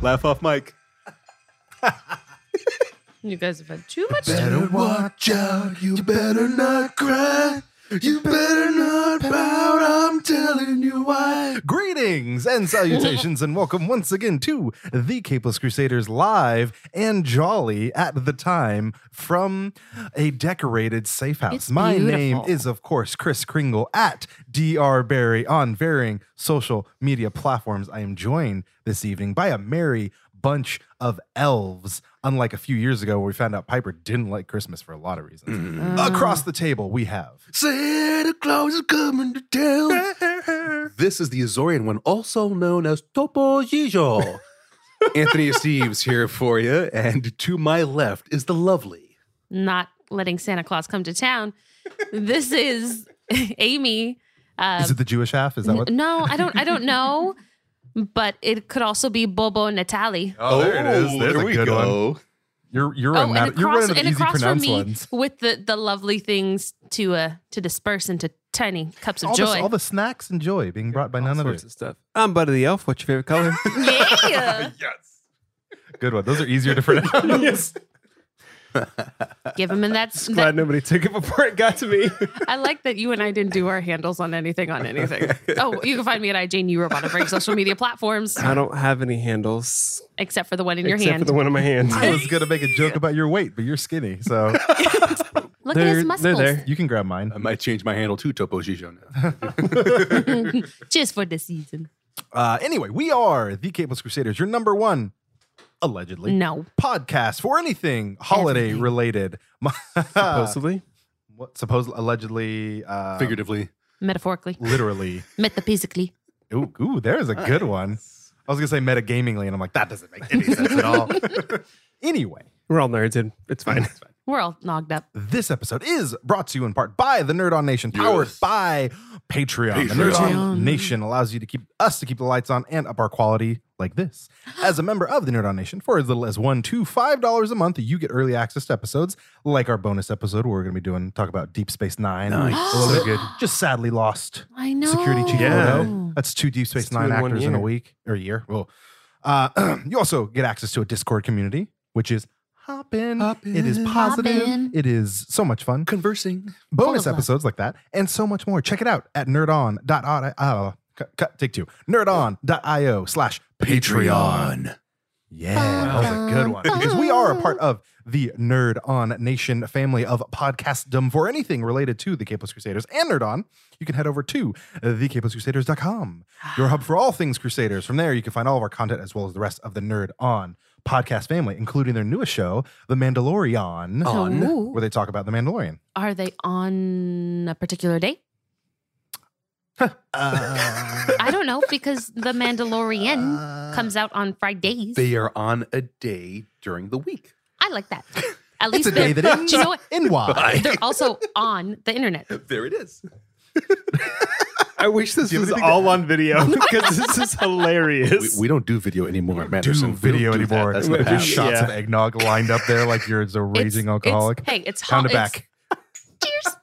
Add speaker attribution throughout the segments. Speaker 1: Laugh off, Mike.
Speaker 2: You guys have had too much.
Speaker 3: Better watch out. You better not cry. You better not pout. I'm telling you why. Greetings and salutations, and welcome once again to the Capeless Crusaders live and jolly at the time from a decorated safe house.
Speaker 2: It's
Speaker 3: My name
Speaker 2: beautiful.
Speaker 3: is, of course, Chris Kringle at DR Barry on varying social media platforms. I am joined this evening by a merry bunch of elves. Unlike a few years ago, where we found out Piper didn't like Christmas for a lot of reasons.
Speaker 2: Mm-hmm.
Speaker 3: Across the table, we have
Speaker 4: Santa Claus is coming to town. this is the Azorian one, also known as Topo Gijo. Anthony Steves here for you, and to my left is the lovely.
Speaker 2: Not letting Santa Claus come to town. This is Amy. Uh,
Speaker 3: Is it the Jewish half? Is that what?
Speaker 2: n- no, I don't. I don't know. But it could also be Bobo Natali.
Speaker 4: Oh,
Speaker 3: a good one. You're you're running out. of- You're running out of
Speaker 2: Oh, and
Speaker 3: easy
Speaker 2: across from
Speaker 3: pronounce
Speaker 2: me
Speaker 3: ones.
Speaker 2: with the, the lovely things to uh, to disperse into tiny cups of
Speaker 3: All,
Speaker 2: joy.
Speaker 3: The, all the snacks and joy being brought by none of
Speaker 1: Sorts
Speaker 3: us.
Speaker 1: of stuff. I'm Buddy the Elf. What's your favorite color?
Speaker 2: yeah,
Speaker 3: Good one. Those are easier to pronounce.
Speaker 2: give him in that. s-
Speaker 1: Glad
Speaker 2: that
Speaker 1: nobody took it before it got to me.
Speaker 2: I like that you and I didn't do our handles on anything on anything. oh, you can find me at IJN Robot on various social media platforms,
Speaker 1: I don't have any handles
Speaker 2: except for the one in your
Speaker 1: except
Speaker 2: hand.
Speaker 1: for the one in my hand.
Speaker 3: I was gonna make a joke about your weight, but you're skinny, so
Speaker 2: Look at his
Speaker 1: They're- they're
Speaker 2: muscles.
Speaker 1: there.
Speaker 3: you can grab mine.
Speaker 4: I might change my handle to Topo Gijo now.
Speaker 2: Just for the season.
Speaker 3: Uh, anyway, we are the Capeless Crusaders. Your number one, allegedly,
Speaker 2: No.
Speaker 3: podcast for anything holiday
Speaker 2: Everything.
Speaker 3: related.
Speaker 1: supposedly.
Speaker 3: what suppose allegedly, uh,
Speaker 4: Figuratively.
Speaker 2: Metaphorically.
Speaker 3: literally.
Speaker 2: Metaphysically.
Speaker 3: Ooh, ooh, there's a good one. I was gonna say metagamingly, and I'm like, that doesn't make any sense at all. anyway,
Speaker 1: We're all nerds, and it's fine.
Speaker 2: We're all nogged up.
Speaker 3: this episode is brought to you in part by the Nerd On Nation, powered
Speaker 4: Yes.
Speaker 3: by Patreon. The Nerd On Nation allows you to keep us to keep the lights on and up our quality like this. As a member of the Nerd On Nation, for as little as one, two, five dollars a month, you get early access to episodes like our bonus episode where we're gonna be doing talk about Deep Space Nine.
Speaker 4: Nice.
Speaker 3: A little bit good. Just sadly lost
Speaker 2: I know.
Speaker 3: security chief
Speaker 1: Yeah.
Speaker 3: photo. That's two Deep Space
Speaker 1: It's two
Speaker 3: Nine
Speaker 1: in one
Speaker 3: actors in a
Speaker 1: year.
Speaker 3: week or a year. Well, uh, you also get access to a Discord community, which is hopping.
Speaker 4: Hoppin'.
Speaker 3: It is positive.
Speaker 2: Hoppin'.
Speaker 3: It is so much fun.
Speaker 4: Conversing.
Speaker 3: Bonus
Speaker 2: love.
Speaker 3: episodes like that and so much more. Check it out at nerdon.io. Uh, cut- cut, take two. Nerdon.io slash Patreon. Yeah, that was a good one. Because we are a part of the Nerd On Nation family of podcastdom for anything related to the Capeless Crusaders and Nerd On. You can head over to thecapelesscrusaders.com, your hub for all things Crusaders. From there, you can find all of our content as well as the rest of the Nerd On podcast family, including their newest show, The Mandalorian,
Speaker 2: Oh.
Speaker 4: On.
Speaker 2: Ooh.
Speaker 3: where they talk about The Mandalorian.
Speaker 2: Are they on a particular day?
Speaker 4: Uh.
Speaker 2: I don't know because The Mandalorian
Speaker 3: Uh,
Speaker 2: comes out on Fridays.
Speaker 4: They are on a day during the week.
Speaker 2: I like that. At
Speaker 3: it's
Speaker 2: least
Speaker 3: a day
Speaker 2: they're-
Speaker 3: that ends
Speaker 2: do you know what?
Speaker 3: in Y.
Speaker 2: They're also on the internet.
Speaker 4: There it is.
Speaker 1: I wish this
Speaker 3: you have
Speaker 1: was
Speaker 3: anything
Speaker 1: all on video because this is
Speaker 4: We,
Speaker 1: hilarious.
Speaker 4: we don't do video anymore at
Speaker 3: do
Speaker 4: Manderson. We
Speaker 3: video
Speaker 4: don't do that.
Speaker 3: anymore.
Speaker 4: That's what
Speaker 3: There's
Speaker 1: Yeah.
Speaker 3: shots of eggnog lined up there like you're a
Speaker 2: It's-
Speaker 3: raging
Speaker 2: it's-
Speaker 3: alcoholic.
Speaker 2: hey, it's hot.
Speaker 3: Pound it
Speaker 2: it's-
Speaker 3: back.
Speaker 2: Cheers.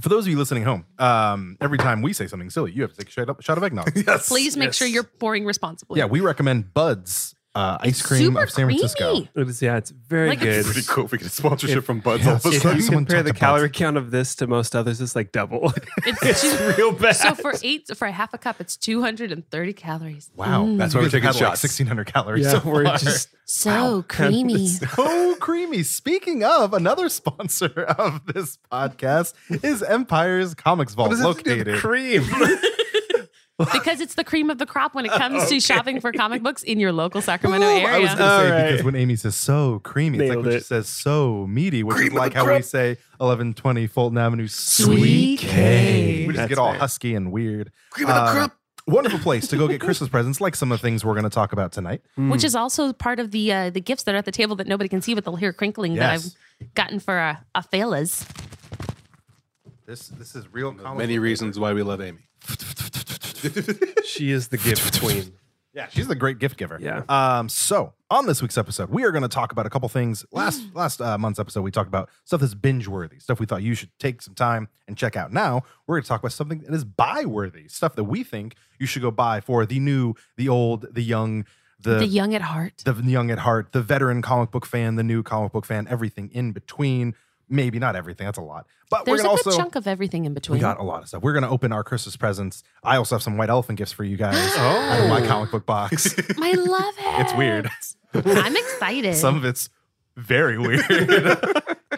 Speaker 3: For those of you listening home, um, every time we say something silly, you have to take a shot of, shot of eggnog.
Speaker 4: Yes.
Speaker 2: Please make
Speaker 1: Yes.
Speaker 2: sure you're pouring responsibly.
Speaker 3: yeah, we recommend Bud's uh, ice cream
Speaker 2: Super
Speaker 3: of San Francisco.
Speaker 2: creamy.
Speaker 1: It is, yeah, it's very
Speaker 2: Like,
Speaker 1: good.
Speaker 2: it's
Speaker 4: Pretty cool. if We get a sponsorship
Speaker 1: If-
Speaker 4: from Buds
Speaker 3: yeah,
Speaker 4: all of a
Speaker 3: if
Speaker 1: If
Speaker 4: sudden.
Speaker 1: you
Speaker 3: Someone
Speaker 1: compare
Speaker 3: touch
Speaker 1: the
Speaker 3: a box.
Speaker 1: calorie count of this to most others, it's like double.
Speaker 2: It's
Speaker 1: it's
Speaker 2: too-
Speaker 1: real bad.
Speaker 2: so for eight for a half a cup, it's 230 calories.
Speaker 3: Wow,
Speaker 4: That's why
Speaker 3: You
Speaker 4: we're
Speaker 3: guys have
Speaker 4: taking
Speaker 3: had, like
Speaker 4: shots.
Speaker 3: 1600 calories.
Speaker 1: yeah,
Speaker 3: So
Speaker 1: we're
Speaker 3: far.
Speaker 1: just
Speaker 2: So creamy.
Speaker 3: so creamy. Speaking of, another sponsor of this podcast is Empire's Comics Vault, located
Speaker 1: cream.
Speaker 2: because it's the cream of the crop when it comes to shopping for comic books in your local Sacramento
Speaker 3: Boom. I
Speaker 2: area.
Speaker 3: was going to say
Speaker 1: All right.
Speaker 3: because when Amy says so creamy, it's like
Speaker 1: Nailed
Speaker 3: when she
Speaker 1: it.
Speaker 3: says so meaty, which is like how we say 1120 Fulton Avenue
Speaker 2: Sweet
Speaker 3: We
Speaker 2: K.
Speaker 3: just
Speaker 1: That's
Speaker 3: get all
Speaker 1: fair.
Speaker 3: husky and weird. Uh, Wonderful place to go get Christmas presents, like some of the things we're going to talk about tonight.
Speaker 2: which is also part of the uh, the gifts that are at the table that nobody can see, but they'll hear crinkling
Speaker 3: Yes.
Speaker 2: that I've gotten for uh, a fellas.
Speaker 3: This this is real comic.
Speaker 4: Many reasons why we love Amy.
Speaker 1: She is the gift queen.
Speaker 3: Yeah, she's the great gift giver.
Speaker 1: Yeah.
Speaker 3: Um. So on this week's episode, we are going to talk about a couple things. Last
Speaker 2: Mm.
Speaker 3: last uh, month's episode, we talked about stuff that's binge worthy, stuff we thought you should take some time and check out. Now we're going to talk about something that is buy worthy, stuff that we think you should go buy for the new, the old, the young,
Speaker 2: The
Speaker 3: the
Speaker 2: young at heart.
Speaker 3: the young at heart, the veteran comic book fan, the new comic book fan, everything in between. Maybe not everything. That's a lot. But
Speaker 2: There's
Speaker 3: we're
Speaker 2: a
Speaker 3: gonna
Speaker 2: good
Speaker 3: also
Speaker 2: chunk of everything in between.
Speaker 3: we got a lot of stuff. We're gonna open our Christmas presents. I also have some white elephant gifts for you guys out of my
Speaker 1: Oh.
Speaker 3: comic book box.
Speaker 2: I love it.
Speaker 3: It's weird.
Speaker 2: I'm excited.
Speaker 3: some of it's very weird.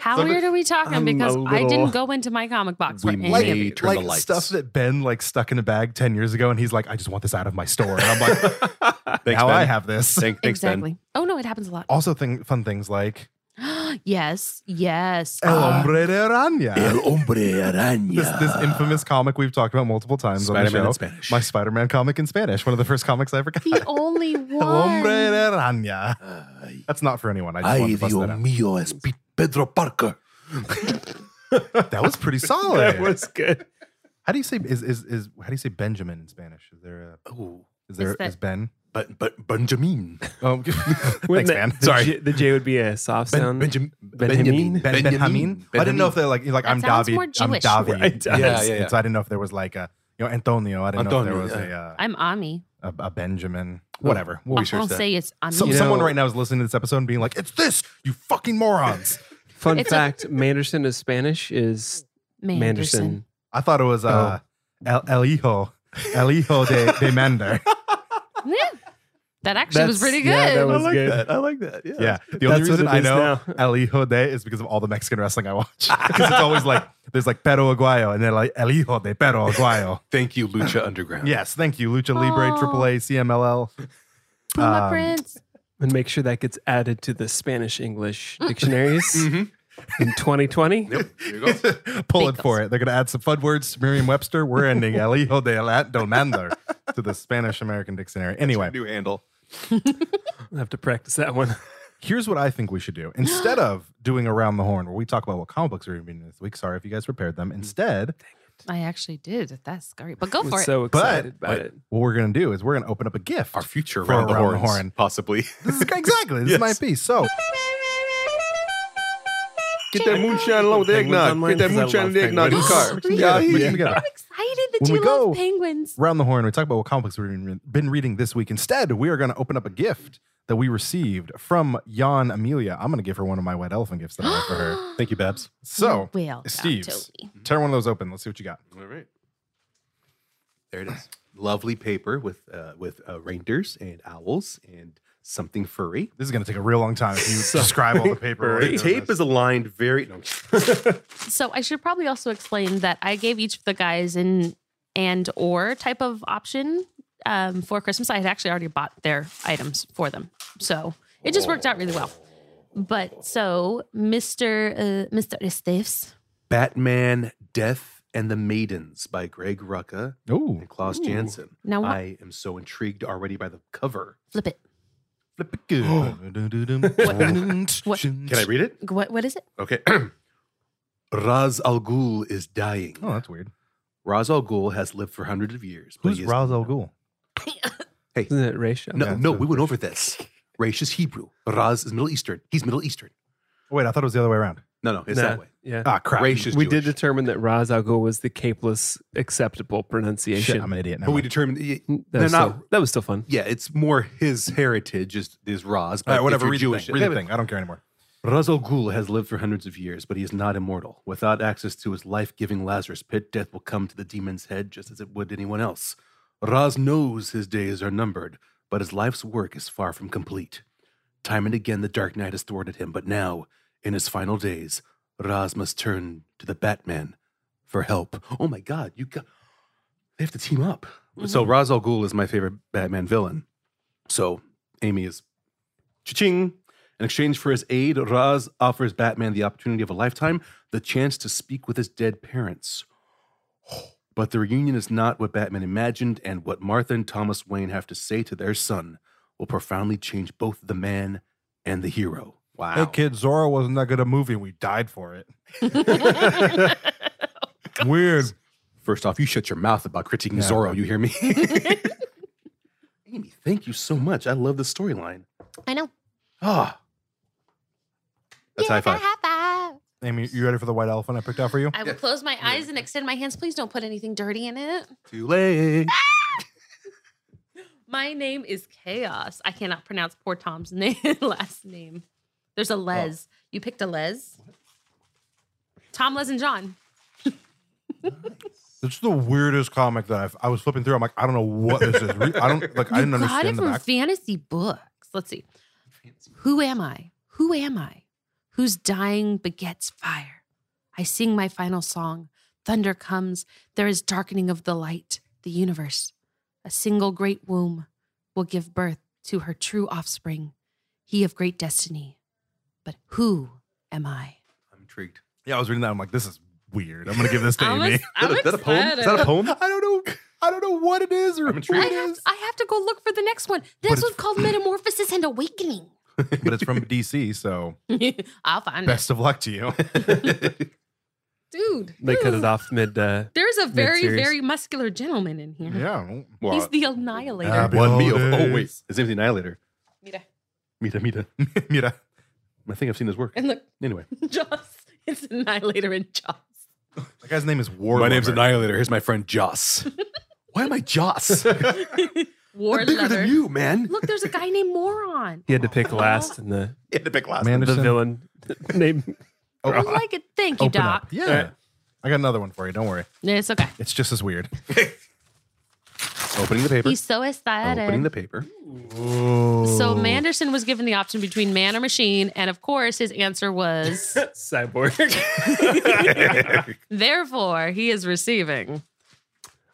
Speaker 2: How
Speaker 3: some of-
Speaker 2: weird are we talking?
Speaker 4: I'm a
Speaker 2: because I
Speaker 4: little-
Speaker 2: didn't go into my comic box for
Speaker 4: We
Speaker 2: any
Speaker 4: might-
Speaker 2: of it.
Speaker 4: They
Speaker 3: like
Speaker 4: turn the
Speaker 3: like
Speaker 4: lights.
Speaker 3: stuff that Ben like stuck in a bag ten years ago, and he's like, "I just want this out of my store." And I'm like,
Speaker 4: Thanks,
Speaker 3: "Now
Speaker 4: Ben.
Speaker 3: I have this."
Speaker 4: Thank- thanks,
Speaker 2: Exactly.
Speaker 4: Ben.
Speaker 2: Oh no, it happens a lot.
Speaker 3: Also, thing fun things like
Speaker 2: yes, yes.
Speaker 4: Ah.
Speaker 3: El
Speaker 2: Uh,
Speaker 3: Hombre de Araña.
Speaker 4: hombre araña.
Speaker 3: this, this infamous comic we've talked about multiple times
Speaker 4: Spider-Man
Speaker 3: on
Speaker 4: in
Speaker 3: the show.
Speaker 4: Spanish.
Speaker 3: My Spider-Man comic in Spanish, one of the first comics I ever got.
Speaker 2: the only
Speaker 3: El Hombre
Speaker 2: one.
Speaker 3: de Araña.
Speaker 4: Ay,
Speaker 3: That's not for anyone. I just wanted to bust that out.
Speaker 4: mío, es Pe- Pedro Parker.
Speaker 3: That was pretty solid.
Speaker 4: That was good.
Speaker 3: How do you say is, is is how do you say Benjamin in Spanish? Is there a
Speaker 4: Oh,
Speaker 3: is there is
Speaker 2: Is that-
Speaker 3: Ben?
Speaker 4: but but Benjamin.
Speaker 3: Oh, thanks,
Speaker 5: Wouldn't that-
Speaker 3: man.
Speaker 5: the J, the J would be a soft sound.
Speaker 4: Benjamin.
Speaker 5: Benjamin?
Speaker 3: Ben, Benjamin? I didn't know if they're like like
Speaker 2: That
Speaker 3: I'm
Speaker 2: sounds
Speaker 3: David.
Speaker 2: more
Speaker 3: I'm
Speaker 2: Jewish.
Speaker 3: David.
Speaker 5: Right.
Speaker 3: And
Speaker 4: Yeah,
Speaker 3: it's-
Speaker 4: yeah, yeah.
Speaker 3: and So I didn't know if there was like a you know Antonio. I didn't know
Speaker 4: Antonio,
Speaker 3: if there was
Speaker 2: I'm Ami.
Speaker 3: a, uh, a a Benjamin. Whatever. We'll
Speaker 2: I
Speaker 3: research
Speaker 2: don't
Speaker 3: that.
Speaker 2: say it's Ami.
Speaker 3: Some,
Speaker 5: You
Speaker 3: someone
Speaker 5: know-
Speaker 3: right now is listening to this episode and being like, "It's this, you fucking morons."
Speaker 5: Fun
Speaker 2: It's a-
Speaker 5: fact: Manderson is Spanish. Is Manderson?
Speaker 3: I thought it was
Speaker 5: Oh.
Speaker 3: uh, El, El Hijo, El Hijo de, de Mander.
Speaker 2: Yeah. That actually
Speaker 5: That's-
Speaker 2: was pretty good.
Speaker 5: yeah, that was-
Speaker 4: I like
Speaker 5: good.
Speaker 4: that. I like that. Yeah.
Speaker 3: yeah, the
Speaker 5: That's
Speaker 3: only
Speaker 5: what
Speaker 3: reason
Speaker 5: it
Speaker 3: I
Speaker 5: is
Speaker 3: know
Speaker 5: now.
Speaker 3: El Hijo de is because of all the Mexican wrestling I watch. Because it's always like there's like Pero Aguayo and they're like El Hijo de Pero Aguayo.
Speaker 4: Thank you, Lucha Underground.
Speaker 3: yes, thank you, Lucha Libre,
Speaker 2: Aw.
Speaker 3: AAA, CMLL.
Speaker 2: Puma
Speaker 3: Um,
Speaker 2: Prince.
Speaker 5: And make sure that gets added to the Spanish English
Speaker 2: Mm-hmm.
Speaker 5: dictionaries
Speaker 4: Mhm.
Speaker 5: in 2020.
Speaker 4: Yep. There you go.
Speaker 3: Pulling for it. They're going to add some fun words to Merriam-Webster. We're ending El Hijo de la Domander to the Spanish-American dictionary. Anyway,
Speaker 4: New handle.
Speaker 5: I'll have to practice that one.
Speaker 3: Here's what I think we should do. Instead of doing around the horn where we talk about what comic books are reading this week, sorry if you guys prepared
Speaker 5: Mm-hmm.
Speaker 3: them. Instead,
Speaker 2: I actually did. That's scary. But go
Speaker 5: I'm
Speaker 2: for it.
Speaker 5: so
Speaker 3: but
Speaker 5: excited about
Speaker 3: wait,
Speaker 5: it.
Speaker 3: what we're going to do is we're going to open up a gift.
Speaker 4: Our future
Speaker 3: For
Speaker 4: round the
Speaker 3: Around the
Speaker 4: horns,
Speaker 3: Horn.
Speaker 4: possibly.
Speaker 3: This is- exactly. This
Speaker 4: Yes.
Speaker 3: might be. So,
Speaker 4: Get that moonshine along with the
Speaker 5: Penguins
Speaker 4: eggnog.
Speaker 5: online,
Speaker 4: Get that
Speaker 5: 'cause I
Speaker 4: moonshine
Speaker 5: love
Speaker 4: and the eggnog in the car.
Speaker 3: penguins.
Speaker 4: Yeah,
Speaker 3: Put
Speaker 4: yeah.
Speaker 3: them together.
Speaker 2: I'm excited that
Speaker 3: When we
Speaker 2: you
Speaker 3: go-
Speaker 2: love penguins.
Speaker 3: round the horn, we talk about what comic books we've been- been reading this week. Instead, we are going to open up a gift that we received from Jan Amelia. I'm going to give her one of my wet elephant gifts that I have for her. Thank you, Babs. So,
Speaker 4: Mm.
Speaker 2: well,
Speaker 3: Steve's. tear one of those open. Let's see what you got.
Speaker 4: All right. There it is. Lovely paper with uh, with uh, reindeers and owls and something furry.
Speaker 3: This is going to take a real long time if you describe all the paper.
Speaker 4: The tape is aligned very. No,
Speaker 2: So I should probably also explain that I gave each of the guys an and or type of option um, for Christmas. I had actually already bought their items for them, so it just worked out really well. But so Mr. Uh, Mr. Esteves,
Speaker 4: Batman, Death and the Maidens by Greg Rucka
Speaker 3: Oh,
Speaker 4: and Klaus Janson.
Speaker 2: now what?
Speaker 4: I am so intrigued already by the cover.
Speaker 2: flip it.
Speaker 4: Flip it
Speaker 2: What-
Speaker 4: Can I
Speaker 3: Can
Speaker 4: read it?
Speaker 2: What what is it?
Speaker 4: Okay. Raz Al Ghul is dying.
Speaker 3: Oh, that's weird.
Speaker 4: Raz Al Ghul has lived for hundreds of years. but
Speaker 3: Who's
Speaker 4: he is-
Speaker 3: Ra's al Ghul?
Speaker 5: Isn't it Raisha?
Speaker 4: No,
Speaker 3: Yeah,
Speaker 4: no,
Speaker 3: so-
Speaker 4: we went over this. Raish is Hebrew. Raz is Middle Eastern. He's Middle Eastern.
Speaker 3: Oh, wait, I thought it was the other way around.
Speaker 4: No, no, it's
Speaker 5: Nah,
Speaker 4: that way.
Speaker 5: Yeah.
Speaker 3: Ah, crap.
Speaker 4: Raish is
Speaker 5: we did
Speaker 4: Jewish.
Speaker 5: determine that Raz Al Ghul was the capeless acceptable pronunciation.
Speaker 3: Shit, I'm an idiot now.
Speaker 4: But we determined, y-
Speaker 5: N- that
Speaker 4: They're
Speaker 5: was still,
Speaker 4: not-
Speaker 5: that was still fun.
Speaker 4: yeah, it's more his heritage is, is Raz.
Speaker 3: All
Speaker 4: but
Speaker 3: right,
Speaker 4: if
Speaker 3: whatever.
Speaker 4: you're
Speaker 3: Read
Speaker 4: Jewish.
Speaker 3: the thing. Read the thing. I don't care anymore.
Speaker 4: Raz Al Ghul has lived for hundreds of years, but he is not immortal. Without access to his life giving Lazarus pit, death will come to the demon's head just as it would anyone else. Raz knows his days are numbered, but his life's work is far from complete. Time and again, the Dark Knight has thwarted him, but now, in his final days, Raz must turn to the Batman for help. Oh my God, you got. They have to team up. So, Raz Al Ghul is my favorite Batman villain. So, Amy is. Cha-ching! In exchange for his aid, Raz offers Batman the opportunity of a lifetime, the chance to speak with his dead parents. But the reunion is not what Batman imagined, and what Martha and Thomas Wayne have to say to their son will profoundly change both the man and the hero. Wow.
Speaker 3: Hey, kid, Zorro wasn't that good a movie, and we died for it. Weird.
Speaker 4: First off, you shut your mouth about critiquing
Speaker 3: Yeah.
Speaker 4: Zorro, you hear me? Amy, thank you so much. I love the storyline.
Speaker 2: I know.
Speaker 4: Ah. That's high five.
Speaker 2: five.
Speaker 3: Amy, you ready for the white elephant I picked out for you?
Speaker 2: I will close my eyes and extend my hands. Please don't put anything dirty in it.
Speaker 4: Too late.
Speaker 2: My name is Chaos. I cannot pronounce poor Tom's name, last name. There's a Les. You picked a Les. Tom, Les, and John.
Speaker 3: It's the weirdest comic that I've, I was flipping through. I'm like, I don't know what this is. Re- I don't like. I didn't
Speaker 2: Got it
Speaker 3: understand the
Speaker 2: from
Speaker 3: back.
Speaker 2: fantasy books. Let's see. Who am I? Who am I? Whose dying begets fire? I sing my final song. Thunder comes. There is darkening of the light, the universe. A single great womb will give birth to her true offspring, he of great destiny. But who am I?
Speaker 4: I'm intrigued.
Speaker 3: yeah, I was reading that. I'm like, this is weird. I'm gonna give this to
Speaker 2: I'm
Speaker 3: Amy.
Speaker 2: ex- I'm
Speaker 4: is that a poem? Is that a
Speaker 2: excited.
Speaker 4: poem?
Speaker 3: I don't know. I don't know what it is or
Speaker 4: I'm
Speaker 3: who
Speaker 4: intrigued.
Speaker 2: I
Speaker 3: it
Speaker 2: have,
Speaker 3: is.
Speaker 2: I have to go look for the next one. This
Speaker 3: it's-
Speaker 2: one's called Metamorphosis and Awakening.
Speaker 3: But it's from DC, so
Speaker 2: I'll find
Speaker 3: best of luck to you.
Speaker 2: it. Dude.
Speaker 5: They cut
Speaker 2: Ugh.
Speaker 5: it off mid. Uh,
Speaker 2: There's a very,
Speaker 5: Mid-series.
Speaker 2: very muscular gentleman in here.
Speaker 3: yeah.
Speaker 4: Well,
Speaker 2: He's the annihilator.
Speaker 3: Ah,
Speaker 4: Happy one meal.
Speaker 3: holidays.
Speaker 4: Oh wait, his name's the Annihilator.
Speaker 2: Mira.
Speaker 4: Mita, Mita.
Speaker 3: Mira.
Speaker 4: I think I've seen his work.
Speaker 2: And look,
Speaker 4: Anyway,
Speaker 2: Joss. It's annihilator and Joss.
Speaker 3: That guy's name is Warlover.
Speaker 4: my name's Annihilator. Here's my friend Joss. Why am I Joss? I'm
Speaker 2: War
Speaker 4: bigger
Speaker 2: lover.
Speaker 4: than you, man.
Speaker 2: Look, there's a guy named Moron.
Speaker 5: he had to pick last in the
Speaker 4: You had to pick last.
Speaker 5: the
Speaker 3: Manderson.
Speaker 5: villain name.
Speaker 2: I like it. Thank you,
Speaker 3: Open
Speaker 2: Doc.
Speaker 3: up. Yeah. I got another one for you. Don't worry.
Speaker 2: It's okay.
Speaker 3: It's just as weird.
Speaker 4: Opening the paper.
Speaker 2: He's so
Speaker 4: Opening
Speaker 2: excited.
Speaker 4: the paper.
Speaker 5: Oh.
Speaker 2: So Manderson was given the option between man or machine, and of course his answer was
Speaker 5: Cyborg.
Speaker 2: therefore he is receiving.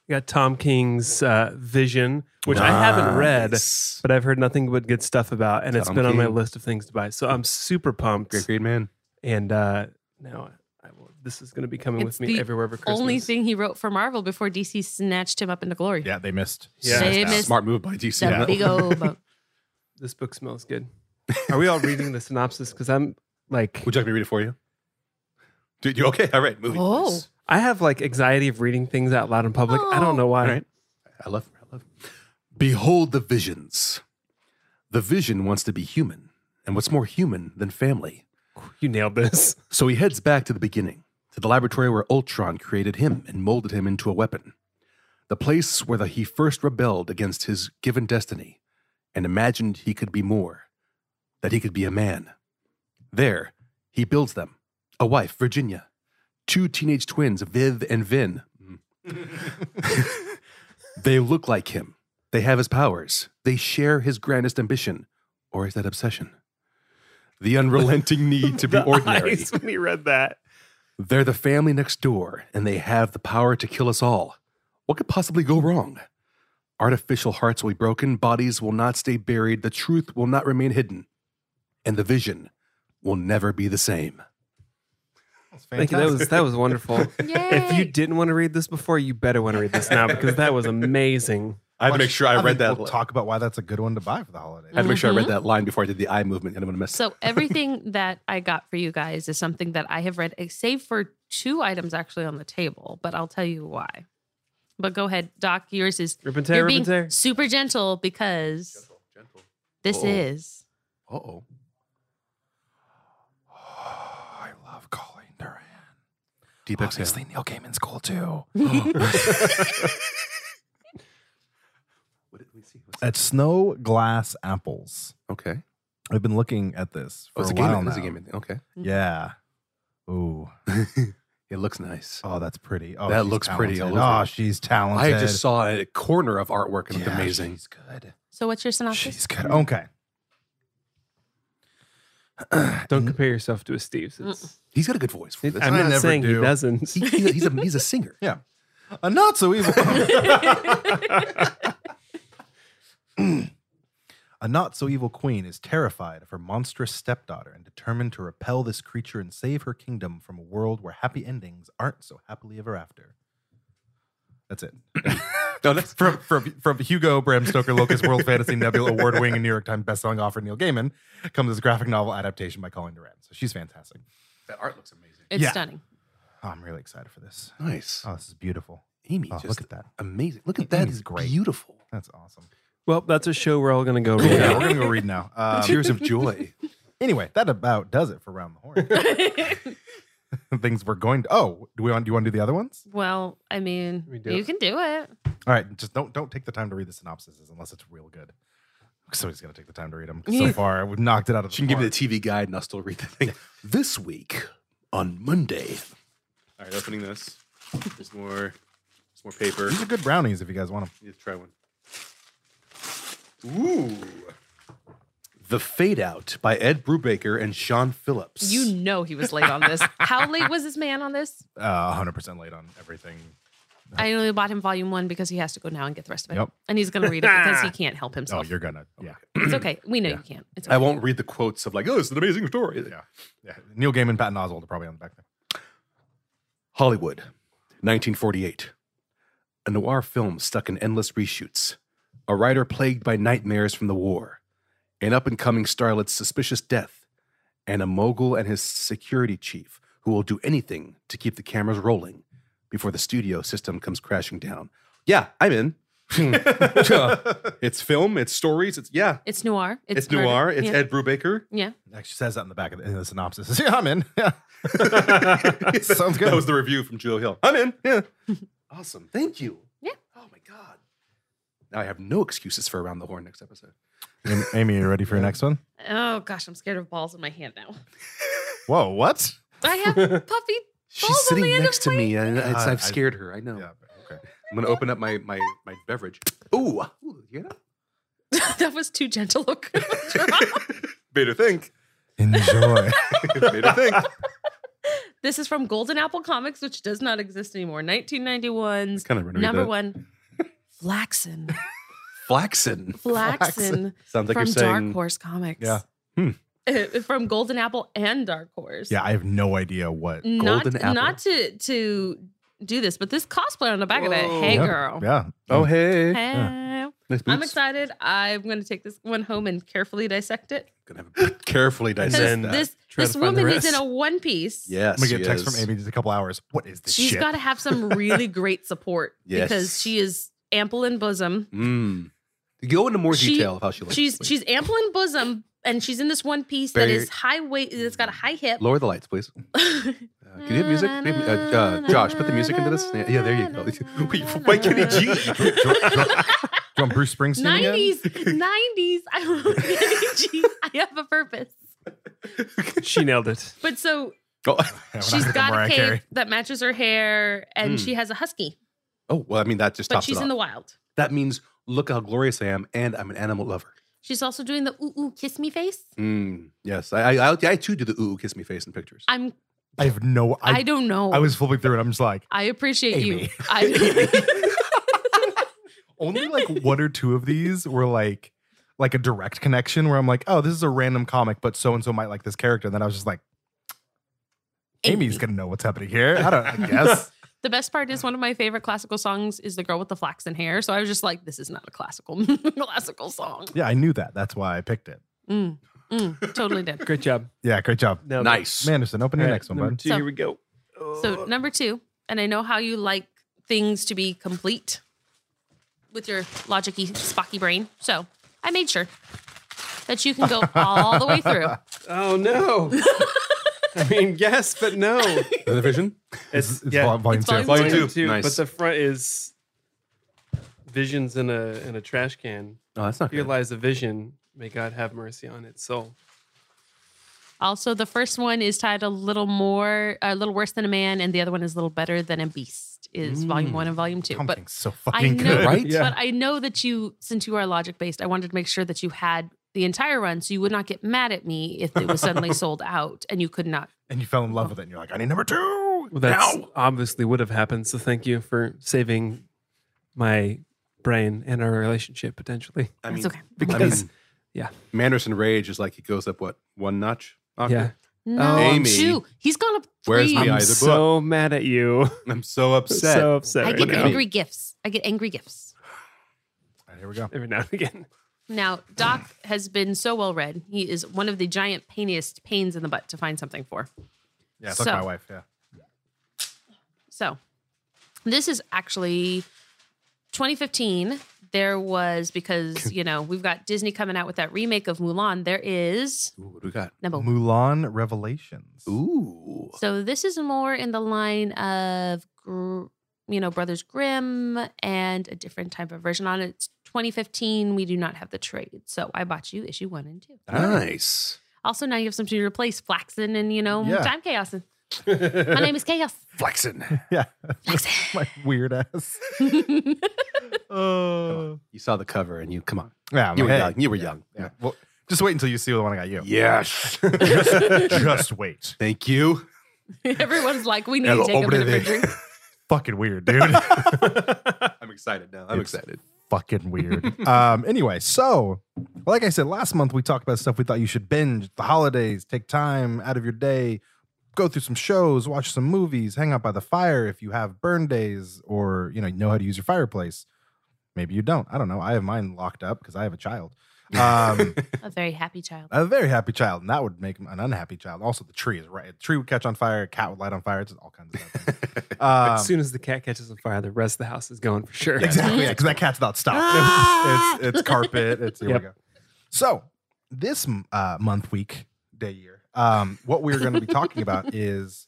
Speaker 5: We got Tom King's uh, Vision, which I haven't read,
Speaker 4: Nice.
Speaker 5: but I've heard nothing but good stuff about, and it's
Speaker 4: Tom
Speaker 5: been on my
Speaker 4: King.
Speaker 5: list of things to buy. So I'm super pumped.
Speaker 4: Great, great man.
Speaker 5: And uh, now I will, this is going to be coming
Speaker 2: It's
Speaker 5: with me
Speaker 2: the
Speaker 5: everywhere for Christmas.
Speaker 2: Only thing he wrote for Marvel before DC snatched him up into glory.
Speaker 3: Yeah, they missed.
Speaker 5: Yeah.
Speaker 2: They missed
Speaker 4: Smart move by DC.
Speaker 2: the
Speaker 4: on that
Speaker 2: big
Speaker 4: one.
Speaker 2: old boat.
Speaker 5: This book smells good. Are we all reading the synopsis? Because I'm like,
Speaker 4: Would you like me to read it for you? Dude, you okay? All right, movie.
Speaker 2: Oh.
Speaker 5: I have like anxiety of reading things out loud in public. I
Speaker 2: Oh.
Speaker 5: don't know why.
Speaker 4: All right. I love I love. Behold the visions. The vision wants to be human, and what's more human than family?
Speaker 5: You nailed this.
Speaker 4: So he heads back to the beginning, to the laboratory where Ultron created him and molded him into a weapon. The place where the, he first rebelled against his given destiny and imagined he could be more, that he could be a man. There, he builds them a wife, Virginia, two teenage twins, Viv and Vin. they look like him. They have his powers. They share his grandest ambition. Or is that obsession? The unrelenting need to be
Speaker 5: The
Speaker 4: ordinary.
Speaker 5: eyes when he read that.
Speaker 4: They're the family next door, and they have the power to kill us all. What could possibly go wrong? Artificial hearts will be broken, bodies will not stay buried, the truth will not remain hidden, and the vision will never be the same.
Speaker 5: Thank you. That was that was wonderful. If you
Speaker 2: Yay.
Speaker 5: didn't want to read this before, you better want to read this now because that was amazing.
Speaker 4: I had
Speaker 3: Watch-
Speaker 4: to make sure I, read
Speaker 3: think
Speaker 4: that.
Speaker 3: We'll
Speaker 4: li-
Speaker 3: talk about why that's a good one to buy for the holidays.
Speaker 4: I had to make sure I
Speaker 5: Mm-hmm.
Speaker 4: read that line before I did the eye movement. and I'm gonna mess.
Speaker 2: So everything that I got for you guys is something that I have read, eh, save for two items actually on the table, but I'll tell you why. But go ahead, Doc. Yours is
Speaker 5: Rip and tear,
Speaker 2: you're
Speaker 5: rip and
Speaker 2: being
Speaker 5: tear.
Speaker 2: super gentle because this
Speaker 4: Oh.
Speaker 2: is
Speaker 4: Uh oh.
Speaker 3: I love Colleen Duran.
Speaker 4: Deep exhale.
Speaker 3: Neil Gaiman's cool too.
Speaker 4: What did we see?
Speaker 3: At Snow Glass Apples.
Speaker 4: Okay.
Speaker 3: I've been looking at this for
Speaker 4: Oh, it's
Speaker 3: a
Speaker 4: a
Speaker 3: while
Speaker 4: game.
Speaker 3: now.
Speaker 4: It's a game. Okay.
Speaker 3: Yeah. Ooh.
Speaker 4: It looks nice.
Speaker 3: Oh, that's pretty. Oh,
Speaker 4: That
Speaker 3: she's
Speaker 4: looks pretty all
Speaker 3: talented.
Speaker 4: over.
Speaker 3: Oh, she's talented.
Speaker 4: I just saw a corner of artwork and it looked
Speaker 3: Yeah,
Speaker 4: amazing.
Speaker 3: She's good.
Speaker 2: so. What's your synopsis?
Speaker 3: She's good. Okay.
Speaker 5: Don't compare yourself to a Steve's. It's,
Speaker 4: He's got a good voice. For this.
Speaker 5: I'm
Speaker 3: I
Speaker 5: not
Speaker 3: never
Speaker 5: saying
Speaker 3: do.
Speaker 5: he doesn't.
Speaker 4: He- he's, a, he's, a, he's a singer.
Speaker 3: Yeah. A not so evil. a not so evil queen is terrified of her monstrous stepdaughter and determined to repel this creature and save her kingdom from a world where happy endings aren't so happily ever after. That's it.
Speaker 4: No, that's
Speaker 3: from, from, from Hugo Bram Stoker Locust World Fantasy Nebula award winning New York Times bestselling author Neil Gaiman comes this graphic novel adaptation by Colleen Durant. So she's fantastic.
Speaker 4: that art looks amazing.
Speaker 2: It's
Speaker 3: Yeah.
Speaker 2: stunning.
Speaker 3: Oh, I'm really excited for this.
Speaker 4: Nice,
Speaker 3: Oh, this is beautiful.
Speaker 4: Amy.
Speaker 3: Oh,
Speaker 4: just
Speaker 3: look at that.
Speaker 4: Amazing. Look at that.
Speaker 3: Amy's
Speaker 4: It's
Speaker 3: great.
Speaker 4: beautiful.
Speaker 3: That's awesome.
Speaker 5: Well, that's a show we're all going to go read.
Speaker 3: Yeah, we're gonna go read now. Um,
Speaker 4: Tears of joy.
Speaker 3: anyway, that about does it for round the horn. Things we're going to. Oh, do we want? Do you want to do the other ones?
Speaker 2: Well, I mean,
Speaker 5: We do
Speaker 2: you
Speaker 5: it.
Speaker 2: can do it.
Speaker 3: All right, just don't don't take the time to read the synopsises unless it's real good. Somebody's gonna take the time to read them. So far, we've knocked it out of. the
Speaker 4: She can give me
Speaker 3: park.
Speaker 4: the TV guide and I'll still read the thing. This week on Monday. All right, opening this. There's more. There's more paper.
Speaker 3: These are good brownies if you guys want them.
Speaker 4: Let's try one. Ooh. The Fade Out by Ed Brubaker and Sean Phillips.
Speaker 2: You know he was late on this. How late was this man on this?
Speaker 3: Uh, 100% late on everything.
Speaker 2: I only bought him volume one because he has to go now and get the rest of it.
Speaker 3: Yep.
Speaker 2: And he's going to read it because he can't help
Speaker 3: Oh,
Speaker 2: himself.
Speaker 3: you're gonna. Yeah,
Speaker 2: it's okay. We know you can't. It's okay.
Speaker 4: I won't read the quotes of like, oh, it's an amazing story.
Speaker 3: Yeah. yeah. Neil Gaiman, Patton Oswald are probably on the back there.
Speaker 4: Hollywood, 1948. A noir film stuck in endless reshoots. A writer plagued by nightmares from the war. An up and coming starlet's suspicious death. And a mogul and his security chief who will do anything to keep the cameras rolling before the studio system comes crashing down. Yeah, I'm in. Hmm. it's film, it's stories, it's yeah,
Speaker 2: It's noir.
Speaker 4: it's,
Speaker 2: murder.
Speaker 4: noir, it's
Speaker 2: yeah.
Speaker 4: Ed Brubaker.
Speaker 2: Yeah.
Speaker 3: Actually says that in the back of the, in the synopsis. Yeah, I'm in. Yeah.
Speaker 4: Sounds
Speaker 3: Sounds good.
Speaker 4: That was the review from Jill Hill. I'm in. Yeah. awesome. Thank you.
Speaker 2: Yeah.
Speaker 4: Oh my God. Now I have no excuses for around the horn next episode.
Speaker 3: Am- Amy, you ready for your next one?
Speaker 2: Oh, gosh. I'm scared of balls in my hand now.
Speaker 3: Whoa, what?
Speaker 2: I have puffy.
Speaker 4: She's
Speaker 2: Balls on the
Speaker 4: sitting
Speaker 2: end of
Speaker 4: next to me. I, I,
Speaker 3: God,
Speaker 4: I've
Speaker 3: I-
Speaker 4: scared her. I know.
Speaker 3: Yeah, okay.
Speaker 4: I'm gonna open up my my my beverage. Ooh. Ooh you know?
Speaker 2: that was too gentle. a good one.
Speaker 4: Made her think.
Speaker 3: Enjoy.
Speaker 4: Made her think.
Speaker 2: this is from Golden Apple Comics, which does not exist anymore. 1991's
Speaker 4: kind of
Speaker 2: number one, Flaxen.
Speaker 4: Flaxen.
Speaker 2: Flaxen
Speaker 4: Sounds like
Speaker 2: from
Speaker 4: you're saying.
Speaker 2: Dark Horse Comics. Uh,
Speaker 3: Yeah.
Speaker 4: Hmm.
Speaker 2: from Golden Apple and Dark Horse.
Speaker 3: yeah, I have no idea what.
Speaker 2: not
Speaker 4: Golden Apple.
Speaker 2: not to to do this, but this cosplay on the back of it.
Speaker 4: Whoa.
Speaker 2: Hey,
Speaker 3: Yeah,
Speaker 2: girl.
Speaker 3: Yeah.
Speaker 4: Oh hey.
Speaker 2: Hey.
Speaker 4: Nice boots.
Speaker 2: I'm excited. I'm going to take this one home and carefully dissect it.
Speaker 4: Gonna have to carefully dissect
Speaker 2: Because
Speaker 5: then
Speaker 4: that.
Speaker 2: this
Speaker 5: try to
Speaker 2: this
Speaker 5: find the
Speaker 2: woman is in
Speaker 5: rest.
Speaker 2: a one piece.
Speaker 4: yes.
Speaker 3: I'm gonna get a
Speaker 4: she
Speaker 3: text from
Speaker 4: is.
Speaker 3: Amy in just a couple hours. What is this
Speaker 2: She's
Speaker 3: shit?
Speaker 2: got to have some really great support
Speaker 4: Yes.
Speaker 2: because she is ample in bosom.
Speaker 4: Mm. Go into more
Speaker 2: She-
Speaker 4: detail of how she looks.
Speaker 2: She's
Speaker 4: please.
Speaker 2: she's ample in bosom, and she's in this one piece
Speaker 4: Very-
Speaker 2: that is high weight. That's got a high hip.
Speaker 4: Lower the lights, please. Uh, can you have music? Can you have mu- uh, uh, Josh, put the music into this. Yeah, yeah, there you go. Wait, why Kenny G?
Speaker 3: Do you want Bruce Springsteen again?
Speaker 2: Nineties, nineties. I love energy. I have a purpose.
Speaker 5: she nailed it.
Speaker 2: But so
Speaker 3: Yeah,
Speaker 4: Oh,
Speaker 3: we're not
Speaker 2: she's
Speaker 3: gonna go
Speaker 2: got
Speaker 3: Mariah
Speaker 2: a
Speaker 3: Carey.
Speaker 2: cape that matches her hair, and
Speaker 4: Mm.
Speaker 2: she has a husky.
Speaker 4: oh, well, I mean, that just
Speaker 2: But
Speaker 4: tops
Speaker 2: she's
Speaker 4: it
Speaker 2: in the
Speaker 4: off.
Speaker 2: wild.
Speaker 4: That means, look how glorious I am, and I'm an animal lover.
Speaker 2: She's also doing the ooh ooh kiss me face.
Speaker 4: Mm, yes, I, I, I, I too do the ooh, ooh, kiss me face in pictures.
Speaker 2: I'm.
Speaker 3: I have no.
Speaker 2: I,
Speaker 3: I,
Speaker 2: don't know.
Speaker 3: I,
Speaker 2: I,
Speaker 3: was flipping through it. I'm just like,
Speaker 2: appreciate you.
Speaker 3: Amy.
Speaker 2: I,
Speaker 3: only like one or two of these were like, like a direct connection where I'm like, oh, this is a random comic, but so and so might like this character. And then I was just like, Amy's gonna know what's happening here. I don't. I guess.
Speaker 2: The best part is one of my favorite classical songs is the girl with the flaxen hair. So I was just like, this is not a classical classical song.
Speaker 3: yeah, I knew that. That's why I picked it.
Speaker 2: Mm, mm, totally did.
Speaker 5: Great job.
Speaker 3: Yeah, great job,
Speaker 5: Nailed it.
Speaker 4: nice.
Speaker 3: Manderson. Open
Speaker 5: All
Speaker 3: your
Speaker 5: right,
Speaker 3: next one,
Speaker 5: number
Speaker 3: bud.
Speaker 5: Two,
Speaker 2: So-
Speaker 5: here we go.
Speaker 2: So number two, and I know how you like things to be complete with your logicy spocky brain. So I made sure that you can go all the way through.
Speaker 5: Oh no. I mean, yes, but no.
Speaker 4: Another vision?
Speaker 5: It's,
Speaker 3: It's
Speaker 5: yeah,
Speaker 3: vol- volume
Speaker 2: It's
Speaker 3: two.
Speaker 2: volume
Speaker 5: volume
Speaker 4: Volume
Speaker 5: two,
Speaker 4: two. Nice.
Speaker 5: but the front is visions in a in a trash can.
Speaker 4: Oh, that's not
Speaker 5: Here
Speaker 4: good.
Speaker 5: lies a vision. May God have mercy on its soul.
Speaker 2: Also, the first one is titled "Little More," a little worse than a man, and the other one is "Little Better Than a Beast." Is volume one and volume two, but
Speaker 3: Pumpkin's so
Speaker 2: I
Speaker 3: fucking
Speaker 2: know,
Speaker 3: good.
Speaker 4: right?
Speaker 5: Yeah.
Speaker 2: But I know that you, since you are logic based, I wanted to make sure that you had the entire run, so you would not get mad at me if it was suddenly sold out and you could not.
Speaker 3: And you fell in love with it, and you're like, I need number two.
Speaker 5: Well, that's
Speaker 3: now.
Speaker 5: obviously would have happened. So thank you for saving my brain and our relationship potentially.
Speaker 4: I
Speaker 2: That's
Speaker 4: mean,
Speaker 2: okay.
Speaker 4: I
Speaker 5: Because-
Speaker 4: mean,
Speaker 5: yeah.
Speaker 4: Manderson Rage is like, he goes up, what, one notch? Octave?
Speaker 5: Yeah,
Speaker 2: No,
Speaker 4: Amy,
Speaker 2: two. He's gone up
Speaker 4: where's
Speaker 2: three.
Speaker 4: the
Speaker 5: I'm
Speaker 4: either
Speaker 5: so mad at you.
Speaker 4: I'm so upset.
Speaker 5: So upset.
Speaker 2: I
Speaker 5: right
Speaker 2: get
Speaker 5: now.
Speaker 2: angry gifts. I get angry gifts.
Speaker 3: All right, here we go.
Speaker 5: every now and again.
Speaker 2: Now, Doc has been so well read. He is one of the giant painiest pains in the butt to find something for.
Speaker 3: Yeah, fuck
Speaker 2: So-
Speaker 3: my wife. Yeah.
Speaker 2: So, this is actually 2015. There was because you know we've got Disney coming out with that remake of Mulan. There is
Speaker 4: Ooh, what do we got?
Speaker 2: number one.
Speaker 3: Mulan Revelations.
Speaker 4: Ooh.
Speaker 2: So this is more in the line of gr- you know, Brothers Grimm and a different type of version on it. It's 2015. We do not have the trade. So I bought you issue one and two.
Speaker 4: Ah. Nice.
Speaker 2: Also, now you have something to replace Flaxen and, you know,
Speaker 3: Yeah.
Speaker 2: Time Chaos. My name is Chaos.
Speaker 4: Flexing.
Speaker 3: Yeah.
Speaker 2: Flaxen.
Speaker 3: like weird ass. Oh.
Speaker 4: You saw the cover and you, come on.
Speaker 3: Yeah,
Speaker 4: You were
Speaker 3: hey.
Speaker 4: young. You were young.
Speaker 3: Yeah. Well, just wait until you see the one I got you.
Speaker 4: Yes.
Speaker 3: Just wait.
Speaker 4: Thank you.
Speaker 2: Everyone's like, we need
Speaker 4: Hello,
Speaker 2: to take a
Speaker 4: over
Speaker 2: bit of a
Speaker 4: there.
Speaker 2: drink.
Speaker 3: Fucking weird, dude.
Speaker 4: I'm excited now. I'm
Speaker 3: It's-
Speaker 4: excited.
Speaker 3: Fucking weird. um, anyway, so like I said last month, we talked about stuff we thought you should binge the holidays, take time out of your day, go through some shows, watch some movies, hang out by the fire if you have burn days or you know, you know how to use your fireplace. Maybe you don't. I don't know. I have mine locked up because I have a child. Um,
Speaker 2: A very happy child.
Speaker 3: a very happy child, and that would make him an unhappy child. Also, the tree is right. A tree would catch on fire. A cat would light on fire. It's all kinds of stuff. Um,
Speaker 5: as soon as the cat catches on fire, the rest of the house is going for sure.
Speaker 3: Exactly. Yeah, because that cat's not
Speaker 2: Ah!
Speaker 3: stopped. it's, it's carpet. It's here
Speaker 5: Yep.
Speaker 3: we go. So this m- uh, month, week, day, year, um, what we're going to be talking about is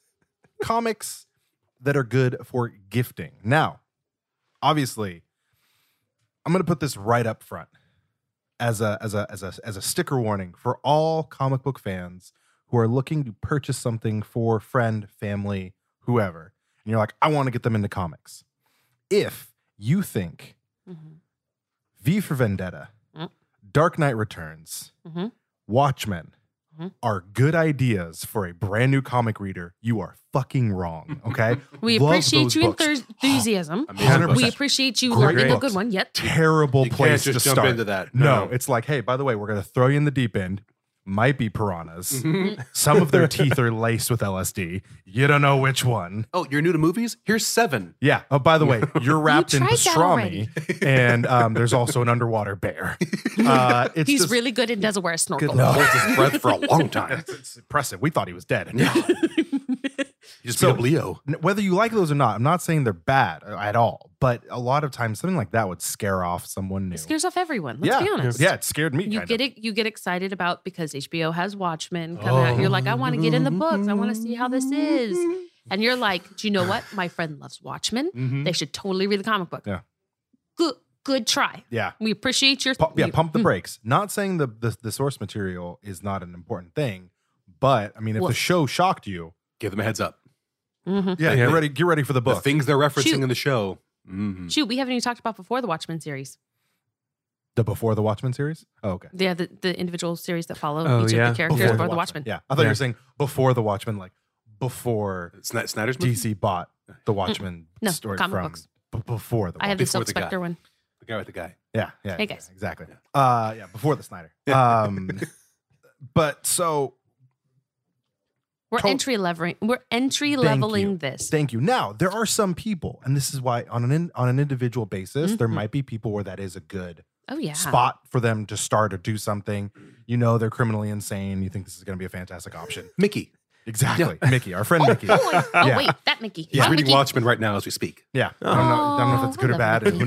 Speaker 3: comics that are good for gifting. Now, obviously, I'm going to put this right up front as a as a as a as a sticker warning for all comic book fans who are looking to purchase something for friend, family, whoever, and you're like, I want to get them into comics. If you think
Speaker 2: Mhm.
Speaker 3: V for Vendetta,
Speaker 2: Mm.
Speaker 3: Dark Knight Returns,
Speaker 2: Mhm.
Speaker 3: Watchmen
Speaker 2: Mhm.
Speaker 3: are good ideas for a brand new comic reader, you are fucking wrong. Okay.
Speaker 2: We
Speaker 3: Love
Speaker 2: appreciate
Speaker 3: those
Speaker 2: you
Speaker 3: books.
Speaker 2: enthu- enthusiasm.
Speaker 4: Amazing
Speaker 2: We
Speaker 4: books.
Speaker 2: appreciate you
Speaker 3: Great
Speaker 2: learning a
Speaker 3: books.
Speaker 2: good one. Yet
Speaker 3: Terrible
Speaker 4: You can't
Speaker 3: place
Speaker 4: just
Speaker 3: to
Speaker 4: jump
Speaker 3: start.
Speaker 4: into that.
Speaker 3: No, it's like, hey, by the way, we're gonna throw you in the deep end. Might be piranhas.
Speaker 4: Mm-hmm.
Speaker 2: Mm-hmm.
Speaker 5: Mhm.
Speaker 3: Some of their teeth are laced with LSD. You don't know which one.
Speaker 4: Oh, you're new to movies? Here's seven.
Speaker 3: Yeah. Oh, by the way, you're wrapped in
Speaker 2: tried that
Speaker 3: pastrami, and um, there's also an underwater bear. Uh, it's
Speaker 2: he's
Speaker 3: just-
Speaker 2: really good and does wear a snorkel.
Speaker 3: luck.
Speaker 4: Holds his breath for a long time.
Speaker 3: It's, it's impressive. We thought he was dead.
Speaker 4: You just
Speaker 3: So-
Speaker 4: beat up Leo.
Speaker 3: N- whether you like those or not, I'm not saying they're bad uh, at all, but a lot of times something like that would scare off someone new.
Speaker 2: It scares off everyone. Let's
Speaker 3: yeah.
Speaker 2: be honest.
Speaker 3: Yeah, it scared me.
Speaker 2: You
Speaker 3: kind
Speaker 2: get
Speaker 3: of.
Speaker 2: it. You get excited about because HBO has Watchmen coming out. You're like, I want to get in the books. I want to see how this is. And you're like, do you know what? My friend loves Watchmen. They should totally read the comic book.
Speaker 3: Mm-hmm. Yeah.
Speaker 2: Good. Good try.
Speaker 3: Yeah.
Speaker 2: We appreciate your.
Speaker 3: Pu- yeah,
Speaker 2: you- Hmm.
Speaker 3: pump the brakes. Not saying the, the the source material is not an important thing, but I mean, if
Speaker 2: Well-
Speaker 3: the show shocked you,
Speaker 4: Give them a heads up.
Speaker 2: Mhm.
Speaker 3: yeah,
Speaker 5: Yeah.
Speaker 3: get ready. Get ready for the
Speaker 4: The
Speaker 3: book.
Speaker 4: things they're referencing
Speaker 2: Shoot.
Speaker 4: in the show. Mhm.
Speaker 2: Shoot, we haven't even talked about before the Watchmen series.
Speaker 3: The before the Watchmen series. Oh, okay.
Speaker 2: Yeah, the, the individual series that follow
Speaker 5: Oh,
Speaker 2: each
Speaker 5: yeah.
Speaker 2: of the characters before, the Watchmen.
Speaker 3: Yeah, I thought you
Speaker 5: Yeah.
Speaker 3: were saying before the Watchmen, like before
Speaker 4: Sna- Snyder's movie?
Speaker 3: DC bought the Watchmen
Speaker 2: Mm. No,
Speaker 3: story
Speaker 2: comic
Speaker 3: from
Speaker 2: books.
Speaker 3: b- before the.
Speaker 2: I have the
Speaker 4: Before
Speaker 2: Silk
Speaker 4: the guy.
Speaker 2: Spectre one.
Speaker 4: The guy with the guy.
Speaker 3: Yeah, yeah.
Speaker 2: Hey,
Speaker 3: yeah,
Speaker 2: guys.
Speaker 3: exactly. Uh yeah, before the Snyder. Um but so
Speaker 2: We're
Speaker 3: Tot-
Speaker 2: entry leveling. We're entry
Speaker 3: Thank
Speaker 2: leveling
Speaker 3: you.
Speaker 2: this.
Speaker 3: thank you. Now, there are some people and this is why on an in, on an individual basis there
Speaker 2: Mhm.
Speaker 3: might be people where that is a good
Speaker 2: oh yeah.
Speaker 3: spot for them to start or do something. You know, they're criminally insane, you think this is going to be a fantastic option.
Speaker 4: Mickey.
Speaker 3: Exactly. Mickey, our friend Mickey.
Speaker 2: Boy. Oh
Speaker 3: Yeah.
Speaker 2: wait, that Mickey.
Speaker 4: He's
Speaker 2: Hi,
Speaker 4: reading
Speaker 2: Mickey.
Speaker 4: Watchmen right now as we speak.
Speaker 3: Yeah. I don't know I don't know if
Speaker 2: Oh,
Speaker 3: that's good
Speaker 2: I
Speaker 3: or
Speaker 2: love
Speaker 3: bad, who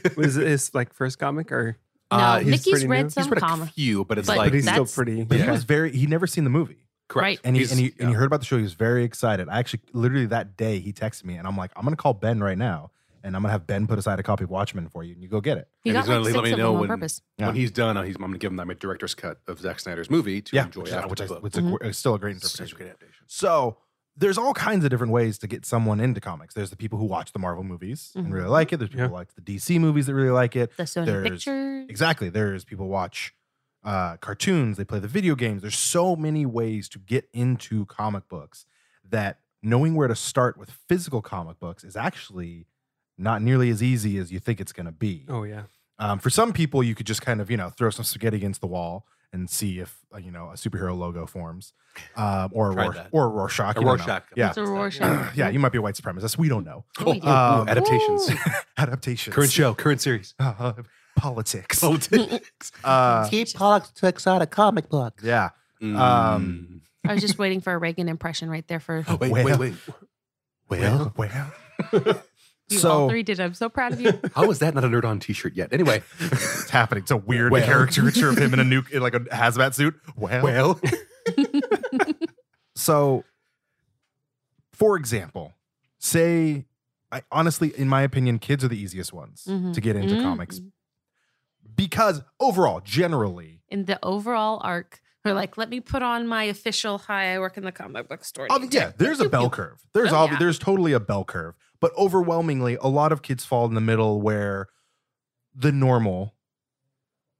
Speaker 3: knows.
Speaker 5: Was it his like first comic or?
Speaker 2: No,
Speaker 4: Uh, he's
Speaker 2: Mickey's
Speaker 5: pretty new.
Speaker 2: read
Speaker 5: He's
Speaker 2: some
Speaker 4: He's read a
Speaker 2: comic.
Speaker 4: few, but it's
Speaker 2: But
Speaker 4: like
Speaker 5: But he's still
Speaker 2: that's-
Speaker 5: pretty.
Speaker 3: But he
Speaker 5: okay.
Speaker 3: was very he never seen the movie.
Speaker 2: Right.
Speaker 3: And he,
Speaker 4: He's-
Speaker 3: and he and he
Speaker 4: yeah.
Speaker 3: heard about the show. He was very excited. I actually literally that day he texted me and I'm like, I'm gonna call Ben right now and I'm gonna have Ben put aside a copy of Watchmen for you and you go get it.
Speaker 2: He
Speaker 4: And
Speaker 2: got
Speaker 4: he's gonna
Speaker 2: like
Speaker 4: let
Speaker 2: six
Speaker 4: me
Speaker 2: of them
Speaker 4: know
Speaker 2: on
Speaker 4: when-
Speaker 2: purpose.
Speaker 3: Yeah.
Speaker 4: when he's done, uh, he's, I'm going to give him that my director's cut of Zack Snyder's movie to
Speaker 3: yeah,
Speaker 4: enjoy
Speaker 3: which, is-
Speaker 4: after
Speaker 3: which
Speaker 4: the
Speaker 3: is
Speaker 4: book.
Speaker 3: it's a gr- it's still a great
Speaker 4: It's such a
Speaker 3: interpretation.
Speaker 4: great adaptation.
Speaker 3: So there's all kinds of different ways to get someone into comics. There's the people who watch the Marvel movies
Speaker 2: Mhm.
Speaker 3: and really like it. There's people
Speaker 5: Yeah.
Speaker 3: who like the DC movies that really like it.
Speaker 2: The Sony
Speaker 3: There's-
Speaker 2: pictures.
Speaker 3: Exactly. There's people watch uh, cartoons, they play the video games. There's so many ways to get into comic books that knowing where to start with physical comic books is actually not nearly as easy as you think it's going to be.
Speaker 5: Oh yeah.
Speaker 3: Um, for some people, you could just kind of you know throw some spaghetti against the wall and see if uh, you know a superhero logo forms, um, or a
Speaker 4: Tried
Speaker 3: Rorsch-
Speaker 4: that.
Speaker 3: or a Rorschach.
Speaker 4: A
Speaker 3: you don't know.
Speaker 4: Rorschach.
Speaker 3: Yeah.
Speaker 2: It's a Rorschach.
Speaker 3: yeah, you might be a white supremacist. We don't know.
Speaker 2: Oh, we do.
Speaker 3: Um,
Speaker 4: Ooh, adaptations.
Speaker 2: Ooh.
Speaker 3: Adaptations,
Speaker 4: current show, current series.
Speaker 3: uh, politics.
Speaker 4: Politics.
Speaker 3: Uh,
Speaker 6: Keep politics out of comic books.
Speaker 3: yeah,
Speaker 4: Um,
Speaker 2: I was just waiting for a Reagan impression right there for
Speaker 4: Oh, wait,
Speaker 3: well-
Speaker 4: wait, wait.
Speaker 3: Well, well.
Speaker 2: you
Speaker 3: so
Speaker 2: all three did. it. I'm so proud of you.
Speaker 4: How is that not a nerd on T-shirt yet? Anyway,
Speaker 3: it's happening. It's a weird
Speaker 4: Well.
Speaker 3: caricature of him in a nuke, in like a hazmat suit. Well,
Speaker 4: well,
Speaker 3: so for example, say I honestly, in my opinion, kids are the easiest ones
Speaker 6: Mm-hmm.
Speaker 2: Mhm.
Speaker 3: to get into
Speaker 2: Mhm.
Speaker 3: comics because overall, generally,
Speaker 2: in the overall arc. We're like, let me put on my official hi, I work in the comic book store.
Speaker 3: obvi- Oh, yeah, there's a bell curve. There's
Speaker 2: Oh,
Speaker 3: obvi-
Speaker 2: yeah.
Speaker 3: there's totally a bell curve, but overwhelmingly, a lot of kids fall in the middle where the normal,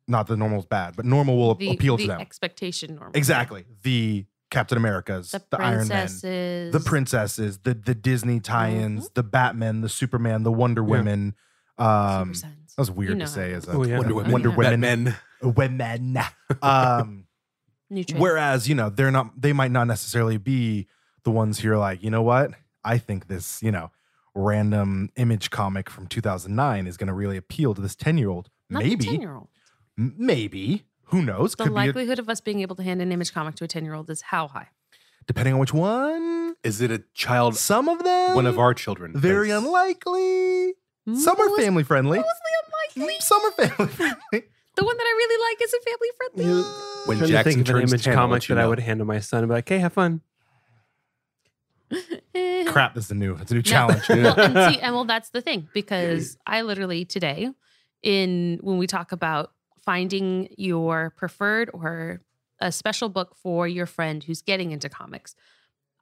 Speaker 3: not the normal's bad, but normal will
Speaker 2: The,
Speaker 3: appeal
Speaker 2: the
Speaker 3: to them.
Speaker 2: expectation normal.
Speaker 3: exactly, the Captain Americas,
Speaker 2: The,
Speaker 3: the, Iron Man,
Speaker 2: princesses. Mm-hmm. Iron
Speaker 3: the princesses, the the Disney tie-ins, the Batman, the Superman, the Wonder
Speaker 5: Yeah.
Speaker 3: Women. Um, that was weird
Speaker 2: You know
Speaker 3: to say
Speaker 2: how-
Speaker 3: as a
Speaker 5: Oh, yeah.
Speaker 3: Wonder
Speaker 5: Wonder
Speaker 2: Woman.
Speaker 3: Women. Wonder
Speaker 2: Yeah.
Speaker 3: Women.
Speaker 4: Batman.
Speaker 3: Women. Um, whereas you know they're not. They might not necessarily be the ones who are like, you know what? I think this, you know, random image comic from 2009 is going to really appeal to this 10 year old. Maybe,
Speaker 2: ten-year-old.
Speaker 3: m- maybe. Who knows?
Speaker 2: The
Speaker 3: Could be a-
Speaker 2: likelihood of us being able to hand an image comic to a ten-year-old is how high?
Speaker 3: depending on which one.
Speaker 4: Is it a child?
Speaker 3: Some of them,
Speaker 4: One of our children.
Speaker 3: very
Speaker 4: 'cause
Speaker 3: unlikely. Some are
Speaker 2: Most-
Speaker 3: family friendly.
Speaker 2: mostly unlikely.
Speaker 3: Some are family friendly.
Speaker 2: The one that I really like isn't family friendly.
Speaker 5: Trying
Speaker 4: When
Speaker 5: to
Speaker 4: Jackson
Speaker 5: think of an
Speaker 4: turns
Speaker 5: image
Speaker 4: 10, I'll
Speaker 5: comic
Speaker 4: let you
Speaker 5: that I
Speaker 4: know.
Speaker 5: would hand to my son and be like, hey, have fun.
Speaker 2: Eh.
Speaker 3: Crap, this is a new, it's a new
Speaker 2: No.
Speaker 3: challenge.
Speaker 2: well, and, see, and well, that's the thing because I literally today, in when we talk about finding your preferred or a special book for your friend who's getting into comics,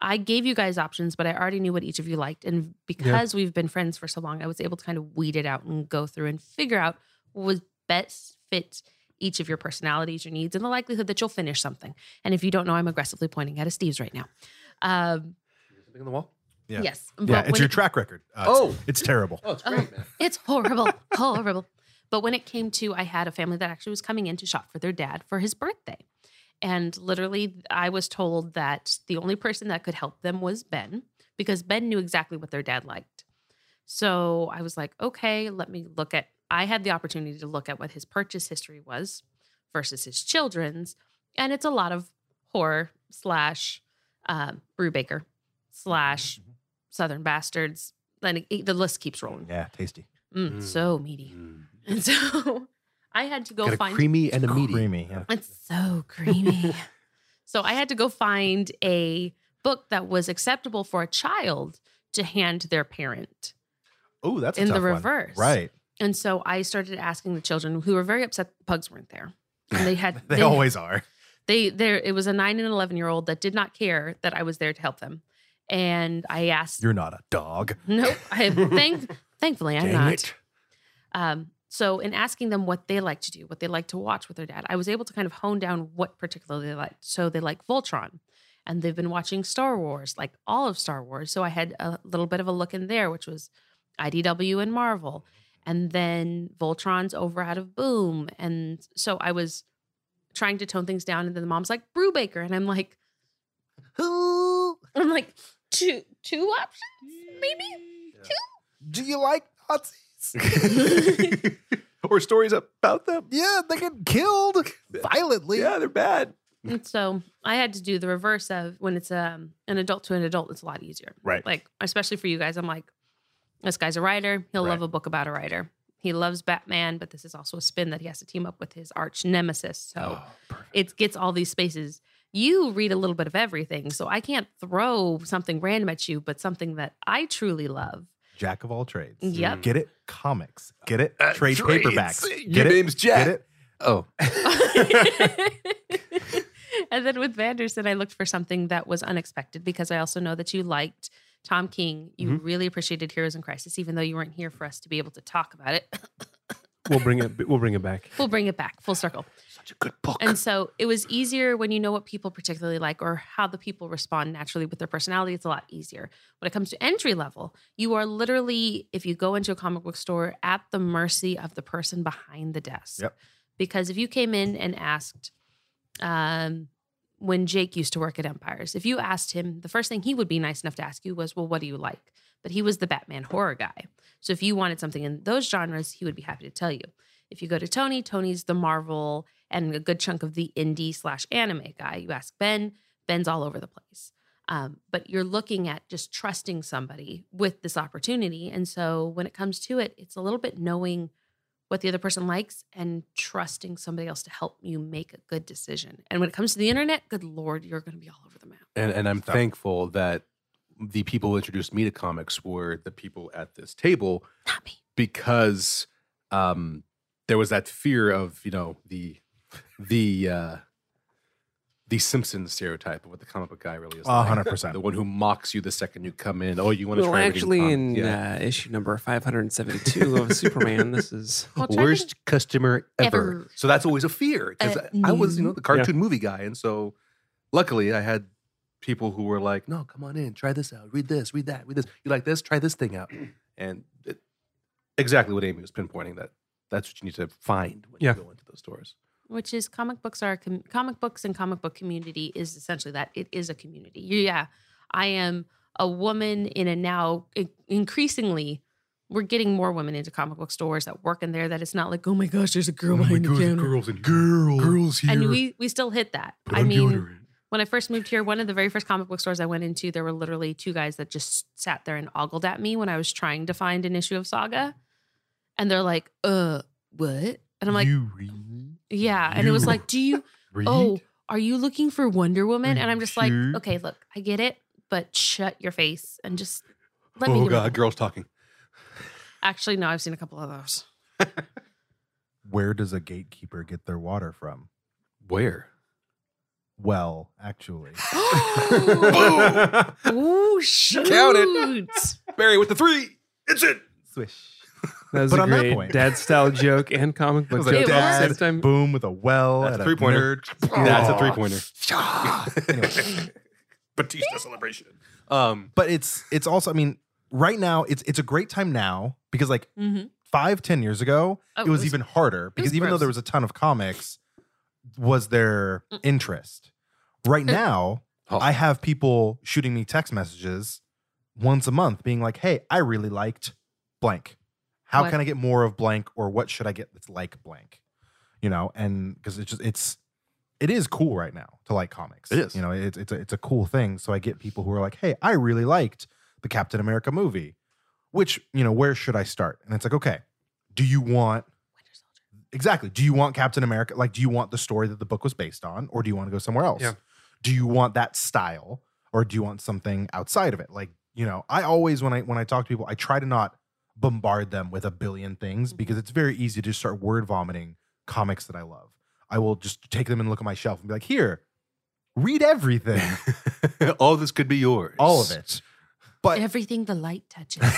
Speaker 2: I gave you guys options, but I already knew what each of you liked, and because we've been friends for so long, I was able to kind of weed it out and go through and figure out what was best fit each of your personalities, your needs, and the likelihood that you'll finish something. And if you don't know, I'm aggressively pointing at a Steve's right now. Um,
Speaker 4: Something on the wall.
Speaker 3: Yeah.
Speaker 2: Yes,
Speaker 3: yeah,
Speaker 2: but
Speaker 3: it's
Speaker 2: when
Speaker 3: your
Speaker 2: it-
Speaker 3: track record. Uh, it's-
Speaker 4: Oh.
Speaker 3: it's terrible.
Speaker 4: Oh, it's
Speaker 2: Oh.
Speaker 4: great, man.
Speaker 2: It's horrible, horrible. But when it came to, I had a family that actually was coming in to shop for their dad for his birthday. And literally, I was told that the only person that could help them was Ben because Ben knew exactly what their dad liked. So I was like, okay, let me look at. I had the opportunity to look at what his purchase history was versus his children's. And it's a lot of horror slash um, Brubaker slash Southern Bastards. Then it- the list keeps rolling.
Speaker 3: Yeah, tasty.
Speaker 2: Mm,
Speaker 4: Mm.
Speaker 2: So meaty.
Speaker 3: mm.
Speaker 2: And so I had to go
Speaker 4: Got a
Speaker 2: find
Speaker 4: creamy and a meaty.
Speaker 3: Creamy. Yeah.
Speaker 2: it's so creamy. so I had to go find a book that was acceptable for a child to hand their parent.
Speaker 3: Oh, that's a
Speaker 2: In the
Speaker 3: tough one.
Speaker 2: reverse.
Speaker 3: Right.
Speaker 2: And so I started asking the children who were very upset the pugs weren't there. And they had
Speaker 3: They always are.
Speaker 2: they there it was a 9 and 11 year old that did not care that I was there to help them. And I asked
Speaker 3: You're not a dog.
Speaker 2: Nope. I thank thankfully I'm
Speaker 4: Dang
Speaker 2: not.
Speaker 4: it.
Speaker 2: Um, so, in asking them what they like to do, what they like to watch with their dad, I was able to kind of hone down what particularly they liked. So, they like Voltron and they've been watching Star Wars, like all of Star Wars. So, I had a little bit of a look in there, which was IDW and Marvel. And then Voltron's over out of Boom. And so, I was trying to tone things down. And then the mom's like, Brubaker. And I'm like,
Speaker 3: Who
Speaker 2: I'm like, two, two options, maybe?
Speaker 3: do you like Nazis?
Speaker 4: or stories about them.
Speaker 3: yeah, they get killed violently.
Speaker 4: Yeah, they're bad.
Speaker 2: And so I had to do the reverse of when it's um, an adult to an adult, it's a lot easier.
Speaker 3: Right.
Speaker 2: Like, especially for you guys, I'm like, this guy's a writer. He'll love
Speaker 3: Right.
Speaker 2: a book about a writer. He loves Batman, but this is also a spin that he has to team up with his arch nemesis.
Speaker 3: Oh,
Speaker 2: So
Speaker 4: Oh,
Speaker 2: it gets all these spaces. You read a little bit of everything. So I can't throw something random at you, but something that I truly love.
Speaker 3: Jack of all trades.
Speaker 2: Yep.
Speaker 3: Get it? Comics. Get it?
Speaker 4: Uh,
Speaker 3: Trade
Speaker 4: trades.
Speaker 3: paperbacks.
Speaker 4: Your
Speaker 3: Get it?
Speaker 4: name's Jack.
Speaker 3: Get it?
Speaker 4: Oh,
Speaker 2: and then with Vanderson, I looked for something that was unexpected because I also know that you liked Tom King. You really appreciated Heroes in Crisis, even though you weren't here for us to be able to talk about it.
Speaker 5: We'll bring it. We'll bring it back.
Speaker 2: we'll bring it back full circle.
Speaker 4: such a good book.
Speaker 2: And so it was easier when you know what people particularly like or how the people respond naturally with their personality. It's a lot easier. When it comes to entry level, you are literally, if you go into a comic book store, at the mercy of the person behind the desk.
Speaker 3: Yep.
Speaker 2: Because if you came in and asked, um, when Jake used to work at Empires, if you asked him, the first thing he would be nice enough to ask you was, Well, what do you like? But he was the Batman horror guy. So if you wanted something in those genres, he would be happy to tell you. If you go to Tony, Tony's the Marvel and a good chunk of the indie slash anime guy. You ask Ben, Ben's all over the place. Um, but you're looking at just trusting somebody with this opportunity. And so when it comes to it, it's a little bit knowing what the other person likes and trusting somebody else to help you make a good decision. And when it comes to the internet, good Lord, you're going to be all over the map.
Speaker 4: and, and I'm
Speaker 3: Stop.
Speaker 4: thankful that the people who introduced me to comics were the people at this table
Speaker 2: Not me.
Speaker 4: because um, there was that fear of you know the the uh, the Simpson stereotype of what the comic book guy really is.
Speaker 3: A
Speaker 4: like.
Speaker 3: hundred percent.
Speaker 4: The one who mocks you the second you come in. Oh, you want to
Speaker 5: Well,
Speaker 4: try reading
Speaker 5: actually, in
Speaker 4: comics?" Yeah.
Speaker 5: uh, issue number 572 of Superman, this is
Speaker 2: Well, try
Speaker 4: worst customer ever.
Speaker 2: Ever.
Speaker 4: So that's always a fear because
Speaker 2: Uh,
Speaker 4: I was, you know,
Speaker 2: no.
Speaker 4: the cartoon movie guy, and so luckily I had people who were like, "No, come on in, try this out, read this, read that, read this. You like this? Try this thing out." And it, exactly what Amy was pinpointing that that's what you need to find when
Speaker 5: Yeah.
Speaker 4: you go into those stores.
Speaker 2: which is comic books are a com- comic books and comic book community is essentially that it is a community. Yeah, I am a woman in a now in- increasingly we're getting more women into comic book stores that work in there that it's not like oh my gosh there's a girl behind the counter.
Speaker 4: girls and girls, girls here.
Speaker 2: And we we still hit that. I mean, when I first moved here, one of the very first comic book stores I went into, there were literally two guys that just sat there and ogled at me when I was trying to find an issue of Saga, and they're like, "Uh, what?" And I'm like,
Speaker 3: you read,
Speaker 2: "Yeah." And it was
Speaker 3: you-
Speaker 2: like, "Do you
Speaker 3: read?
Speaker 2: Oh, are you looking for Wonder Woman? And I'm just like,
Speaker 3: Mhm.
Speaker 2: okay, look, I get it, but shut your face and just let me
Speaker 4: oh
Speaker 2: do
Speaker 4: god,
Speaker 2: it.
Speaker 4: girls talking.
Speaker 2: Actually, no, I've seen a couple of those.
Speaker 3: where does a gatekeeper get their water from?
Speaker 4: Where?
Speaker 3: Well, actually,
Speaker 2: oh shoot.
Speaker 4: Count Barry with the three. It's it.
Speaker 3: swish.
Speaker 5: that was
Speaker 3: But
Speaker 5: a
Speaker 3: on that
Speaker 5: great
Speaker 3: point-
Speaker 5: dad style joke and comic
Speaker 3: It
Speaker 5: book
Speaker 3: was
Speaker 5: joke
Speaker 3: a
Speaker 2: It
Speaker 5: at the
Speaker 3: dad
Speaker 5: same time.
Speaker 3: boom with a well
Speaker 4: That's
Speaker 3: at
Speaker 4: a
Speaker 3: a
Speaker 4: three pointer.
Speaker 3: nerd.
Speaker 4: That's a
Speaker 3: Aw.
Speaker 4: three pointer. Batista celebration. Um,
Speaker 3: But it's it's also, I mean, right now it's it's a great time now because like
Speaker 2: hmm
Speaker 3: five ten years ago,
Speaker 2: Oh,
Speaker 3: it was even harder because even though
Speaker 2: gross.
Speaker 3: there was a ton of comics, was there
Speaker 2: Mm.
Speaker 3: interest? Right now,
Speaker 4: Oh.
Speaker 3: I have people shooting me text messages once a month being like, hey, I really liked blank. How
Speaker 2: What?
Speaker 3: can I get more of blank or what should I get that's like blank? You know, and because it's just, it's, it is cool right now to like comics.
Speaker 4: It is.
Speaker 3: You know, it's, it's, a, it's a cool thing. So I get people who are like, hey, I really liked the Captain America movie, which, you know, where should I start? And it's like, okay, do you want
Speaker 2: Winter Soldier.
Speaker 3: exactly do you want captain america like do you want the story that the book was based on or do you want to go somewhere else
Speaker 5: Yeah.
Speaker 3: do you want that style or do you want something outside of it like you know i always when i when i talk to people i try to not bombard them with a billion things
Speaker 2: Mhm.
Speaker 3: because it's very easy to start word vomiting comics that i love i will just take them and look at my shelf and be like here read everything
Speaker 4: all this could be yours.
Speaker 3: all of it but
Speaker 2: Everything the light touches.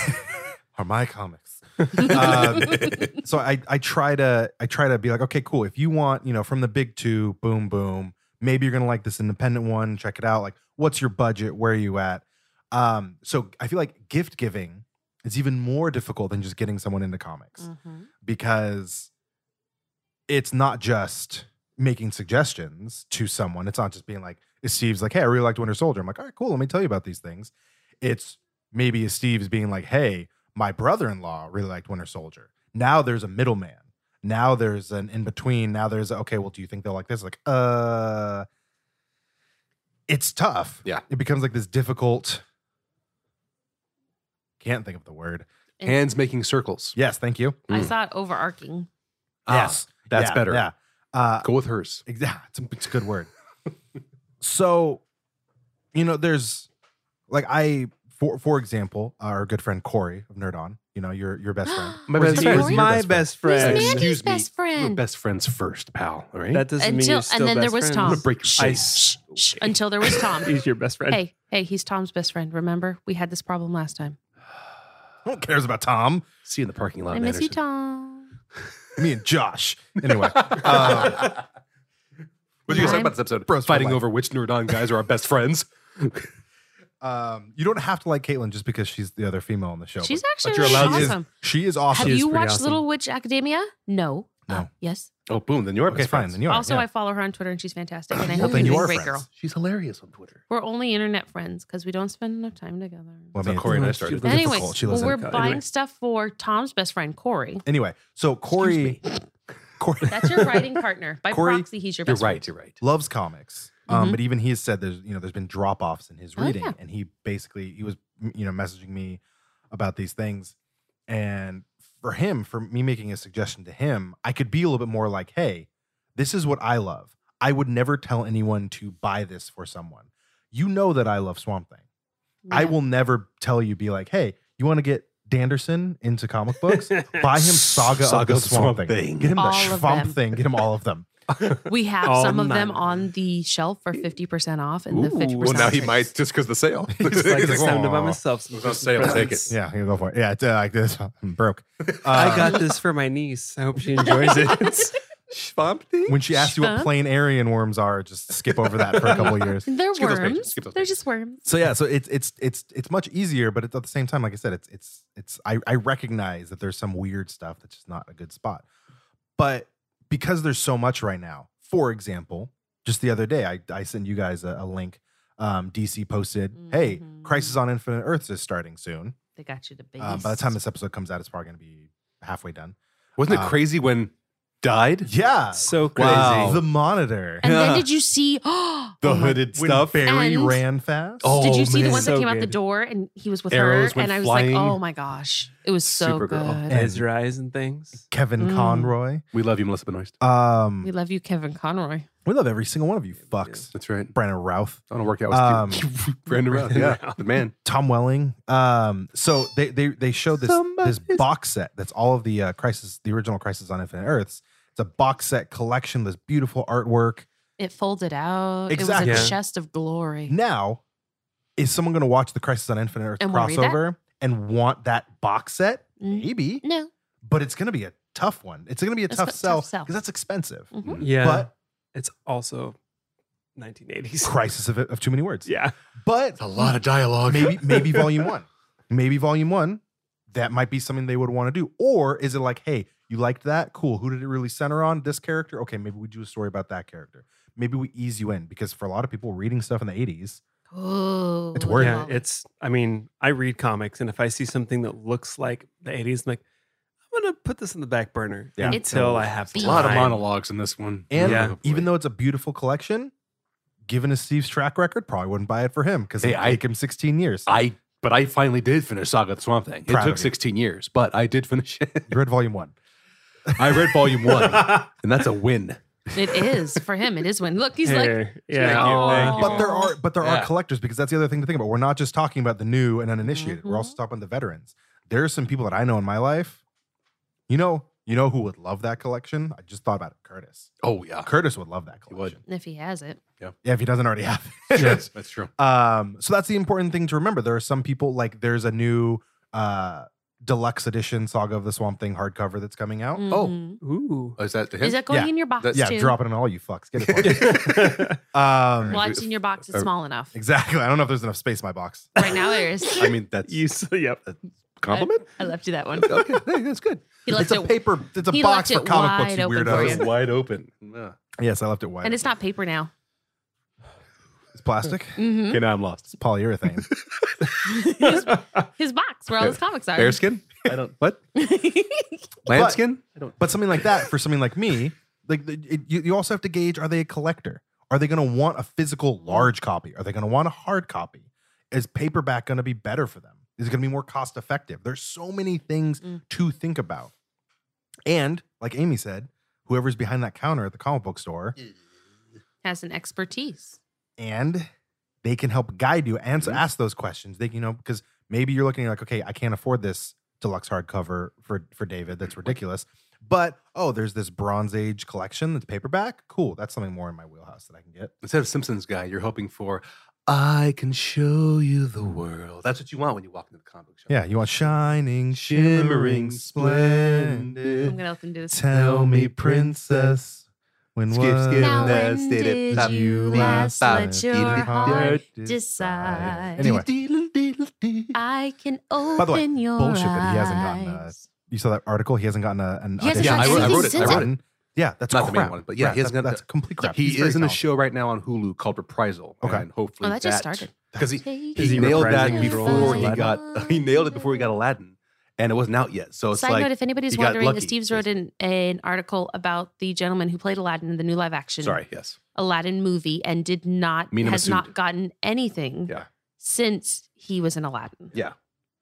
Speaker 3: are my comics Um, so I I try to I try to be like, okay, cool. If you want, you know, from the big two, boom, boom. Maybe you're gonna like this independent one. Check it out. Like, what's your budget? Where are you at? Um, so I feel like gift giving is even more difficult than just getting someone into comics
Speaker 2: Mhm.
Speaker 3: because it's not just making suggestions to someone. It's not just being like, is Steve's like, hey, I really liked Winter Soldier. I'm like, all right, cool. Let me tell you about these things. It's maybe is Steve's being like, hey, my brother in law really liked Winter Soldier. Now there's a middleman. Now there's an in between. Now there's, okay, well, do you think they'll like this? Like, uh, it's tough.
Speaker 4: Yeah.
Speaker 3: It becomes like this difficult, can't think of the word.
Speaker 2: And
Speaker 4: Hands making circles.
Speaker 3: Yes, thank you.
Speaker 2: I saw it overarching.
Speaker 4: Yes. that's
Speaker 3: Yeah,
Speaker 4: better.
Speaker 3: Yeah. Uh,
Speaker 4: Go with hers.
Speaker 3: Exactly. It's a, it's a good word. so, you know, there's like I for for example, our good friend Corey of Nerd On, you know, your your best friend.
Speaker 4: My
Speaker 5: Was
Speaker 4: best friend.
Speaker 5: was
Speaker 3: Your
Speaker 5: my
Speaker 3: best
Speaker 5: best
Speaker 2: He's
Speaker 5: friend.
Speaker 4: Excuse
Speaker 2: Mandy's
Speaker 4: me.
Speaker 2: best
Speaker 4: We We're
Speaker 2: friend.
Speaker 4: best friends first, pal. All right.
Speaker 5: That doesn't mean
Speaker 2: Until
Speaker 5: you're still
Speaker 2: and then there
Speaker 5: best
Speaker 2: was
Speaker 5: friends.
Speaker 2: Tom.
Speaker 4: break your
Speaker 2: Shh,
Speaker 5: face.
Speaker 2: shh, shh. Until there was Tom.
Speaker 5: He's your best friend.
Speaker 2: hey, hey, he's Tom's best friend. Remember, we had this problem last time.
Speaker 3: Who cares about Tom?
Speaker 4: See you in the parking lot.
Speaker 2: I miss you,
Speaker 4: Anderson.
Speaker 2: Tom.
Speaker 3: Me and Josh. Anyway, uh,
Speaker 4: What did you guys talk
Speaker 2: I'm-
Speaker 4: about this episode?
Speaker 3: Bros for
Speaker 4: Fighting
Speaker 3: life.
Speaker 4: over which Nerdon guys are our best friends.
Speaker 3: um, you don't have to like Caitlyn just because she's the other female on the show.
Speaker 2: She's
Speaker 3: but
Speaker 2: actually
Speaker 4: you're
Speaker 2: really
Speaker 4: allowed
Speaker 3: she
Speaker 4: to-
Speaker 2: awesome.
Speaker 3: Is, she is awesome.
Speaker 2: Have
Speaker 5: is
Speaker 2: you
Speaker 5: pretty
Speaker 2: watched
Speaker 5: awesome.
Speaker 2: Little Witch Academia? No. Uh,
Speaker 3: No.
Speaker 2: yes.
Speaker 4: Oh, boom. Then you're
Speaker 3: okay, fine. Then you are.
Speaker 2: also,
Speaker 3: yeah.
Speaker 2: I follow her on Twitter and she's fantastic. And I
Speaker 3: Well,
Speaker 2: hope
Speaker 3: then
Speaker 2: you're doing
Speaker 3: you are
Speaker 2: great,
Speaker 3: friends.
Speaker 2: girl.
Speaker 4: She's hilarious on Twitter.
Speaker 2: We're only internet friends because we don't spend enough time together.
Speaker 3: Well, I
Speaker 4: So
Speaker 3: mean,
Speaker 4: Corey and I
Speaker 5: it's-
Speaker 4: started.
Speaker 5: it's-
Speaker 2: Anyway,
Speaker 3: difficult. She
Speaker 2: well,
Speaker 3: lives in
Speaker 2: we're
Speaker 5: Cal-
Speaker 2: buying
Speaker 5: anyway.
Speaker 2: stuff for Tom's best friend, Corey.
Speaker 3: anyway, so Corey, Corey
Speaker 2: That's your writing partner. By
Speaker 3: Corey,
Speaker 2: proxy, he's your
Speaker 4: You're
Speaker 2: best
Speaker 4: right. You're right.
Speaker 3: loves comics. Um,
Speaker 2: Mhm.
Speaker 3: but even he has said there's you know there's been drop offs in his
Speaker 2: Oh,
Speaker 3: reading,
Speaker 2: yeah.
Speaker 3: and he basically he was m- you know messaging me about these things, and for him, for me making a suggestion to him, I could be a little bit more like, hey, this is what I love. I would never tell anyone to buy this for someone. You know that I love Swamp Thing. I
Speaker 2: Yeah.
Speaker 3: will never tell you, be like, hey, you want to get Danderson into comic books? Buy him Saga,
Speaker 4: Saga
Speaker 3: of the Swamp, thing. Get him the
Speaker 2: All of
Speaker 3: Swamp
Speaker 2: them.
Speaker 3: Thing. Get him all of them.
Speaker 2: We have
Speaker 5: All
Speaker 2: some of
Speaker 5: nine
Speaker 2: them
Speaker 5: of them.
Speaker 2: on the shelf for 50% off and the
Speaker 4: Ooh.
Speaker 2: 50%
Speaker 7: Well, now
Speaker 2: off
Speaker 7: he
Speaker 2: things.
Speaker 7: might just because the sale.
Speaker 5: It's like it's time to buy
Speaker 3: Aw.
Speaker 5: myself. Some
Speaker 7: I was gonna say, I'll
Speaker 5: Christmas
Speaker 7: take
Speaker 5: presents.
Speaker 3: Yeah, you go for it. Yeah, it's, uh, like this. I'm broke. Uh,
Speaker 5: I got this for my niece. I hope she enjoys it.
Speaker 7: Swamp thing?
Speaker 3: Um, when she asks you what
Speaker 2: Huh?
Speaker 3: plain Aryan worms are, just skip over that for a couple of years.
Speaker 2: They're
Speaker 7: Skip those pages.
Speaker 2: worms.
Speaker 7: Skip those
Speaker 2: They're
Speaker 7: pages.
Speaker 2: just worms.
Speaker 3: So yeah, so it's it's it's it's much easier, but it's at the same time, like I said, it's it's it's I, I recognize that there's some weird stuff that's just not a good spot. But because there's so much right now, for example, just the other day I, I sent you guys a, a link. Um, DC posted, hey,
Speaker 2: Mhm.
Speaker 3: Crisis on Infinite Earths is starting soon.
Speaker 2: They got you the biggest.
Speaker 3: Um, by the time this episode comes out, it's probably gonna be halfway done.
Speaker 4: Wasn't it
Speaker 3: Uh,
Speaker 4: crazy when died?
Speaker 3: Yeah.
Speaker 5: so crazy.
Speaker 4: Wow.
Speaker 3: The monitor.
Speaker 2: and
Speaker 4: Yeah.
Speaker 2: then did you see? Oh,
Speaker 4: The
Speaker 2: my-
Speaker 4: hooded
Speaker 3: When
Speaker 4: stuff.
Speaker 3: Barry
Speaker 2: And-
Speaker 3: ran fast.
Speaker 4: Oh,
Speaker 2: did you see the
Speaker 4: man.
Speaker 2: ones that
Speaker 5: So
Speaker 2: came out the
Speaker 5: good.
Speaker 2: door and he was with
Speaker 4: Arrows
Speaker 2: her?
Speaker 4: went
Speaker 2: And I was
Speaker 4: flying.
Speaker 2: like, oh my gosh, it was so
Speaker 4: Supergirl.
Speaker 2: good.
Speaker 3: And-
Speaker 5: Ezra eyes and things.
Speaker 3: Kevin
Speaker 2: Mm.
Speaker 3: Conroy.
Speaker 4: We love you, Melissa Benoist.
Speaker 3: Um,
Speaker 2: we love you, Kevin Conroy.
Speaker 3: we love every single one of you fucks.
Speaker 4: That's right.
Speaker 3: Brandon Routh,
Speaker 4: I don't work out with um, Brandon Routh.
Speaker 5: Brandon
Speaker 4: Yeah,
Speaker 5: Routh.
Speaker 4: the man.
Speaker 3: Tom Welling. Um, so they they they showed this this box set that's all of the uh, Crisis, the original Crisis on Infinite Earths. It's a box set collection. This beautiful artwork.
Speaker 2: It folded out. It
Speaker 3: Exactly.
Speaker 5: Yeah.
Speaker 2: was a chest of glory.
Speaker 3: Now, is someone going to watch the Crisis on Infinite Earths
Speaker 2: And want to read that?
Speaker 3: crossover and want that box set?
Speaker 2: Mm,
Speaker 3: Maybe,
Speaker 2: No.
Speaker 3: but it's going to be a tough one. It's going to be a
Speaker 2: It's
Speaker 3: tough
Speaker 2: a tough
Speaker 3: sell
Speaker 2: sell.
Speaker 3: because that's expensive.
Speaker 2: Mhm.
Speaker 5: Yeah,
Speaker 3: But
Speaker 5: it's also 1980s.
Speaker 3: Crisis of, of too many words.
Speaker 5: Yeah,
Speaker 3: But
Speaker 7: It's a lot of dialogue.
Speaker 3: maybe maybe volume one maybe volume one that might be something they would want to do or is it like hey you liked that cool who did it really center on this character okay maybe we do a story about that character maybe we ease you in because for a lot of people reading stuff in the 80s
Speaker 2: Oh,
Speaker 3: It's
Speaker 2: look
Speaker 3: worth
Speaker 2: at
Speaker 5: yeah.
Speaker 2: all that.
Speaker 5: It's. I mean, I read comics, and if I see something that looks like the 80s, I'm like, I'm gonna put this in the back burner
Speaker 3: Yeah.
Speaker 2: It's
Speaker 5: until I have
Speaker 2: a
Speaker 5: time.
Speaker 4: A lot of
Speaker 2: Time.
Speaker 4: monologues in this one.
Speaker 3: and
Speaker 5: Yeah.
Speaker 3: even though it's a beautiful collection given as steve's track record probably wouldn't buy it for him because
Speaker 4: Hey,
Speaker 3: it
Speaker 4: I-
Speaker 3: take him 16 years
Speaker 4: I, but I finally did finish Saga of the Swamp Thing.
Speaker 3: Proud
Speaker 4: it
Speaker 3: of
Speaker 4: took
Speaker 3: you.
Speaker 4: 16 years, but I did finish it.
Speaker 3: you read volume one
Speaker 4: I read volume one, and that's a win.
Speaker 2: It is for him. It is when look, he's like,
Speaker 5: Here. yeah,
Speaker 4: Thank you, thank
Speaker 2: Aw.
Speaker 4: you.
Speaker 3: but there are but there are
Speaker 4: Yeah.
Speaker 3: collectors because that's the other thing to think about we're not just talking about the new and uninitiated we're
Speaker 2: Mhm.
Speaker 3: also talking about the veterans there are some people that i know in my life you know you know who would love that collection i just thought about it curtis
Speaker 4: Oh yeah,
Speaker 3: curtis would love that
Speaker 4: He would.
Speaker 3: collection
Speaker 2: if he has it,
Speaker 3: yeah if he doesn't already have it
Speaker 4: yes, that's true.
Speaker 3: um so that's the important thing to remember there are some people like there's a new uh deluxe edition saga of the swamp thing hardcover that's coming out
Speaker 4: Oh.
Speaker 2: Mhm.
Speaker 5: Ooh.
Speaker 4: Is that to him?
Speaker 2: is that going
Speaker 3: Yeah.
Speaker 2: in your box
Speaker 4: That-
Speaker 3: yeah
Speaker 2: too?
Speaker 3: drop it on all you fucks get it for me. um
Speaker 2: Well, I've seen your box is
Speaker 4: Uh,
Speaker 2: small enough.
Speaker 3: exactly i don't know if there's enough space in my box
Speaker 2: Right now there is.
Speaker 4: I mean, that's
Speaker 5: you. s- Yep.
Speaker 4: compliment.
Speaker 2: I left you that one.
Speaker 4: okay, hey, that's good.
Speaker 2: He left
Speaker 3: it's a
Speaker 2: it,
Speaker 3: paper it's a
Speaker 2: he
Speaker 3: box for
Speaker 2: left it
Speaker 3: comic
Speaker 2: wide
Speaker 3: books you
Speaker 2: open for
Speaker 3: weirdos
Speaker 2: you.
Speaker 4: It's wide open. Yeah.
Speaker 3: Yes, I left it white.
Speaker 2: and it's not paper now.
Speaker 3: It's plastic.
Speaker 2: Mhm.
Speaker 4: Okay, now I'm lost.
Speaker 3: It's polyurethane.
Speaker 2: his, his box where all his comics are.
Speaker 4: Bearskin? I don't. What? Lambskin? I don't.
Speaker 3: but something like that for something like me, like the- it, you, you also have to gauge: are they a collector? Are they going to want a physical large copy? Are they going to want a hard copy? Is paperback going to be better for them? Is it going to be more cost effective? There's so many things
Speaker 2: Mm.
Speaker 3: to think about. And like Amy said, whoever's behind that counter at the comic book store,
Speaker 2: has an expertise.
Speaker 3: and they can help guide you and so ask those questions. They, can, you know, because maybe you're looking you're like, okay, I can't afford this deluxe hardcover for for David. That's ridiculous. But oh, there's this Bronze Age collection that's paperback. Cool, that's something more in my wheelhouse that I can get.
Speaker 4: Instead of Simpsons guy, you're hoping for. I can show you the world. That's what you want when you walk into the comic shop.
Speaker 3: Yeah, you want shining, shimmering,
Speaker 2: I'm
Speaker 3: splendid.
Speaker 2: gonna let them do this.
Speaker 3: Tell me, princess, when
Speaker 4: Skip,
Speaker 3: was
Speaker 4: skip,
Speaker 2: Now
Speaker 4: Now
Speaker 2: when
Speaker 4: when did
Speaker 2: did
Speaker 4: it
Speaker 2: you
Speaker 4: you
Speaker 2: last let
Speaker 4: last let
Speaker 2: your
Speaker 4: your
Speaker 2: heart
Speaker 4: heart
Speaker 2: decide?
Speaker 3: Anyway,
Speaker 2: I can
Speaker 3: By the way,
Speaker 2: open your
Speaker 3: bullshit that
Speaker 2: eyes.
Speaker 3: he hasn't gotten uh, a- you saw that article. He hasn't gotten a, an
Speaker 2: He hasn't
Speaker 3: audition.
Speaker 2: gotten Yeah, I wrote- I anything wrote it, since I wrote it.
Speaker 3: Gotten- Yeah, that's
Speaker 4: Not the
Speaker 3: crap.
Speaker 4: main one, but yeah,
Speaker 3: Right,
Speaker 4: he hasn't
Speaker 3: that-
Speaker 4: gotten-
Speaker 3: that's complete crap.
Speaker 4: He
Speaker 3: He's very
Speaker 4: is in a
Speaker 3: talented.
Speaker 4: show right now on Hulu called Reprisal.
Speaker 3: Okay.
Speaker 4: and hopefully
Speaker 2: Oh, that just started.
Speaker 4: because he,
Speaker 2: Take
Speaker 5: Is
Speaker 4: he
Speaker 5: he
Speaker 4: nailed
Speaker 5: reprising
Speaker 4: that
Speaker 5: his role
Speaker 4: before
Speaker 5: as
Speaker 4: he
Speaker 2: Aladdin?
Speaker 4: got he nailed it before he got Aladdin, and it wasn't out yet. So it's
Speaker 2: Side
Speaker 4: like
Speaker 2: note: If anybody's
Speaker 4: you got
Speaker 2: wondering, the
Speaker 4: lucky.
Speaker 2: Steves wrote an, an article about the gentleman who played Aladdin in the new live action
Speaker 4: sorry, yes,
Speaker 2: Aladdin movie and did not
Speaker 4: Mina
Speaker 2: has
Speaker 4: Massoud.
Speaker 2: not gotten anything
Speaker 4: Yeah.
Speaker 2: since he was in Aladdin.
Speaker 4: Yeah.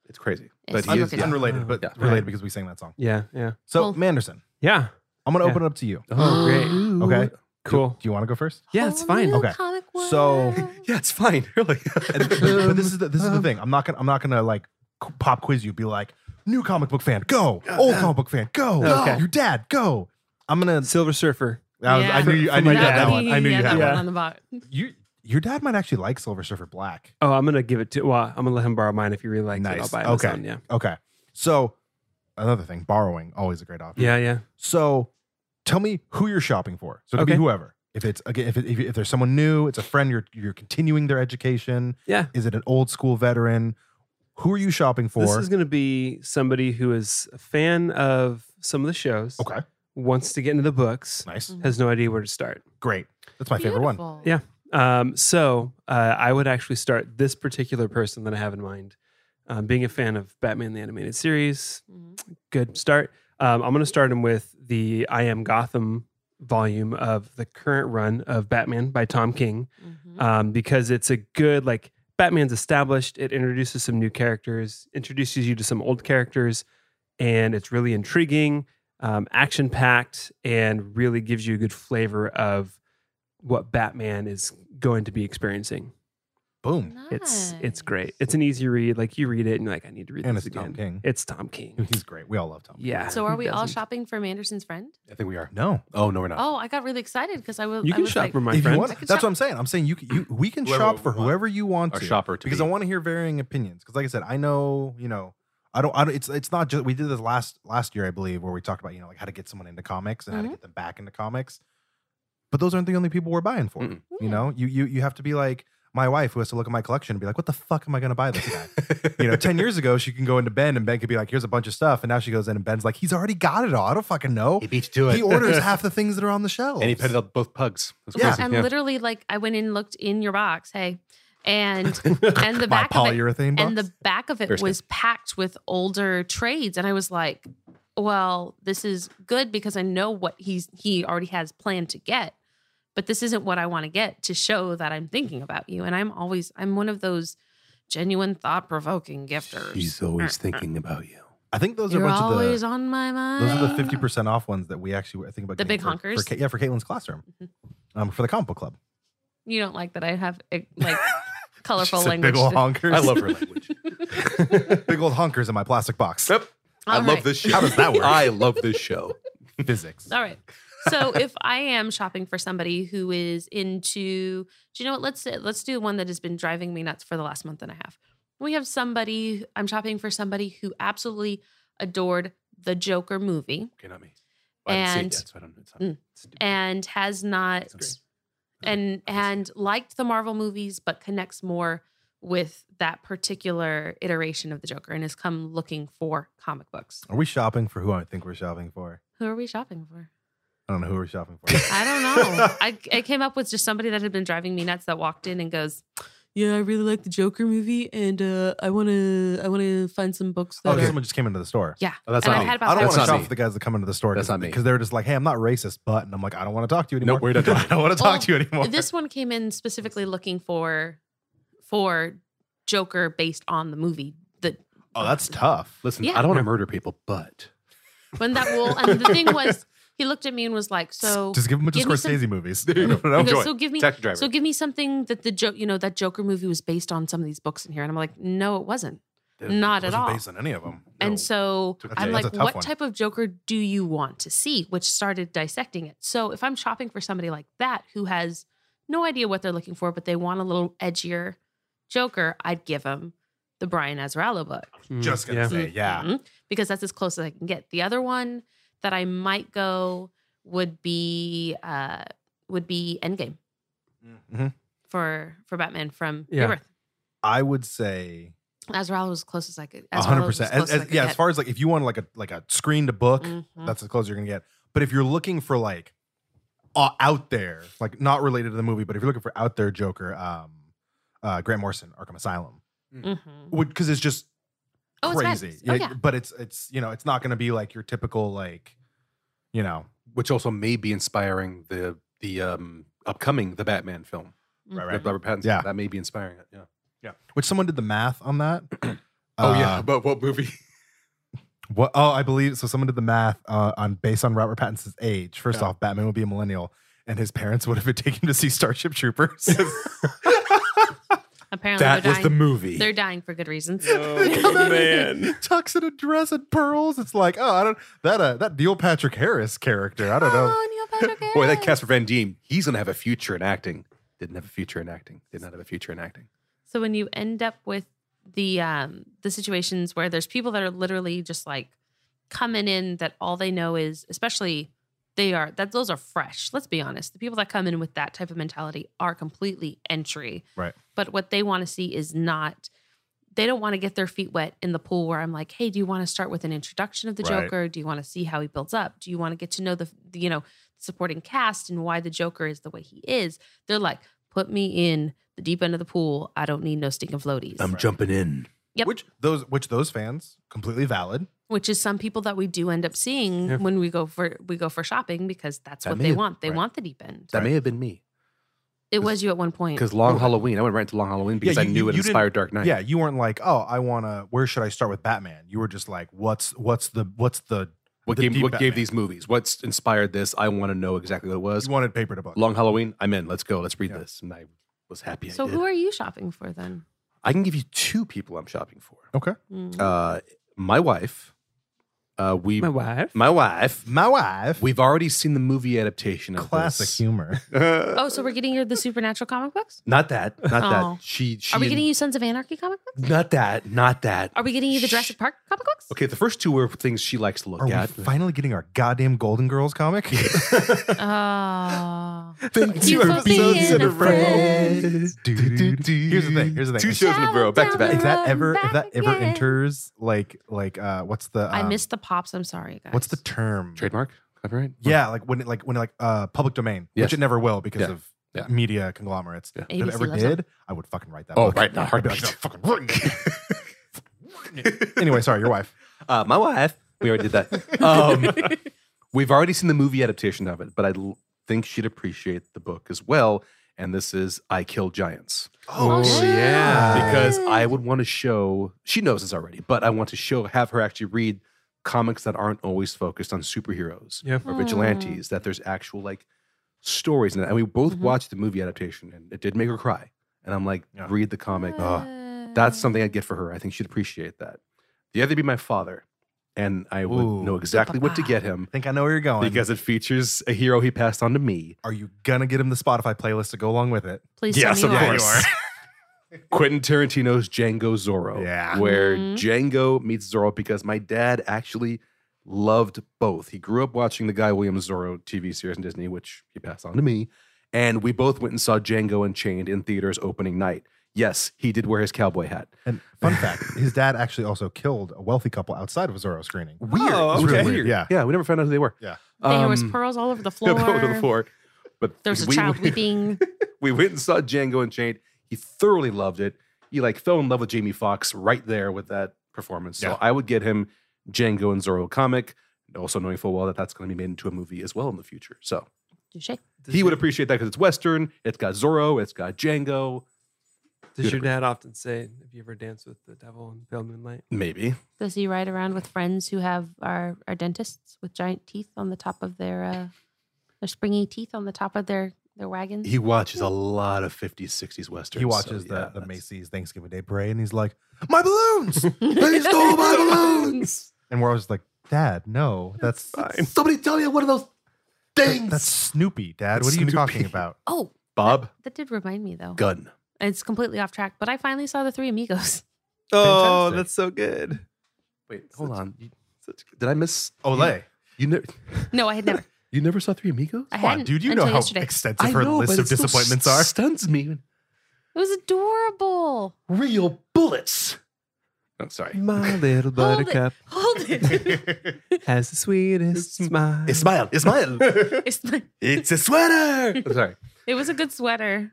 Speaker 4: it's crazy.
Speaker 2: It's
Speaker 4: But he is,
Speaker 2: unrecognizable.
Speaker 4: yeah.
Speaker 3: unrelated, but
Speaker 4: Yeah.
Speaker 3: related because we sang that song.
Speaker 5: Yeah. Yeah.
Speaker 3: So
Speaker 2: Well-
Speaker 3: Manderson,
Speaker 5: Yeah.
Speaker 3: I'm gonna
Speaker 5: Yeah.
Speaker 3: open it up to you.
Speaker 5: Oh, great.
Speaker 3: Okay,
Speaker 5: Cool.
Speaker 3: Do you want to go first?
Speaker 5: Yeah, it's fine.
Speaker 2: Oh,
Speaker 3: Okay. So-
Speaker 4: Yeah, it's fine. Really.
Speaker 3: but this is the, this is the thing. I'm not gonna I'm not gonna like c- pop quiz you. Be like new comic book fan, go. Old comic book fan, go.
Speaker 5: Okay.
Speaker 3: Your dad, go. I'm gonna.
Speaker 5: Silver Surfer.
Speaker 3: I, was, I knew you, I
Speaker 5: For
Speaker 3: knew
Speaker 5: my
Speaker 3: you had
Speaker 5: dad.
Speaker 3: that one. I knew
Speaker 2: yeah,
Speaker 3: you had that
Speaker 2: that
Speaker 3: one.
Speaker 2: one on the box.
Speaker 3: You your dad might actually like Silver Surfer Black.
Speaker 5: Oh, I'm gonna give it to. Well, I'm gonna let him borrow mine if you really like it. I'll
Speaker 3: Nice.
Speaker 5: buy it.
Speaker 3: Okay.
Speaker 5: Amazon, Yeah.
Speaker 3: Okay. So another thing, borrowing always a great option.
Speaker 5: Yeah. Yeah.
Speaker 3: So tell me who you're shopping for. So it could
Speaker 5: Okay.
Speaker 3: be whoever. If it's again, if, it, if, if there's someone new, it's a friend. You're you're continuing their education.
Speaker 5: Yeah.
Speaker 3: Is it an old school veteran? Who are you shopping for?
Speaker 5: This is gonna be somebody who is a fan of some of the shows.
Speaker 3: okay.
Speaker 5: Wants to get into the books.
Speaker 3: Nice.
Speaker 5: Has no idea where to start.
Speaker 3: Great. That's my favorite one.
Speaker 2: Beautiful.
Speaker 5: Yeah. Um, so uh, I would actually start this particular person that I have in mind. Um, being a fan of Batman the Animated Series,
Speaker 2: Mhm.
Speaker 5: good start. Um, I'm going to start him with the I Am Gotham volume of the current run of Batman by Tom King
Speaker 2: Mhm.
Speaker 5: um, because it's a good like Batman's established. It introduces some new characters, introduces you to some old characters, and it's really intriguing, um, action packed, and really gives you a good flavor of what Batman is going to be experiencing. Mm-hmm.
Speaker 3: Boom.
Speaker 5: It's it's
Speaker 2: Nice.
Speaker 5: great. It's an easy read. Like you read it and you're like, I need to read
Speaker 3: And
Speaker 5: this
Speaker 3: it's
Speaker 5: again.
Speaker 3: Tom King.
Speaker 5: It's Tom King.
Speaker 3: He's great. We all love Tom.
Speaker 5: Yeah.
Speaker 2: So
Speaker 5: who
Speaker 2: are we all
Speaker 5: doesn't?
Speaker 2: shopping from Anderson's friend?
Speaker 4: I think we are.
Speaker 3: No.
Speaker 4: Oh no, we're not.
Speaker 2: Oh, I got really excited because I will.
Speaker 5: You
Speaker 2: I
Speaker 5: can
Speaker 2: was
Speaker 5: shop
Speaker 2: like,
Speaker 5: for my
Speaker 3: if you
Speaker 5: friend.
Speaker 3: want,
Speaker 2: I could
Speaker 3: that's
Speaker 2: shop-
Speaker 3: what I'm saying. I'm saying you, can- you we can
Speaker 7: Whoever
Speaker 3: shop
Speaker 7: we
Speaker 3: for
Speaker 7: want.
Speaker 3: whoever you want
Speaker 4: Our
Speaker 3: to.
Speaker 4: shopper to
Speaker 3: because
Speaker 4: be.
Speaker 3: I want to hear varying opinions. Because like I said, I know you know I don't I don't. It's it's not just we did this last last year I believe where we talked about you know like how to get someone into comics and how to
Speaker 2: Mhm.
Speaker 3: get them back into comics. But those aren't the only people we're buying for.
Speaker 4: Mm-mm.
Speaker 2: "Hmm."
Speaker 3: You know, you you you have to be like my wife who has to look at my collection and be like, what the fuck am I going to buy this guy? you know, ten years ago she can go into Ben and Ben could be like, here's a bunch of stuff, and now she goes in and Ben's like, he's already got it all. I don't fucking know.
Speaker 4: He beat you to it.
Speaker 3: He orders half the things that are on the shelves.
Speaker 4: and he petted up both pugs. That's
Speaker 3: Yeah.
Speaker 4: crazy.
Speaker 2: And literally, like, I went in, looked in your box, hey, and and the
Speaker 3: my
Speaker 2: back of it,
Speaker 3: polyurethane box.
Speaker 2: and the back of it
Speaker 4: First
Speaker 2: was packed with older trades, and I was like, well, this is good because I know what he's he already has planned to get, but this isn't what I want to get to show that I'm thinking about you, and I'm always I'm one of those genuine thought provoking gifters.
Speaker 4: She's always thinking about you.
Speaker 3: I think those are
Speaker 2: You're
Speaker 3: a bunch of the.
Speaker 2: always on my mind.
Speaker 3: Those are the fifty percent off ones that we actually I think about
Speaker 2: Ah. The
Speaker 3: getting
Speaker 2: big
Speaker 3: for- for
Speaker 2: honkers?
Speaker 3: Ca- yeah, for Caitlin's classroom,
Speaker 2: Mhm.
Speaker 3: um, for the comp book club.
Speaker 2: You don't like that I have eh, like colorful
Speaker 3: She said
Speaker 2: language.
Speaker 3: Big old honkers.
Speaker 4: I love her language.
Speaker 3: big old honkers in my plastic box.
Speaker 4: Yep. I
Speaker 2: All
Speaker 4: love
Speaker 2: right.
Speaker 4: this show.
Speaker 3: How does that work?
Speaker 4: I love this show.
Speaker 3: Physics.
Speaker 2: All right. So if I am shopping for somebody who is into, do you know what? Let's let's do one that has been driving me nuts for the last month and a half. We have somebody. I'm shopping for somebody who absolutely adored the Joker movie
Speaker 4: Okay, not me. Well, I didn't
Speaker 2: And-
Speaker 4: see it yet, so I don't know. It's not-
Speaker 2: Mm.
Speaker 4: it's stupid.
Speaker 2: and has not
Speaker 4: Okay.
Speaker 2: and and liked the Marvel movies, but connects more with that particular iteration of the Joker and has come looking for comic books.
Speaker 3: Are we shopping for who I think we're shopping for?
Speaker 2: Who are we shopping for?
Speaker 3: I don't know who we're shopping for.
Speaker 2: I don't know. I, I came up with just somebody that had been driving me nuts that walked in and goes, "Yeah, I really like the Joker movie, and uh, I want to I want to find some books that
Speaker 3: oh,
Speaker 2: are."
Speaker 3: someone just came into the store.
Speaker 2: Yeah,
Speaker 4: Oh, that's
Speaker 2: and
Speaker 4: not
Speaker 2: I've
Speaker 4: me.
Speaker 2: had about
Speaker 3: I don't
Speaker 2: five
Speaker 3: want
Speaker 4: That's
Speaker 3: to
Speaker 4: not
Speaker 3: shop
Speaker 4: me.
Speaker 3: for the guys that come into the store.
Speaker 4: That's not me.
Speaker 3: Because they're just like, hey, I'm not racist, but, and I'm like, I don't want to talk to you anymore.
Speaker 4: Nope, we're not doing
Speaker 3: I don't want to talk
Speaker 2: Well,
Speaker 3: to you anymore.
Speaker 2: This one came in specifically looking for for Joker based on the movie. The
Speaker 3: oh, that's tough.
Speaker 4: Listen,
Speaker 2: Yeah.
Speaker 4: I don't want to murder people, but
Speaker 2: when that will and the thing was, he looked at me and was like, "So."
Speaker 3: just give them a bunch
Speaker 2: give
Speaker 3: of
Speaker 2: me some-
Speaker 3: Scorsese movies.
Speaker 4: There you go.
Speaker 3: I don't know.
Speaker 2: he goes,
Speaker 4: enjoy.
Speaker 2: so give me
Speaker 4: taxi driver.
Speaker 2: so give me something that the joke you know that Joker movie was based on some of these books in here and I'm like no it wasn't not at
Speaker 3: Wasn't
Speaker 2: all
Speaker 3: based on any of them.
Speaker 2: And so
Speaker 4: Took a
Speaker 2: I'm
Speaker 4: day.
Speaker 2: like,
Speaker 3: That's a tough
Speaker 2: what
Speaker 3: one.
Speaker 2: type of Joker do you want to see? Which started dissecting it. So if I'm shopping for somebody like that who has no idea what they're looking for, but they want a little edgier Joker, I'd give them the Brian Azarello book.
Speaker 5: Mm,
Speaker 3: just gonna
Speaker 5: yeah.
Speaker 3: say, yeah.
Speaker 2: Mhm. Because that's as close as I can get. The other one that I might go would be uh would be Endgame
Speaker 4: Mm-hmm.
Speaker 3: Mhm.
Speaker 2: for for Batman from
Speaker 5: Yeah.
Speaker 2: Rebirth.
Speaker 3: I would say
Speaker 2: Azarello was as close as I could.
Speaker 3: A
Speaker 2: Azarello
Speaker 3: hundred
Speaker 2: was as
Speaker 3: percent.
Speaker 2: close
Speaker 3: As-
Speaker 2: as I
Speaker 3: as-
Speaker 2: could
Speaker 3: Yeah,
Speaker 2: get.
Speaker 3: as far as like if you want like a like a screen to book,
Speaker 2: Mhm.
Speaker 3: that's as close as you're gonna get. But if you're looking for like uh, out there, like not related to the movie, but if you're looking for out there Joker, um, uh, Grant Morrison, Arkham Asylum,
Speaker 2: Mhm.
Speaker 3: would because it's just
Speaker 2: Oh, it's
Speaker 3: crazy.
Speaker 2: madness. Oh, yeah.
Speaker 3: But it's it's you know it's not gonna be like your typical like, you know,
Speaker 4: which also may be inspiring the the um upcoming the Batman film.
Speaker 3: Right.
Speaker 4: With Robert Pattinson.
Speaker 3: Yeah.
Speaker 4: That may be inspiring it. Yeah.
Speaker 3: which someone did the math on that.
Speaker 4: Oh yeah.
Speaker 3: Uh,
Speaker 4: But what movie?
Speaker 3: What? Oh, I believe so. Someone did the math uh, on based on Robert Pattinson's age. First
Speaker 4: Yeah.
Speaker 3: off, Batman would be a millennial. and his parents would have taken him to see Starship Troopers.
Speaker 2: Apparently,
Speaker 4: That
Speaker 2: they're
Speaker 4: was
Speaker 2: dying.
Speaker 4: the movie.
Speaker 2: they're dying for good reasons.
Speaker 5: Oh, man.
Speaker 3: Tucks in a dress and pearls. It's like, oh, I don't that uh, that Neil Patrick Harris character. I don't know.
Speaker 2: Oh, Neil Patrick
Speaker 4: Boy, that
Speaker 2: Harris.
Speaker 4: Casper Van Diem, he's going to have a future in acting. Didn't have a future in acting. Did not have a future in acting.
Speaker 2: So when you end up with the um the situations where there's people that are literally just like coming in that all they know is especially they are that those are fresh. Let's be honest. The people that come in with that type of mentality are completely entry.
Speaker 3: Right.
Speaker 2: But what they want to see is not they don't want to get their feet wet in the pool where I'm like, "Hey, do you want to start with an introduction of the
Speaker 4: Right.
Speaker 2: Joker? Do you want to see how he builds up? Do you want to get to know the the, you know, supporting cast and why the Joker is the way he is?" They're like, "Put me in the deep end of the pool. I don't need no stinking floaties."
Speaker 4: jumping in.
Speaker 2: Yep.
Speaker 3: Which those which those fans completely valid.
Speaker 2: which is some people that we do end up seeing
Speaker 5: Yeah.
Speaker 2: when we go for we go for shopping because that's
Speaker 4: That
Speaker 2: what
Speaker 4: may
Speaker 2: they
Speaker 4: have-
Speaker 2: want. They
Speaker 4: right.
Speaker 2: want the deep end.
Speaker 4: That may have been me.
Speaker 2: it was you at one point.
Speaker 4: Because Long Halloween, I went right into Long Halloween because
Speaker 3: Yeah,
Speaker 4: I
Speaker 3: you-
Speaker 4: knew
Speaker 3: you-
Speaker 4: it
Speaker 3: you didn't-
Speaker 4: inspired Dark Knight.
Speaker 3: Yeah, you weren't like, oh, I wanna. Where should I start with Batman? You were just like, what's what's the what's the
Speaker 4: What,
Speaker 3: the
Speaker 4: gave,
Speaker 3: deep
Speaker 4: what gave
Speaker 3: Batman.
Speaker 4: these movies? What's inspired this? I want to know exactly what it was.
Speaker 3: You wanted paper to book.
Speaker 4: Long Halloween, I'm in. Let's go. Let's read
Speaker 3: Yeah.
Speaker 4: this. And I was happy.
Speaker 2: So
Speaker 4: I, did.
Speaker 2: who are you shopping for then?
Speaker 4: I can give you two people I'm shopping for.
Speaker 2: Mm.
Speaker 4: Uh, my wife. Uh, we.
Speaker 5: My
Speaker 4: My,
Speaker 5: wife.
Speaker 4: wife.
Speaker 3: My wife.
Speaker 4: We've already seen the movie adaptation of
Speaker 3: classic
Speaker 4: this.
Speaker 3: humor.
Speaker 2: oh, so we're getting you the supernatural comic books?
Speaker 4: Not that. Not
Speaker 2: Oh.
Speaker 4: that. She. she
Speaker 2: Are we getting you Sons of Anarchy comic books?
Speaker 4: Not that. Not that.
Speaker 2: Are we getting you the Jurassic Park comic books?
Speaker 4: Okay, the first two were things she likes to look
Speaker 3: Are
Speaker 4: at.
Speaker 3: we finally getting our goddamn Golden Girls comic?
Speaker 2: Oh.
Speaker 4: Thank
Speaker 2: you for being a friend.
Speaker 3: Here's the thing. Here's the thing.
Speaker 7: Two shows in a row, back to back.
Speaker 3: if that
Speaker 2: Run
Speaker 3: ever if
Speaker 2: back
Speaker 3: that ever
Speaker 2: again.
Speaker 3: enters like like uh what's the
Speaker 2: I
Speaker 3: um,
Speaker 2: missed the pops. I'm sorry, guys.
Speaker 3: what's the term
Speaker 4: Trademark? Copyright?
Speaker 3: yeah like when it like when it, like uh public domain
Speaker 4: Yes.
Speaker 3: which it never will because
Speaker 4: Yeah.
Speaker 3: of
Speaker 4: Yeah.
Speaker 3: media conglomerates
Speaker 4: Yeah.
Speaker 3: if it
Speaker 2: ABC
Speaker 3: ever
Speaker 2: loves it.
Speaker 3: did I would fucking write that
Speaker 4: Oh,
Speaker 3: book.
Speaker 4: right now,
Speaker 3: I'd be like,
Speaker 4: heartbeat.
Speaker 3: "No, fucking written it." Fucking written it. anyway sorry your wife
Speaker 4: Uh, my wife. We already did that. Um, we've already seen the movie adaptation of it, but I l- think she'd appreciate the book as well. And this is I Kill Giants.
Speaker 2: Oh, shit.
Speaker 5: yeah.
Speaker 4: Because I would want to show, she knows this already, but I want to show, have her actually read comics that aren't always focused on superheroes
Speaker 5: Yeah.
Speaker 4: or
Speaker 2: Hmm.
Speaker 4: vigilantes, that there's actual like stories in it. And we both
Speaker 2: Mhm.
Speaker 4: watched the movie adaptation and it did make her cry. And I'm like,
Speaker 3: Yeah.
Speaker 4: read the comic. Ah.
Speaker 2: Uh,
Speaker 4: That's something I'd get for her. I think she'd appreciate that. The other would be my father, and I would
Speaker 3: Ooh.
Speaker 4: know exactly what to
Speaker 2: Papa.
Speaker 4: get him
Speaker 3: I think I know where you're going
Speaker 4: because it features a hero he passed on to me.
Speaker 3: are you gonna get him the Spotify playlist to go along with it
Speaker 2: Please
Speaker 4: Yes,
Speaker 2: tell me
Speaker 4: of
Speaker 2: you are.
Speaker 4: course. Quentin Tarantino's Django Zorro,
Speaker 3: Yeah.
Speaker 4: where
Speaker 2: Mhm.
Speaker 4: Django meets Zorro because my dad actually loved both. He grew up watching the Guy Williams Zorro TV series on Disney, which he passed on to me, and we both went and saw Django Unchained in theaters opening night. Yes, he did wear his cowboy hat.
Speaker 3: and fun fact his dad actually also killed a wealthy couple outside of a Zorro screening
Speaker 4: Weird.
Speaker 5: Oh,
Speaker 4: It's really
Speaker 5: okay.
Speaker 4: weird.
Speaker 3: Yeah.
Speaker 4: Yeah, we never found out who they were.
Speaker 3: Yeah.
Speaker 2: There was
Speaker 4: Um,
Speaker 2: pearls all over the
Speaker 4: Yeah,
Speaker 2: floor.
Speaker 4: they went to the floor. But
Speaker 2: There was a
Speaker 4: we,
Speaker 2: child
Speaker 4: we,
Speaker 2: weeping.
Speaker 4: we went and saw Django Unchained. He thoroughly loved it. He like fell in love with Jamie Foxx right there with that performance. So
Speaker 3: Yeah.
Speaker 4: I would get him Django and Zorro comic, also knowing full well that that's going to be made into a movie as well in the future. So
Speaker 2: Touche.
Speaker 5: Does
Speaker 4: he would
Speaker 5: your-
Speaker 4: appreciate that because it's Western. It's got Zorro. It's got Django.
Speaker 5: Does your dad often say, "Have you ever danced with the devil in pale moonlight?"
Speaker 4: Maybe.
Speaker 2: Does he ride around with friends who have are, are dentists with giant teeth on the top of their uh, their springy teeth on the top of their their wagons?
Speaker 4: He watches a lot of 50s, 60s Westerns.
Speaker 3: he
Speaker 4: so
Speaker 3: watches
Speaker 4: yeah,
Speaker 3: the, the
Speaker 4: that's-
Speaker 3: Macy's Thanksgiving Day parade and he's like, My balloons!
Speaker 4: They stole my balloons.
Speaker 3: and we're always like, Dad, no, that's
Speaker 4: Somebody tell me one of those things.
Speaker 3: that's Snoopy, Dad. what are
Speaker 4: That's
Speaker 3: you talking
Speaker 4: Snoopy.
Speaker 3: about?
Speaker 2: Oh,
Speaker 4: Bob
Speaker 2: that did remind me though.
Speaker 4: Gunn.
Speaker 2: It's completely off track, but I finally saw the Three Amigos.
Speaker 5: Oh,
Speaker 3: Fantastic.
Speaker 5: that's so good.
Speaker 4: Wait,
Speaker 5: hold
Speaker 4: on. Did I miss
Speaker 3: Olay.
Speaker 4: You never,
Speaker 2: No, I had never.
Speaker 4: you never saw Three Amigos?
Speaker 2: I
Speaker 3: Come on,
Speaker 2: hadn't
Speaker 3: dude, you know
Speaker 2: until
Speaker 3: how
Speaker 2: yesterday.
Speaker 3: extensive her list
Speaker 4: but
Speaker 3: of
Speaker 4: it still
Speaker 3: disappointments
Speaker 4: s-
Speaker 3: are.
Speaker 4: Stuns me.
Speaker 2: It was adorable.
Speaker 4: Real bullets. I'm Oh, sorry.
Speaker 5: My little
Speaker 2: Hold it.
Speaker 5: buttercup
Speaker 2: Hold it.
Speaker 5: has the sweetest smile.
Speaker 4: Ismail. Ismail.
Speaker 2: It's not-
Speaker 4: it's a sweater. I'm sorry.
Speaker 2: it was a good sweater.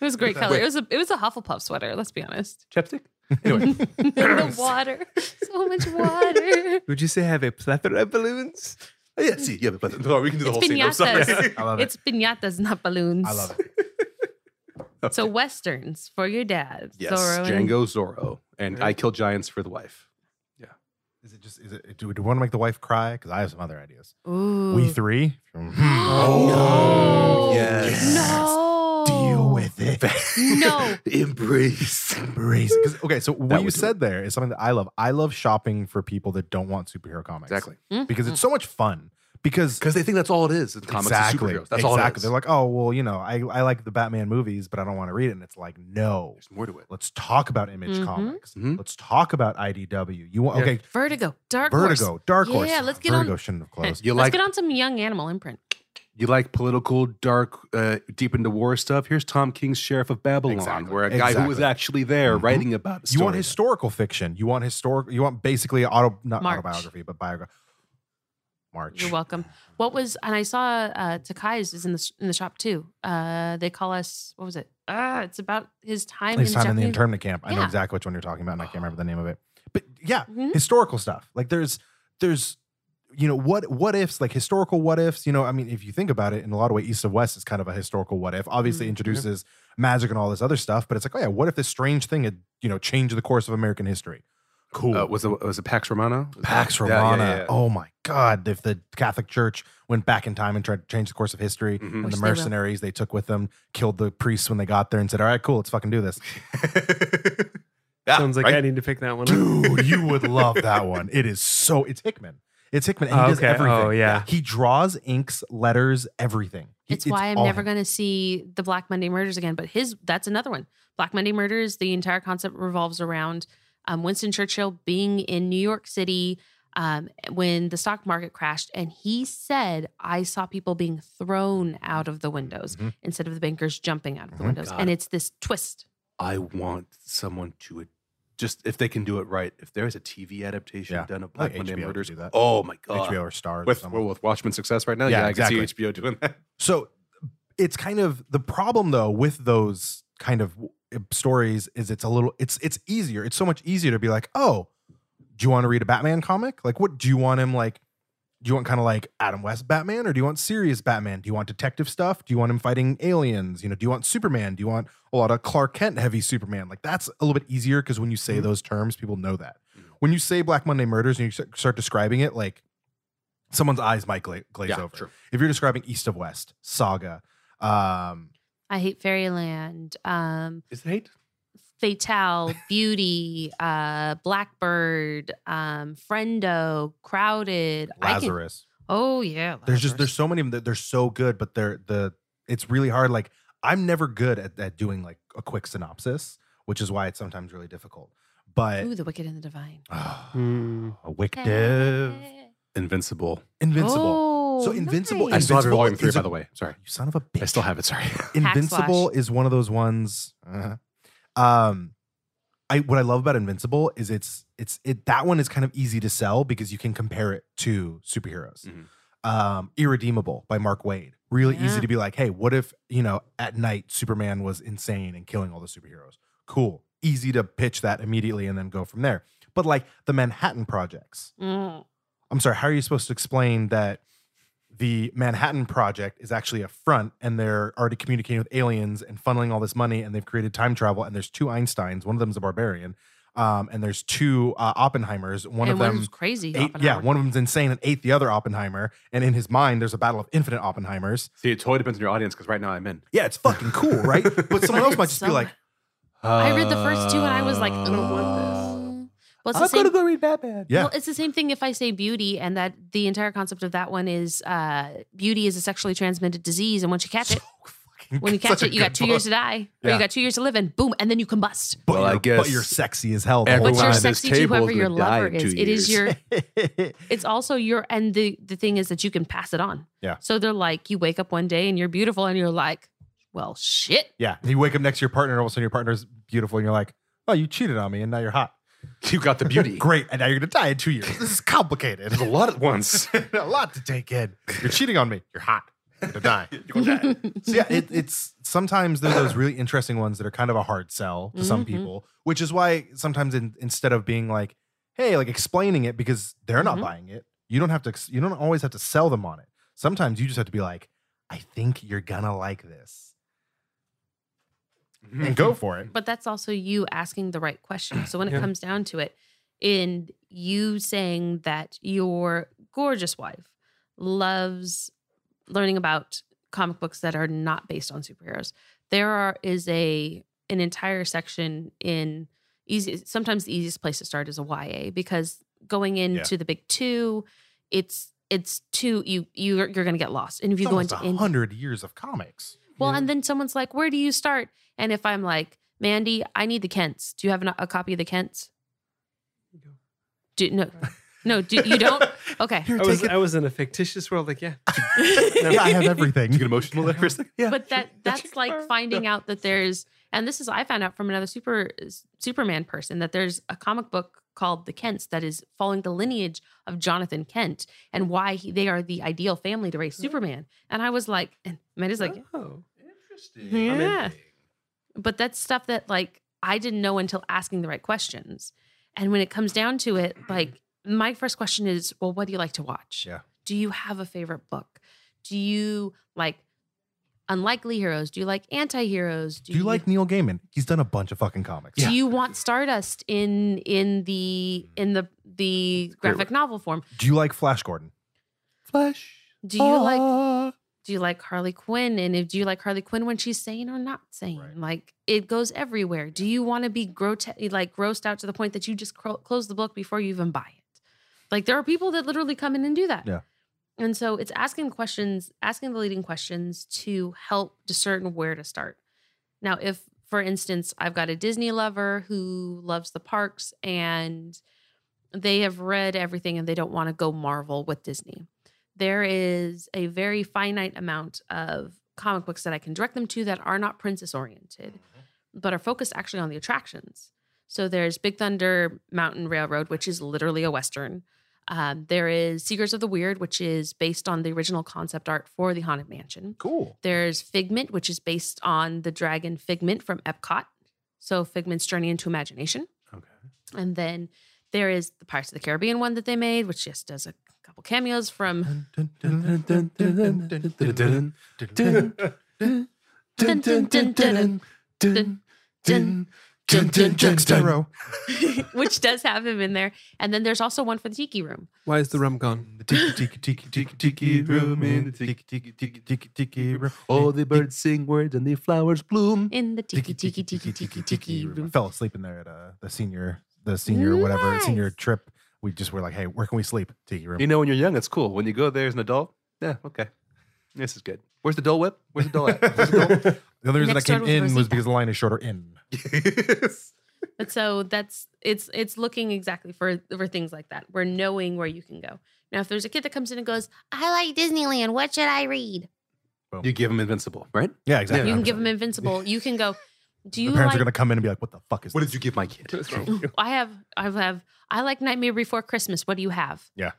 Speaker 2: It was a great color. It was a it was a Hufflepuff sweater. Let's be honest.
Speaker 4: Chapstick. Anyway,
Speaker 2: the water, so much water.
Speaker 5: Would you say I have a plethora of balloons?
Speaker 4: Oh, yeah. See, yeah, but no, we can do the
Speaker 2: It's
Speaker 4: whole scene. I'm sorry.
Speaker 2: pinatas.
Speaker 3: I love it.
Speaker 2: It's pinatas, not balloons.
Speaker 3: I love it.
Speaker 2: So westerns for your dad.
Speaker 4: yes,
Speaker 2: Zorro and-
Speaker 4: Django Zorro, and
Speaker 5: Right.
Speaker 4: I Kill Giants for the wife.
Speaker 3: Is it just? Is it? Do we, do we want to make the wife cry? Because I have some other ideas.
Speaker 2: Ooh.
Speaker 3: We three. Mm-hmm.
Speaker 2: no.
Speaker 4: Yes.
Speaker 2: No.
Speaker 3: Deal with it.
Speaker 2: Oh. No.
Speaker 4: Embrace.
Speaker 3: Embrace. it. 'Cause- okay, so
Speaker 4: That
Speaker 3: what you
Speaker 4: would do
Speaker 3: said there is something that I love. I love shopping for people that don't want superhero comics.
Speaker 4: Exactly.
Speaker 3: Because
Speaker 2: Mm.
Speaker 3: it's so much fun. Because
Speaker 4: Because they think that's all it is in comics. is
Speaker 3: exactly,
Speaker 4: superheroes. That's
Speaker 3: exactly.
Speaker 4: all it is.
Speaker 3: They're like, oh well, you know, I, I like the Batman movies, but I don't want to read it. And it's like, no,
Speaker 4: There's more to it.
Speaker 3: let's talk about Image
Speaker 2: Mhm.
Speaker 3: Comics.
Speaker 4: Mhm.
Speaker 3: Let's talk about IDW. You want
Speaker 5: Yeah.
Speaker 3: okay?
Speaker 2: Vertigo. Dark Horse.
Speaker 3: Vertigo, Dark
Speaker 2: Yeah,
Speaker 3: Horse.
Speaker 2: let's get on-
Speaker 3: Vertigo shouldn't have closed.
Speaker 4: You
Speaker 2: Let's
Speaker 4: like
Speaker 2: get on some young animal imprint.
Speaker 4: you like political, dark, uh, deep into war stuff. Here's Tom King's Sheriff of Babylon,
Speaker 3: Exactly.
Speaker 4: where a guy who was
Speaker 3: Exactly.
Speaker 4: actually there
Speaker 3: Mhm.
Speaker 4: writing about. A
Speaker 3: You want
Speaker 4: story.
Speaker 3: historical fiction. You want historical. You want basically auto not
Speaker 2: March.
Speaker 3: autobiography, but biography. March.
Speaker 2: You're welcome. What was and I saw uh Takai's is in the in the shop too. Uh they call us what was it? Uh it's about his time
Speaker 3: His
Speaker 2: in
Speaker 3: time in the
Speaker 2: Japanese-
Speaker 3: internment camp. I know
Speaker 2: Yeah.
Speaker 3: exactly which one you're talking about, and I can't remember the name of it. But yeah,
Speaker 2: Mhm.
Speaker 3: historical stuff. Like there's there's you know what what ifs like historical what ifs. You know, I mean, if you think about it, in a lot of way, East of West is kind of a historical what if. Obviously,
Speaker 2: Mhm.
Speaker 3: introduces magic and all this other stuff, but it's like, oh yeah, what if this strange thing had you know changed the course of American history? Cool.
Speaker 4: Uh, was it was it Pax Romano?
Speaker 3: Pax
Speaker 4: Yeah, yeah,
Speaker 3: Romana.
Speaker 4: yeah, yeah.
Speaker 3: Oh my God! If the Catholic Church went back in time and tried to change the course of history,
Speaker 4: Mhm.
Speaker 3: and
Speaker 2: Which
Speaker 3: the
Speaker 2: they will.
Speaker 3: mercenaries they took with them killed the priests when they got there and said, "All right, cool, let's fucking do this."
Speaker 5: Sounds like
Speaker 4: right?
Speaker 5: I need to pick that one. up.
Speaker 3: Dude, you would love that one. It is so. It's Hickman. It's Hickman, and he
Speaker 5: Oh,
Speaker 3: does
Speaker 5: okay.
Speaker 3: everything.
Speaker 5: Oh, yeah.
Speaker 3: he draws, inks, letters, everything. He-
Speaker 2: It's why I'm
Speaker 3: all
Speaker 2: never
Speaker 3: him.
Speaker 2: going to see the Black Monday murders again. But his that's another one. Black Monday murders. The entire concept revolves around um, Winston Churchill being in New York City um, when the stock market crashed, and he said, "I saw people being thrown out of the windows
Speaker 3: Mhm.
Speaker 2: instead of the bankers jumping out of the
Speaker 3: Mhm.
Speaker 2: windows."
Speaker 4: God.
Speaker 2: And it's this twist.
Speaker 4: I want someone to ad- just if they can do it right. If there is a TV adaptation
Speaker 3: Yeah.
Speaker 4: done of Black
Speaker 3: Like
Speaker 4: Monday
Speaker 3: HBO could
Speaker 4: Murders,
Speaker 3: do that.
Speaker 4: oh my god!
Speaker 3: HBO or stars. or
Speaker 4: With
Speaker 3: something.
Speaker 4: well, with Watchmen success right now, yeah,
Speaker 3: Yeah,
Speaker 4: I can see
Speaker 3: exactly.
Speaker 4: HBO doing that.
Speaker 3: So it's kind of the problem though with those kind of w- stories is it's a little it's it's easier. It's so much easier to be like, "Oh, do you want to read a Batman comic? Like what do you want him like do you want kind of like Adam West Batman or do you want serious Batman? Do you want detective stuff? Do you want him fighting aliens? You know, do you want Superman? Do you want a lot of Clark Kent heavy Superman? Like that's a little bit easier because when you say those terms, people know that. When you say Black Monday Murders and you s- start describing it, like someone's eyes might gla- glaze over if you're describing east of west saga um
Speaker 2: I hate Fairyland. Um,
Speaker 4: Is it hate?
Speaker 2: Fatal, Beauty, uh, Blackbird, um, Friendo, Crowded. I can-
Speaker 3: lazarus
Speaker 2: oh yeah.
Speaker 3: there's just
Speaker 2: Lazarus.
Speaker 3: there's so many of them that they're so good but they're the it's really hard like i'm never good at, at doing like a quick synopsis which is why it's sometimes really difficult but
Speaker 2: Ooh, the wicked and the divine.
Speaker 5: Hmm.
Speaker 3: a wicked
Speaker 4: Oh, Invincible.
Speaker 3: invincible
Speaker 2: Oh.
Speaker 3: So Invincible
Speaker 4: I still have
Speaker 3: Invincible
Speaker 4: Volume Three,
Speaker 3: is
Speaker 4: by
Speaker 3: a-
Speaker 4: the way. Sorry,
Speaker 3: you son of a bitch
Speaker 4: I still have it. Sorry.
Speaker 2: Hack
Speaker 3: Invincible is one of those ones. uh-huh. Um, I what I love about Invincible is it's it's it that one is kind of easy to sell because you can compare it to superheroes.
Speaker 4: Mhm.
Speaker 3: Um, Irredeemable by Mark Wade. Really
Speaker 2: Mm-hmm. Yeah.
Speaker 3: easy to be like, hey, what if you know at night Superman was insane and killing all the superheroes? Cool, easy to pitch that immediately and then go from there. But like the Manhattan Projects,
Speaker 2: Mm.
Speaker 3: I'm sorry, how are you supposed to explain that the Manhattan Project is actually a front and they're already communicating with aliens and funneling all this money and they've created time travel and there's two Einsteins, one of them's a barbarian, um, and there's two uh, Oppenheimers, one
Speaker 2: and
Speaker 3: of them.
Speaker 2: one's crazy.
Speaker 3: Ate, yeah,
Speaker 2: Oppenheimer.
Speaker 3: one of them's insane and ate the other Oppenheimer. And in his mind, there's a battle of infinite Oppenheimers.
Speaker 4: See, it totally depends on your audience because right now I'm in.
Speaker 3: Yeah, it's fucking cool, right? But someone else might just be
Speaker 2: So-
Speaker 3: like,
Speaker 2: I read the first two and I was like, I don't
Speaker 3: Uh,
Speaker 2: want this. Well, it's the same.
Speaker 6: go read Batman.
Speaker 3: yeah,
Speaker 2: Well, it's the same thing if I say beauty, and that the entire concept of that one is uh, beauty is a sexually transmitted disease, and once you catch it, when you catch
Speaker 3: such a
Speaker 2: it, you got
Speaker 3: good
Speaker 2: two years to die, or you
Speaker 3: Yeah.
Speaker 2: got two years to live, and boom, and then you combust.
Speaker 3: but,
Speaker 4: Well, I
Speaker 3: you're, but
Speaker 4: guess
Speaker 3: you're sexy as hell. the whole
Speaker 4: everyone
Speaker 2: But
Speaker 4: Well,
Speaker 2: you're
Speaker 4: on
Speaker 3: time.
Speaker 4: this
Speaker 2: sexy to
Speaker 4: table is
Speaker 2: whoever your
Speaker 4: gonna die
Speaker 2: lover
Speaker 4: in
Speaker 2: is.
Speaker 4: two
Speaker 2: It is
Speaker 4: years.
Speaker 2: your it's also your and the the thing is that you can pass it on.
Speaker 3: Yeah.
Speaker 2: So they're like, you wake up one day and you're beautiful, and you're like, well, shit.
Speaker 3: Yeah. And you wake up next to your partner, and all of a sudden your partner's beautiful, and you're like, oh, you cheated on me, and now you're hot.
Speaker 4: You got the beauty.
Speaker 3: Great. And now you're going to die in two years. This is complicated.
Speaker 4: There's a lot at once.
Speaker 3: a lot to take in. You're cheating on me. You're hot. You're going to die. So, yeah, it, it's sometimes there's those really interesting ones that are kind of a hard sell to some
Speaker 2: Mhm.
Speaker 4: Mm-hmm.
Speaker 3: people, which is why sometimes in, instead of being like, hey, like explaining it because they're not
Speaker 4: Mm-hmm.
Speaker 2: Mhm.
Speaker 3: buying it, you don't have to, ex- you don't always have to sell them on it. Sometimes you just have to be like, I think you're going to like this and go for it.
Speaker 4: Mm-hmm.
Speaker 2: But that's also you asking the right question. So when it
Speaker 5: Yeah.
Speaker 2: comes down to it, in you saying that your gorgeous wife loves learning about comic books that are not based on superheroes. There are is a an entire section in easy sometimes the easiest place to start is a YA because going into the big two, it's it's too you you you're going to get lost. And if you
Speaker 3: it's
Speaker 2: go
Speaker 3: almost
Speaker 2: into in-
Speaker 3: 100 years of comics.
Speaker 2: well, and then someone's like, "Where do you start?" And if I'm like, "Mandy, I need the Kents. Do you have an, a copy of the Kents?" Do no, no, do, you don't. Okay,
Speaker 3: Here,
Speaker 5: I was,
Speaker 3: take it.
Speaker 5: I was in a fictitious world. Like, yeah,
Speaker 3: yeah, I have everything.
Speaker 4: you get emotional there for a second? Yeah.
Speaker 2: but that that's like finding out that there's and this is I found out from another super Superman person that there's a comic book called The Kents that is following the lineage of Jonathan Kent and why he, they are the ideal family to raise Superman. And I was like, and Amanda's like,
Speaker 5: oh,
Speaker 4: Interesting.
Speaker 2: Yeah. But that's stuff that like I didn't know until asking the right questions. And when it comes down to it, like my first question is, well, what do you like to watch?
Speaker 3: Yeah.
Speaker 2: Do you have a favorite book? Do you like unlikely heroes? Do you like anti-heroes?
Speaker 3: Do you like Neil Gaiman? He's done a bunch of fucking comics.
Speaker 2: do you want Stardust in in the in the the graphic novel form?
Speaker 3: Do you like Flash Gordon?
Speaker 4: Flash. Ah.
Speaker 2: Do you
Speaker 3: Oh,
Speaker 2: like do you like Harley Quinn? And if do you like Harley Quinn when she's sane or not sane?
Speaker 3: Right.
Speaker 2: Like it goes everywhere. Do you want to be grote- like grossed out to the point that you just cro- close the book before you even buy it? Like there are people that literally come in and do that.
Speaker 3: Yeah.
Speaker 2: And so it's asking questions, asking the leading questions to help discern where to start. Now, if for instance, I've got a Disney lover who loves the parks and they have read everything and they don't want to go Marvel with Disney there is a very finite amount of comic books that I can direct them to that are not princess oriented, but are focused actually on the attractions. So there's Big Thunder Mountain Railroad, which is literally a Western. Um, there is Seekers of the Weird, which is based on the original concept art for the Haunted Mansion.
Speaker 3: Cool.
Speaker 2: There's Figment, which is based on the dragon Figment from Epcot. So Figment's Journey into Imagination.
Speaker 4: Okay.
Speaker 2: And then there is the Pirates of the Caribbean one that they made, which just does a couple cameos from
Speaker 3: Jack Sparrow.
Speaker 2: which does have him in there. And then there's also one for the Tiki Room.
Speaker 5: why is the rum gone?
Speaker 3: The tiki tiki tiki tiki
Speaker 4: Tiki room in the tiki tiki tiki tiki tiki room. All the birds sing words and the flowers bloom.
Speaker 2: In the Tiki Tiki Tiki Tiki Tiki
Speaker 3: I
Speaker 2: Room.
Speaker 3: fell asleep in there at uh, the senior the senior whatever
Speaker 2: Nice.
Speaker 3: senior trip. We just were like, hey, where can we sleep? Tiki room.
Speaker 4: You know, when you're young, it's cool. When you go there as an adult, yeah, okay. This is good. Where's the Dole Whip? Where's the Dole at? Where's the
Speaker 3: the only reason I
Speaker 2: Next
Speaker 3: came
Speaker 2: door was
Speaker 3: in was
Speaker 2: Rosita.
Speaker 3: because the line is shorter in.
Speaker 4: Dole at?
Speaker 2: But so that's it's it's looking exactly for for things like that. We're knowing where you can go. Now, if there's a kid that comes in and goes, "I like Disneyland. What should I read?"
Speaker 4: You give them Invincible, right?
Speaker 3: Yeah, exactly.
Speaker 2: You can
Speaker 3: 100%.
Speaker 2: give them Invincible. You can go. Do
Speaker 3: the
Speaker 2: you
Speaker 3: parents
Speaker 2: like?
Speaker 3: are gonna come in and be like, what the fuck is
Speaker 4: What
Speaker 3: this?
Speaker 4: did you give my kid?
Speaker 2: I have. I have. I like Nightmare Before Christmas. What do you have?
Speaker 3: Yeah.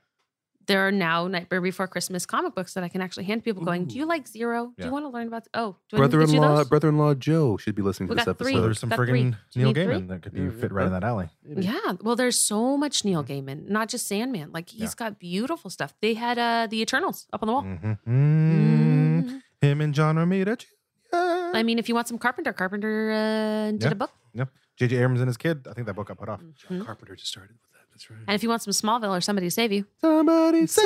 Speaker 2: There are now Nightmare Before Christmas comic books that I can actually hand people. Going, do you like Zero? Do
Speaker 3: Yeah.
Speaker 2: you want to learn about? Oh, do I need to get you
Speaker 4: Brother-in-law,
Speaker 2: those?"
Speaker 4: brother-in-law Joe should be listening to
Speaker 2: We
Speaker 4: this
Speaker 2: got three.
Speaker 3: So
Speaker 4: episode.
Speaker 3: there's some
Speaker 2: Got three.
Speaker 3: friggin'
Speaker 2: Do you
Speaker 3: Neil
Speaker 2: need three?
Speaker 3: Gaiman that could be
Speaker 5: Yeah,
Speaker 3: fit right in that alley.
Speaker 5: Maybe.
Speaker 2: Yeah, well, there's so much Neil Gaiman, not just Sandman. Like he's
Speaker 3: Mm. Yeah.
Speaker 2: got beautiful stuff. They had uh the Eternals up on the wall.
Speaker 3: Mm-hmm.
Speaker 2: Mm.
Speaker 3: Him and John Romita Jr.
Speaker 2: I mean, if you want some Carpenter, Carpenter uh, did
Speaker 3: Yeah.
Speaker 2: a book,
Speaker 3: J.J. Abrams and his kid. I think that book got put off.
Speaker 5: Mm-hmm.
Speaker 2: Mhm.
Speaker 4: Carpenter just started with that. That's right.
Speaker 2: and if you want some Smallville or somebody to save you,
Speaker 4: Somebody save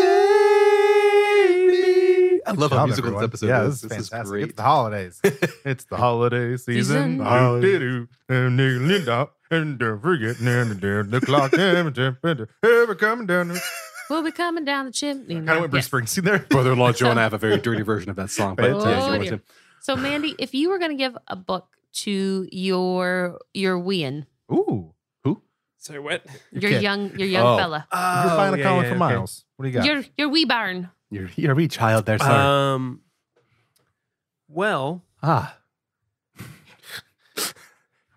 Speaker 4: me. I
Speaker 3: Good
Speaker 4: love how
Speaker 3: job,
Speaker 4: musical
Speaker 3: everyone.
Speaker 4: this episode
Speaker 3: Yeah,
Speaker 4: is.
Speaker 3: this is fantastic.
Speaker 4: great.
Speaker 3: It's the holidays. it's the holiday
Speaker 2: Season.
Speaker 3: season. Doo-doo-doo. And they leaned out and they're forgetting and they're the clock. Ever coming down. Kind
Speaker 2: we'll be coming down the chimney.
Speaker 3: of went Bruce
Speaker 2: Yes.
Speaker 3: Springsteen there.
Speaker 4: Brother-in-law Joe and I have a very dirty version of that song, but
Speaker 3: Oh,
Speaker 4: yeah, if you
Speaker 2: dear.
Speaker 4: want to-
Speaker 2: So, Mandy, if you were going to give a book to your your wean,
Speaker 3: Ooh.
Speaker 5: Sorry, what?
Speaker 2: your
Speaker 3: kid.
Speaker 2: young your young
Speaker 4: Oh.
Speaker 2: fella,
Speaker 3: You're
Speaker 5: Oh,
Speaker 3: finding
Speaker 5: yeah,
Speaker 3: a column
Speaker 5: yeah,
Speaker 3: for
Speaker 5: okay.
Speaker 3: Miles. What do you got?
Speaker 2: your your wee barn,
Speaker 4: You're, you're a wee child there, sir.
Speaker 5: Um. Well,
Speaker 4: ah.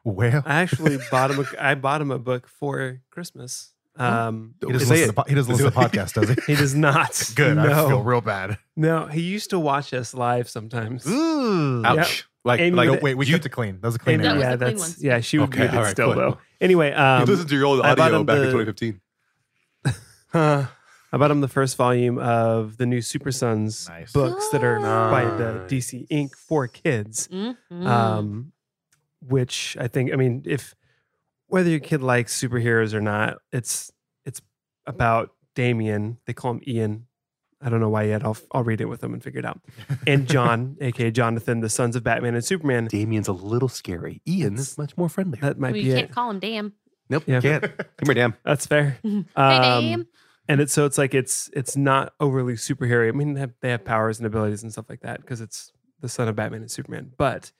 Speaker 3: well,
Speaker 5: I actually bought him. A, I bought him a book for Christmas.
Speaker 3: Oh.
Speaker 5: Um,
Speaker 3: he doesn't, listen to, po- he doesn't listen to the podcast, does he?
Speaker 5: he does not.
Speaker 3: Good. I feel
Speaker 5: No,
Speaker 3: real bad.
Speaker 5: no. He used to watch us live sometimes.
Speaker 3: Ooh.
Speaker 5: Yep.
Speaker 4: Ouch. Like,
Speaker 5: And
Speaker 4: like
Speaker 3: No,
Speaker 5: the-
Speaker 3: wait, we kept it clean. That was a clean
Speaker 5: And,
Speaker 2: That
Speaker 3: area.
Speaker 2: was
Speaker 5: yeah,
Speaker 2: the clean
Speaker 5: that's
Speaker 2: ones.
Speaker 5: yeah. She would
Speaker 4: Okay,
Speaker 5: read it
Speaker 4: all right,
Speaker 5: still
Speaker 4: cool.
Speaker 5: though. Anyway, um,
Speaker 4: you listen to your old
Speaker 5: I bought
Speaker 4: audio
Speaker 5: him
Speaker 4: back in
Speaker 5: the-
Speaker 4: 2015.
Speaker 5: Huh. I bought him the first volume of the new Super Sons
Speaker 3: Nice.
Speaker 5: books that are by the
Speaker 4: Nice.
Speaker 5: DC Inc. for kids,
Speaker 2: Mhm.
Speaker 5: um, which I think, I mean, if whether your kid likes superheroes or not, it's it's about Damien. They call him Ian. I don't know why yet. I'll I'll read it with them and figure it out. And John, aka Jonathan, the sons of Batman and Superman.
Speaker 4: Damien's a little scary. Ian's much more friendly.
Speaker 5: That might be
Speaker 2: Well, you
Speaker 5: it.
Speaker 2: can't call him damn.
Speaker 4: Nope,
Speaker 5: Yeah.
Speaker 4: can't. Come here, damn.
Speaker 5: That's fair.
Speaker 2: Mhm.
Speaker 5: Um,
Speaker 2: hey, damn.
Speaker 5: and it's so it's like it's it's not overly superhero. I mean, they have, they have powers and abilities and stuff like that because it's the son of Batman and Superman, but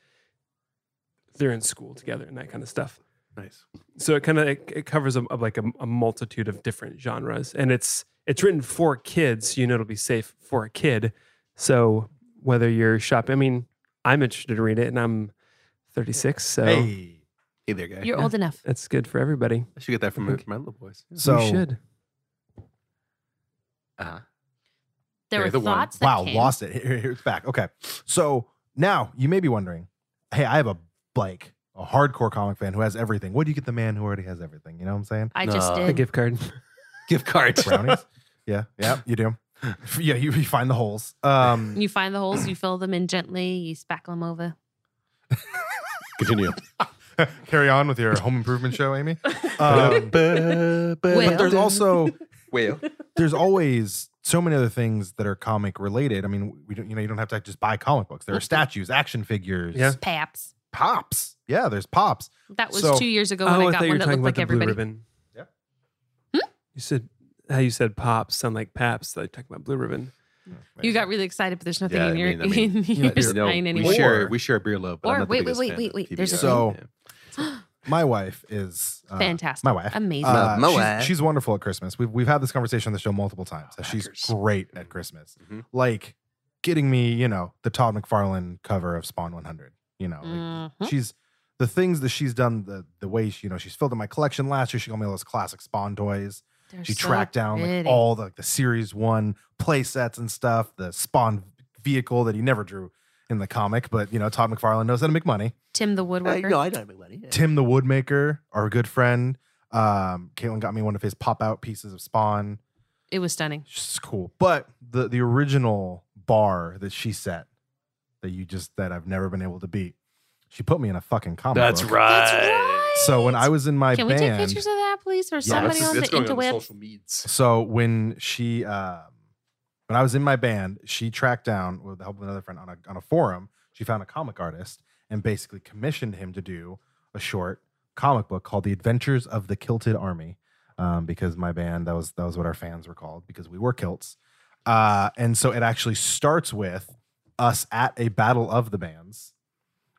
Speaker 5: they're in school together and that kind of stuff.
Speaker 4: Nice.
Speaker 5: So it kind of it, it covers a, of like a, a multitude of different genres, and it's it's written for kids. so You know, it'll be safe for a kid. So whether you're shopping, I mean, I'm interested to read it, and I'm 36, so
Speaker 3: Hey.
Speaker 4: Hey there, guy.
Speaker 2: You're old enough.
Speaker 5: it's good for everybody.
Speaker 4: I should get that from
Speaker 5: I
Speaker 4: my,
Speaker 5: think-
Speaker 4: my little boys.
Speaker 5: So
Speaker 3: So
Speaker 5: you should.
Speaker 4: Uh-huh.
Speaker 2: There
Speaker 4: You're
Speaker 2: were
Speaker 4: the one.
Speaker 2: thoughts that
Speaker 3: wow,
Speaker 2: came.
Speaker 3: lost it. Here, here it's back. Okay. So now you may be wondering, hey, I have a like a hardcore comic fan who has everything. What do you get the man who already has everything? You know what I'm saying?
Speaker 2: I just
Speaker 4: No.
Speaker 5: A
Speaker 2: did.
Speaker 5: gift card.
Speaker 4: Gift card.
Speaker 3: Brownies. yeah, yeah, you do. Yeah, you, you find the holes. Um,
Speaker 2: You find the holes, you fill them in gently, you spackle them over.
Speaker 4: Continue.
Speaker 3: carry on with your home improvement show, Amy.
Speaker 4: Uh,
Speaker 3: Um, but there's also
Speaker 4: Well,
Speaker 3: there's always so many other things that are comic related. I mean, we don't, you know, you don't have to just buy comic books. There are statues, action figures,
Speaker 5: Yeah.
Speaker 2: Paps.
Speaker 3: pops. Yeah, there's pops.
Speaker 2: That was
Speaker 3: So-
Speaker 2: two years ago
Speaker 5: Oh,
Speaker 2: when
Speaker 5: I thought
Speaker 2: I got
Speaker 5: you
Speaker 2: one
Speaker 5: were
Speaker 2: that
Speaker 5: talking
Speaker 2: looked
Speaker 5: about
Speaker 2: like
Speaker 5: the blue
Speaker 2: everybody. Hmm?
Speaker 5: ribbon.
Speaker 3: Yeah.
Speaker 5: You said how you said pops sound like paps. They talking about blue ribbon.
Speaker 2: You got really excited, but there's nothing
Speaker 4: Yeah,
Speaker 2: in
Speaker 4: I
Speaker 2: your,
Speaker 4: mean- I mean,
Speaker 2: in your
Speaker 4: you know,
Speaker 2: spine
Speaker 4: we
Speaker 2: anymore.
Speaker 4: share we share beer love. But
Speaker 2: Or
Speaker 4: I'm not the
Speaker 2: wait, wait,
Speaker 4: biggest
Speaker 2: wait,
Speaker 4: fan
Speaker 2: wait,
Speaker 4: of
Speaker 2: wait,
Speaker 4: PBR.
Speaker 2: there's a
Speaker 3: So-
Speaker 4: Yeah.
Speaker 3: my wife is uh,
Speaker 2: Fantastic.
Speaker 3: My wife.
Speaker 2: Amazing.
Speaker 3: Uh,
Speaker 4: My
Speaker 3: she's,
Speaker 4: wife.
Speaker 3: she's wonderful at Christmas. We've we've had this conversation on the show multiple times. she's
Speaker 4: Whackers.
Speaker 3: great at Christmas.
Speaker 4: Mhm.
Speaker 3: Like getting me, you know, the Todd McFarlane cover of Spawn 100. You know, like,
Speaker 2: Mhm.
Speaker 3: she's the things that she's done. The the way she, you know she's filled in my collection last year. She got me all those classic Spawn toys.
Speaker 2: They're
Speaker 3: She
Speaker 2: so
Speaker 3: tracked down like
Speaker 2: pretty.
Speaker 3: all the like, the series one play sets and stuff. The Spawn vehicle that he never drew in the comic, but you know Todd McFarlane knows how to make money.
Speaker 2: Tim the
Speaker 6: Uh,
Speaker 2: woodworker.
Speaker 6: no, I don't have anybody. Yeah.
Speaker 3: Tim the Woodmaker, our good friend. Um, Caitlin got me one of his pop out pieces of Spawn.
Speaker 2: It was stunning.
Speaker 3: It's cool. But the the original bar that she set that you just that I've never been able to beat, she put me in a fucking comic.
Speaker 4: That's
Speaker 3: book.
Speaker 4: right.
Speaker 2: That's right.
Speaker 3: So when I was in my
Speaker 2: Can we take
Speaker 3: band,
Speaker 2: pictures of that, please? Or somebody
Speaker 4: it's-
Speaker 2: on
Speaker 4: it's
Speaker 2: the
Speaker 4: going on the
Speaker 2: interweb?
Speaker 4: social medias.
Speaker 3: so when she um when I was in my band, she tracked down with the help of another friend on a on a forum, she found a comic artist and basically commissioned him to do a short comic book called The Adventures of the Kilted Army. Um, because my band, that was that was what our fans were called because we were kilts. Uh, and so it actually starts with us at a battle of the bands,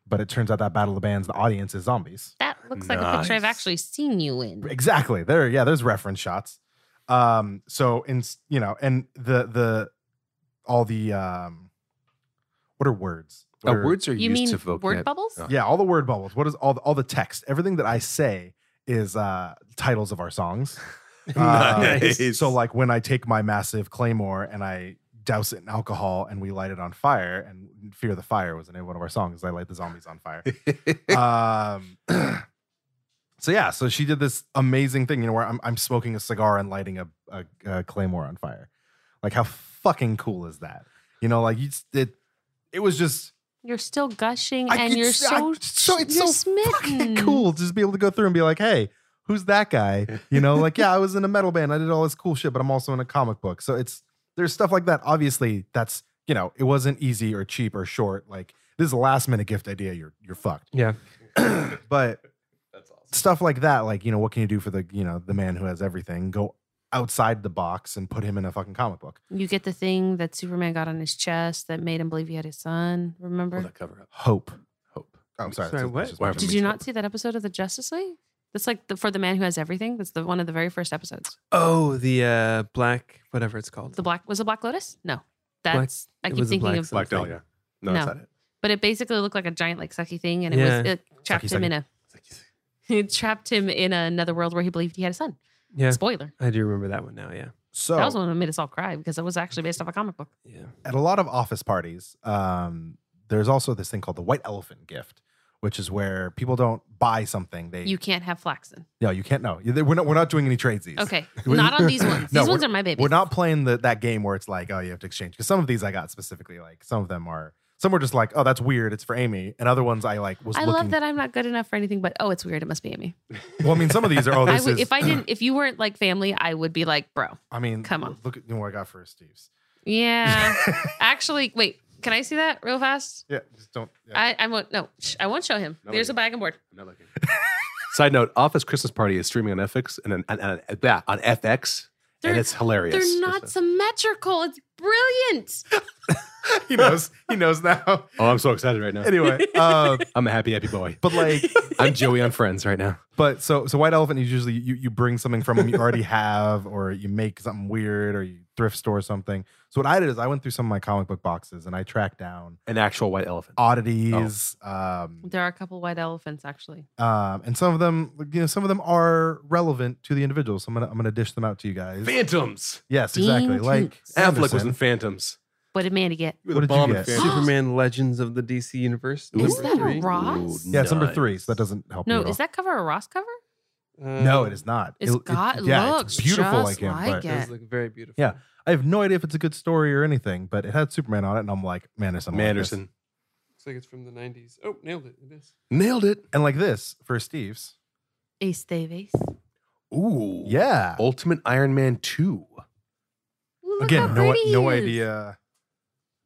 Speaker 3: but it turns out that battle of the bands, the audience is zombies.
Speaker 2: That looks like a picture I've
Speaker 4: Nice.
Speaker 2: actually seen you in.
Speaker 3: Exactly. There, yeah, there's reference shots. Um, so in s- you know, and the the all the um what are words?
Speaker 4: Uh,
Speaker 3: What are-
Speaker 4: words are
Speaker 2: You
Speaker 4: used
Speaker 2: mean
Speaker 4: to vocab.
Speaker 2: word bubbles?
Speaker 4: Oh.
Speaker 3: Yeah, all the word bubbles. What is all the, all the text? Everything that I say is uh titles of our songs. Uh,
Speaker 4: Nice.
Speaker 3: So like when I take my massive claymore and I douse it in alcohol and we light it on fire and fear the fire was in one of our songs. I light the zombies on fire um, so yeah, so she did this amazing thing, you know, where I'm, I'm smoking a cigar and lighting a, a, a claymore on fire. Like, how fucking cool is that? You know, like you, just- it, it was just
Speaker 2: You're still gushing
Speaker 3: I
Speaker 2: and
Speaker 3: could
Speaker 2: you're
Speaker 3: s- I-
Speaker 2: so,
Speaker 3: so- it's
Speaker 2: you're
Speaker 3: so
Speaker 2: smitten.
Speaker 3: fucking cool to just be able to go through and be like, hey, who's that guy? You know, like yeah, I was in a metal band, I did all this cool shit, but I'm also in a comic book, so it's there's stuff like that. Obviously, that's you know, it wasn't easy or cheap or short. Like this is a last minute gift idea, you're you're fucked.
Speaker 5: Yeah.
Speaker 3: but
Speaker 4: That's awesome.
Speaker 3: stuff like that like you know what can you do for the you know the man who has everything go outside the box and put him in a fucking comic book
Speaker 2: You get the thing that Superman got on his chest that made him believe he had his son. Remember?
Speaker 4: Pull that cover up.
Speaker 3: hope
Speaker 4: Hope.
Speaker 3: oh i'm sorry,
Speaker 5: Sorry,
Speaker 3: that's-
Speaker 5: what?
Speaker 3: that's just-
Speaker 4: Why
Speaker 2: Did you not see that episode of the Justice League? That's like the, for the man who has everything. That's the one of the very first episodes.
Speaker 5: Oh, the uh, black whatever it's called.
Speaker 2: The black was it Black Lotus? No, that's
Speaker 5: it
Speaker 2: I keep
Speaker 5: was a
Speaker 2: thinking
Speaker 5: black
Speaker 2: of.
Speaker 5: something.
Speaker 4: Black Dahlia. No,
Speaker 2: No.
Speaker 4: that's not it.
Speaker 2: But it basically looked like a giant like sucky thing, and it was
Speaker 5: Yeah.
Speaker 2: it trapped
Speaker 3: Sucky,
Speaker 2: him
Speaker 3: sucky.
Speaker 2: in a it trapped him in another world where he believed he had a son.
Speaker 5: Yeah,
Speaker 2: Spoiler.
Speaker 5: I do remember that one now. Yeah,
Speaker 3: so
Speaker 2: That was one that made us all cry because it was actually based off a comic book.
Speaker 5: yeah.
Speaker 3: at a lot of office parties, um, there's also this thing called the white elephant gift, which is where people don't buy something. They
Speaker 2: You can't have flaxen.
Speaker 3: no, you can't know. We're not, we're not doing any tradesies.
Speaker 2: Okay, not on these ones.
Speaker 3: No,
Speaker 2: these ones
Speaker 3: we're-
Speaker 2: are my babies.
Speaker 3: We're not playing the, that game where it's like, oh, you have to exchange. Because some of these I got specifically, like some of them are Some were just like, oh, that's weird. It's for Amy. And other ones I like was
Speaker 2: I
Speaker 3: looking.
Speaker 2: love that I'm not good enough for anything, but oh, it's weird. It must be Amy.
Speaker 3: Well, I mean, some of these are, oh,
Speaker 2: I
Speaker 3: this
Speaker 2: would,
Speaker 3: is.
Speaker 2: if I didn't, if you weren't like family, I would be like, bro,
Speaker 3: I mean,
Speaker 2: Come on.
Speaker 3: Look at what I got for Steve's.
Speaker 2: yeah. Actually, wait, can I see that real fast?
Speaker 3: Yeah, just don't. Yeah.
Speaker 2: I, I won't. No, shh, I won't show him.
Speaker 4: No,
Speaker 2: There's
Speaker 4: you-
Speaker 2: a bag and board.
Speaker 4: I'm not looking. Side note: Office Christmas Party is streaming on FX and on, on, on, yeah, on FX,
Speaker 2: They're,
Speaker 4: and it's hilarious.
Speaker 2: they're not symmetrical. It's brilliant.
Speaker 3: he knows. He knows now.
Speaker 4: oh, I'm so excited right now.
Speaker 3: Anyway, uh,
Speaker 4: I'm a happy, happy boy.
Speaker 3: but like,
Speaker 4: I'm Joey on Friends right now.
Speaker 3: but so so white elephant is usually you you bring something from them you already have, or you make something weird, or you thrift store something. So what I did is I went through some of my comic book boxes and I tracked down
Speaker 4: An actual white elephant.
Speaker 3: oddities.
Speaker 4: Oh.
Speaker 3: Um,
Speaker 2: There are a couple white elephants actually.
Speaker 3: um, and some of them, you know, some of them are relevant to the individual. So I'm gonna I'm gonna dish them out to you guys.
Speaker 4: Phantoms.
Speaker 3: Yes, exactly.
Speaker 2: Dean
Speaker 3: Like
Speaker 4: Affleck was
Speaker 3: Sanderson.
Speaker 4: in Phantoms.
Speaker 2: What did Mandy get?
Speaker 4: You
Speaker 3: What
Speaker 4: were the
Speaker 3: did you
Speaker 4: bomb in
Speaker 3: get?
Speaker 4: Phantoms.
Speaker 5: Superman Legends of the DC Universe.
Speaker 2: Is
Speaker 5: number
Speaker 2: that a
Speaker 5: three.
Speaker 2: Ross?
Speaker 4: Ooh,
Speaker 3: Yeah, it's number
Speaker 4: nice.
Speaker 3: three, so that doesn't help.
Speaker 2: No,
Speaker 3: you at
Speaker 2: is that cover a Ross cover?
Speaker 5: Uh,
Speaker 3: all. no? It is not.
Speaker 2: Um, It's got- it looks just like
Speaker 3: but
Speaker 5: It does
Speaker 2: Yeah.
Speaker 5: look very beautiful.
Speaker 3: Yeah. I have no idea if it's a good story or anything. But it had Superman on it, and I'm like, Manderson, I like this.
Speaker 4: Manderson.
Speaker 5: Looks like it's from the 90s. Oh, nailed it. It is.
Speaker 4: Nailed it.
Speaker 3: and like this for Steve's.
Speaker 2: Ace Davies.
Speaker 4: Ooh.
Speaker 3: Yeah.
Speaker 4: Ultimate Iron Man 2.
Speaker 2: Ooh, look
Speaker 3: Again,
Speaker 2: how
Speaker 3: no,
Speaker 2: pretty he
Speaker 3: no
Speaker 2: is. Oh,
Speaker 3: idea.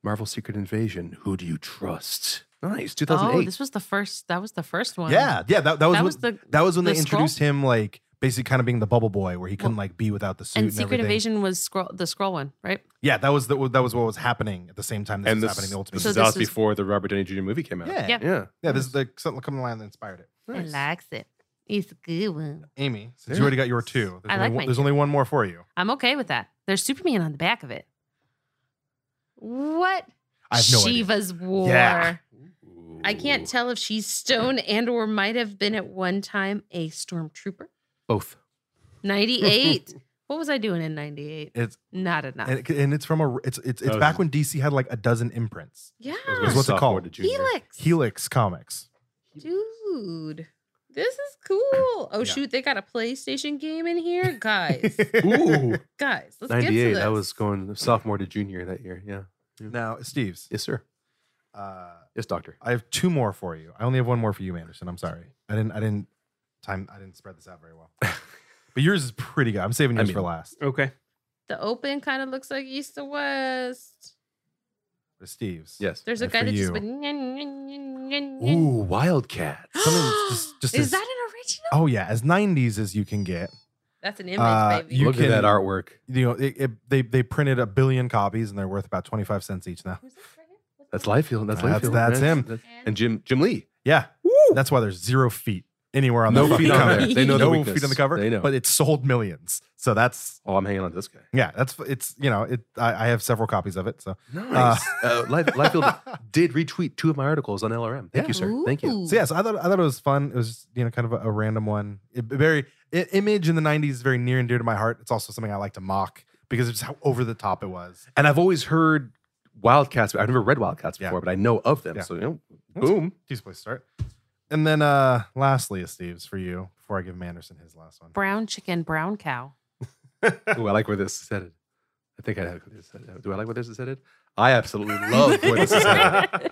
Speaker 4: Marvel Secret Invasion. Who do you trust? Nice.
Speaker 2: Oh,
Speaker 4: 2008.
Speaker 2: this was the first. That was the first one.
Speaker 3: Yeah, yeah. That, that
Speaker 2: that
Speaker 3: was when-
Speaker 2: was the
Speaker 3: that was when
Speaker 2: the
Speaker 3: they
Speaker 2: scroll?
Speaker 3: introduced him, like basically kind of being the bubble boy, where he couldn't
Speaker 2: Well,
Speaker 3: like be without the suit.
Speaker 2: and
Speaker 3: And,
Speaker 2: Secret
Speaker 3: everything.
Speaker 2: Invasion was scroll the scroll one, right?
Speaker 3: Yeah, that was the, that was what was happening at the same time. This
Speaker 4: and
Speaker 3: was
Speaker 4: this,
Speaker 3: happening. The Ultimate.
Speaker 4: this
Speaker 2: So
Speaker 4: is
Speaker 2: this
Speaker 4: out
Speaker 2: is-
Speaker 4: before the Robert Downey Jr. movie came out.
Speaker 3: yeah, yeah.
Speaker 2: Yeah.
Speaker 4: Yeah.
Speaker 3: this is the something coming along that inspired it.
Speaker 4: Nice.
Speaker 2: likes it. It's a good one.
Speaker 3: Amy, since
Speaker 4: Yeah.
Speaker 3: you already got your two, there's,
Speaker 2: I
Speaker 3: only,
Speaker 2: like
Speaker 3: one,
Speaker 2: my
Speaker 3: there's
Speaker 2: two.
Speaker 3: only one more for you.
Speaker 2: I'm okay with that. There's Superman on the back of it. What?
Speaker 3: I have no idea.
Speaker 2: Shiva's war.
Speaker 3: Yeah.
Speaker 2: I can't tell if she's stone and or might have been at one time a stormtrooper. Oh,
Speaker 4: Both.
Speaker 2: 98. what was I doing in 98?
Speaker 3: It's
Speaker 2: Not enough.
Speaker 3: and, it- and it's from a it's it's it's
Speaker 4: Dozen.
Speaker 3: back when DC had like a dozen imprints.
Speaker 2: yeah.
Speaker 3: was what's it
Speaker 4: Sophomore
Speaker 3: called?
Speaker 4: to junior.
Speaker 2: Helix.
Speaker 3: Helix Comics.
Speaker 2: Dude. This is cool. Oh
Speaker 3: Yeah.
Speaker 2: shoot, they got a PlayStation game in here, guys.
Speaker 4: Ooh.
Speaker 2: guys, let's get to
Speaker 4: 98.
Speaker 2: this.
Speaker 4: That was going sophomore to junior that year. Yeah.
Speaker 3: now, Steve's.
Speaker 4: Yes, sir.
Speaker 3: Uh,
Speaker 4: Yes, doctor.
Speaker 3: I have two more for you. I only have one more for you, Anderson. I'm sorry. I didn't. I didn't. Time. I didn't spread this out very well. but yours is pretty good. I'm saving
Speaker 4: I
Speaker 3: yours
Speaker 4: mean- uh,
Speaker 3: for last.
Speaker 5: Okay.
Speaker 2: the open kind of looks like east to west.
Speaker 3: But Steve's.
Speaker 4: Yes.
Speaker 2: There's a
Speaker 3: And
Speaker 2: guy
Speaker 3: for
Speaker 2: that just
Speaker 3: you.
Speaker 2: went. "Nyan, nyan, nyan, nyan, nyan."
Speaker 4: Ooh, Wildcats.
Speaker 3: Something just- just
Speaker 2: is
Speaker 3: as-
Speaker 2: that an original?
Speaker 3: Oh yeah, as '90s as you can get.
Speaker 2: That's an image,
Speaker 3: Uh,
Speaker 2: baby.
Speaker 3: you
Speaker 4: Look
Speaker 3: can-
Speaker 4: at that artwork.
Speaker 3: You know, it, it, they they printed a billion copies and they're worth about 25 cents each now.
Speaker 2: Who's this right here? What's
Speaker 4: That's
Speaker 2: that?
Speaker 4: Liefeld. That's
Speaker 3: That's-
Speaker 4: Liefeld.
Speaker 3: that's him.
Speaker 4: and Jim Jim Lee.
Speaker 3: Yeah,
Speaker 4: Woo!
Speaker 3: that's why there's zero feet anywhere on
Speaker 4: No
Speaker 3: the
Speaker 4: feet
Speaker 2: fucking
Speaker 4: on
Speaker 3: cover.
Speaker 4: there. They know the
Speaker 3: no
Speaker 4: weakness.
Speaker 3: feet on the cover.
Speaker 4: They know.
Speaker 3: but it sold millions. So that's
Speaker 4: oh, I'm hanging on to this guy.
Speaker 3: yeah, that's it's you know it. I, I have several copies of it. So
Speaker 4: Nice. Uh, Lie- Liefeld did retweet two of my articles on LRM. Thank you, sir. Thank you.
Speaker 2: Ooh.
Speaker 3: So yeah, so I thought I thought it was fun. It was just, you know kind of a, a random one. It, very i image in the '90s is very near and dear to my heart. It's also something I like to mock because of just how over the top it was.
Speaker 4: And I've always heard Wildcats. I've never read Wildcats
Speaker 3: Yeah.
Speaker 4: before, but I know of them.
Speaker 3: Yeah.
Speaker 4: So you know,
Speaker 3: That's
Speaker 4: boom.
Speaker 3: Decent place to start. And then uh lastly, is Steve's for you before I give Manderson his last one.
Speaker 2: Brown chicken, brown cow.
Speaker 4: Ooh, I like where this is headed. I think I like where this is headed. Do I like where this is headed? I absolutely love where this is headed.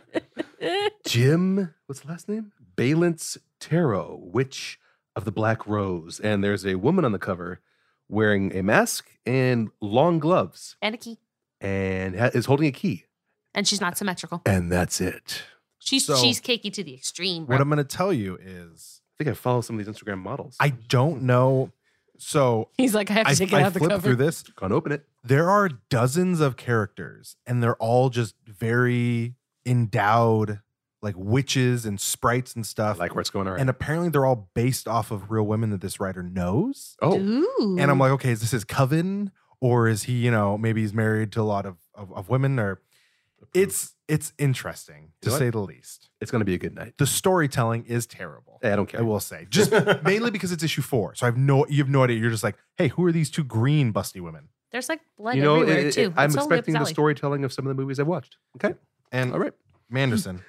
Speaker 4: Jim, what's the last name? Valence Tarot, Witch of the Black Rose. And there's a woman on the cover wearing a mask and long gloves
Speaker 2: and a key.
Speaker 4: and ha- is holding a key.
Speaker 2: And she's not symmetrical.
Speaker 4: And that's it.
Speaker 2: She's
Speaker 3: So-
Speaker 2: she's cakey to the extreme. Bro.
Speaker 3: What I'm going to tell you is
Speaker 4: I think I follow some of these Instagram models.
Speaker 3: I don't know. So
Speaker 2: He's like, I have to
Speaker 3: I,
Speaker 2: take
Speaker 3: I
Speaker 2: it out the
Speaker 3: flipped
Speaker 2: cover.
Speaker 3: through this.
Speaker 4: can't open it.
Speaker 3: There are dozens of characters, and they're all just very endowed, like witches and sprites and
Speaker 4: I
Speaker 3: stuff.
Speaker 4: like where it's going already.
Speaker 3: And apparently they're all based off of real women that this writer knows.
Speaker 4: oh,
Speaker 2: Ooh.
Speaker 3: And I'm like, okay, is this his coven? Or is he, you know, maybe he's married to a lot of, of, of women or it's it's interesting to
Speaker 4: know what?
Speaker 3: say the least.
Speaker 4: it's going to be a good night.
Speaker 3: The storytelling is terrible.
Speaker 4: Hey, I don't care.
Speaker 3: I will say. Just mainly because it's issue four. So I have no you have no idea. You're just like, hey, who are these two green busty women?
Speaker 2: There's like blood
Speaker 4: you know, it-
Speaker 2: everywhere
Speaker 4: it-
Speaker 2: too.
Speaker 4: I'm
Speaker 2: It's totally up
Speaker 4: expecting
Speaker 2: his
Speaker 4: the
Speaker 2: alley.
Speaker 4: storytelling of some of the movies I've watched. Okay.
Speaker 3: And
Speaker 4: All right.
Speaker 3: Manderson.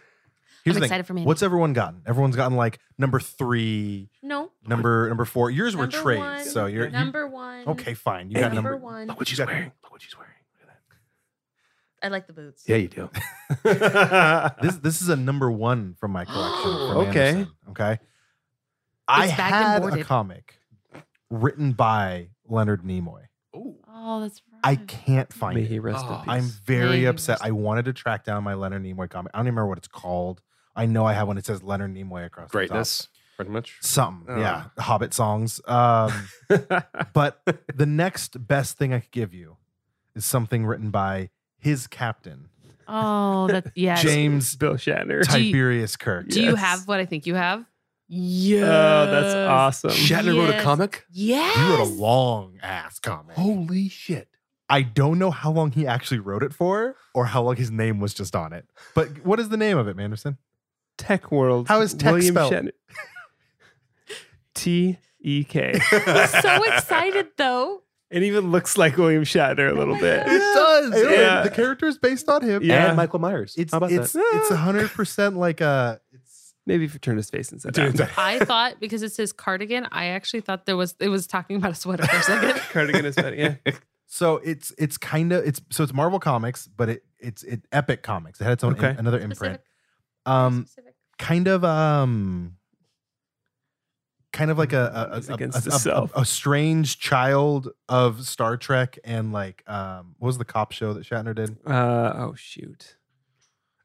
Speaker 3: Here's
Speaker 2: I'm
Speaker 3: the
Speaker 2: excited
Speaker 3: thing.
Speaker 2: for Mandy.
Speaker 3: What's everyone gotten? Everyone's gotten like number three,
Speaker 2: No.
Speaker 3: number number four. Yours were
Speaker 2: number
Speaker 3: trades.
Speaker 2: one,
Speaker 3: so you're you-
Speaker 2: number one.
Speaker 3: okay, fine. You
Speaker 4: Hey,
Speaker 3: got
Speaker 2: Number
Speaker 3: number
Speaker 2: one.
Speaker 4: Look what she's
Speaker 3: got-
Speaker 4: wearing. Look what she's wearing. Look at that.
Speaker 2: I like the boots.
Speaker 4: Yeah, you do.
Speaker 3: This this is a number one from my collection. from
Speaker 4: Okay.
Speaker 3: Anderson, okay. I
Speaker 2: It's bagged and
Speaker 3: had a
Speaker 2: boarded.
Speaker 3: comic written by Leonard Nimoy.
Speaker 2: Oh, that's right.
Speaker 3: I can't find
Speaker 5: May
Speaker 3: it. Ah,
Speaker 5: he rest in
Speaker 7: Oh,
Speaker 5: peace.
Speaker 3: I'm very
Speaker 2: Maybe
Speaker 3: upset.
Speaker 2: rest-
Speaker 3: I wanted to track down my Leonard Nimoy comic. I don't even remember what it's called. I know I have one. It says Leonard Nimoy across
Speaker 7: Greatness, pretty much.
Speaker 3: The top. Something,
Speaker 5: Uh.
Speaker 7: Oh.
Speaker 3: yeah. Hobbit songs. Um, but the next best thing I could give you is something written by his captain,
Speaker 2: Oh, that yes.
Speaker 3: James
Speaker 5: Bill Shatner.
Speaker 2: Do you-
Speaker 3: Tiberius Kirk.
Speaker 2: Do you
Speaker 5: Yes.
Speaker 2: have what I think you have? Yeah.
Speaker 5: Oh, that's awesome.
Speaker 7: Shatner wrote a
Speaker 2: Yes.
Speaker 7: comic.
Speaker 2: Yes. Oh.
Speaker 3: He wrote a long ass comic.
Speaker 4: Holy shit.
Speaker 3: I don't know how long he actually wrote it for or how long his name was just on it. But what is the name of it, Manderson?
Speaker 5: Tech World.
Speaker 3: How is tech
Speaker 5: William
Speaker 3: spelled?
Speaker 5: Shatner. T E K.
Speaker 2: so excited though.
Speaker 5: It even looks like William Shatner a little bit.
Speaker 2: God.
Speaker 4: does.
Speaker 3: It-
Speaker 5: Yeah.
Speaker 3: The character is based on him.
Speaker 5: Yeah.
Speaker 4: And Michael Myers.
Speaker 3: It's
Speaker 4: How about
Speaker 3: it's
Speaker 4: that?
Speaker 3: it's hundred percent like a it's
Speaker 5: Maybe if you turn his face and said that.
Speaker 2: I thought because it says cardigan, I actually thought there was it was talking about a sweater for a second.
Speaker 5: Cardigan is better. Yeah.
Speaker 3: so it's it's kind of it's so it's Marvel Comics, but it it's it Epic Comics. It had its own
Speaker 5: Okay.
Speaker 3: another imprint.
Speaker 2: Specific.
Speaker 3: Um,
Speaker 2: specific.
Speaker 3: kind of um kind of like a a-
Speaker 5: It's
Speaker 3: a, a,
Speaker 5: against
Speaker 3: a-
Speaker 5: the
Speaker 3: a-
Speaker 5: self.
Speaker 3: a strange child of Star Trek and like um what was the cop show that Shatner did?
Speaker 5: Uh, oh, shoot.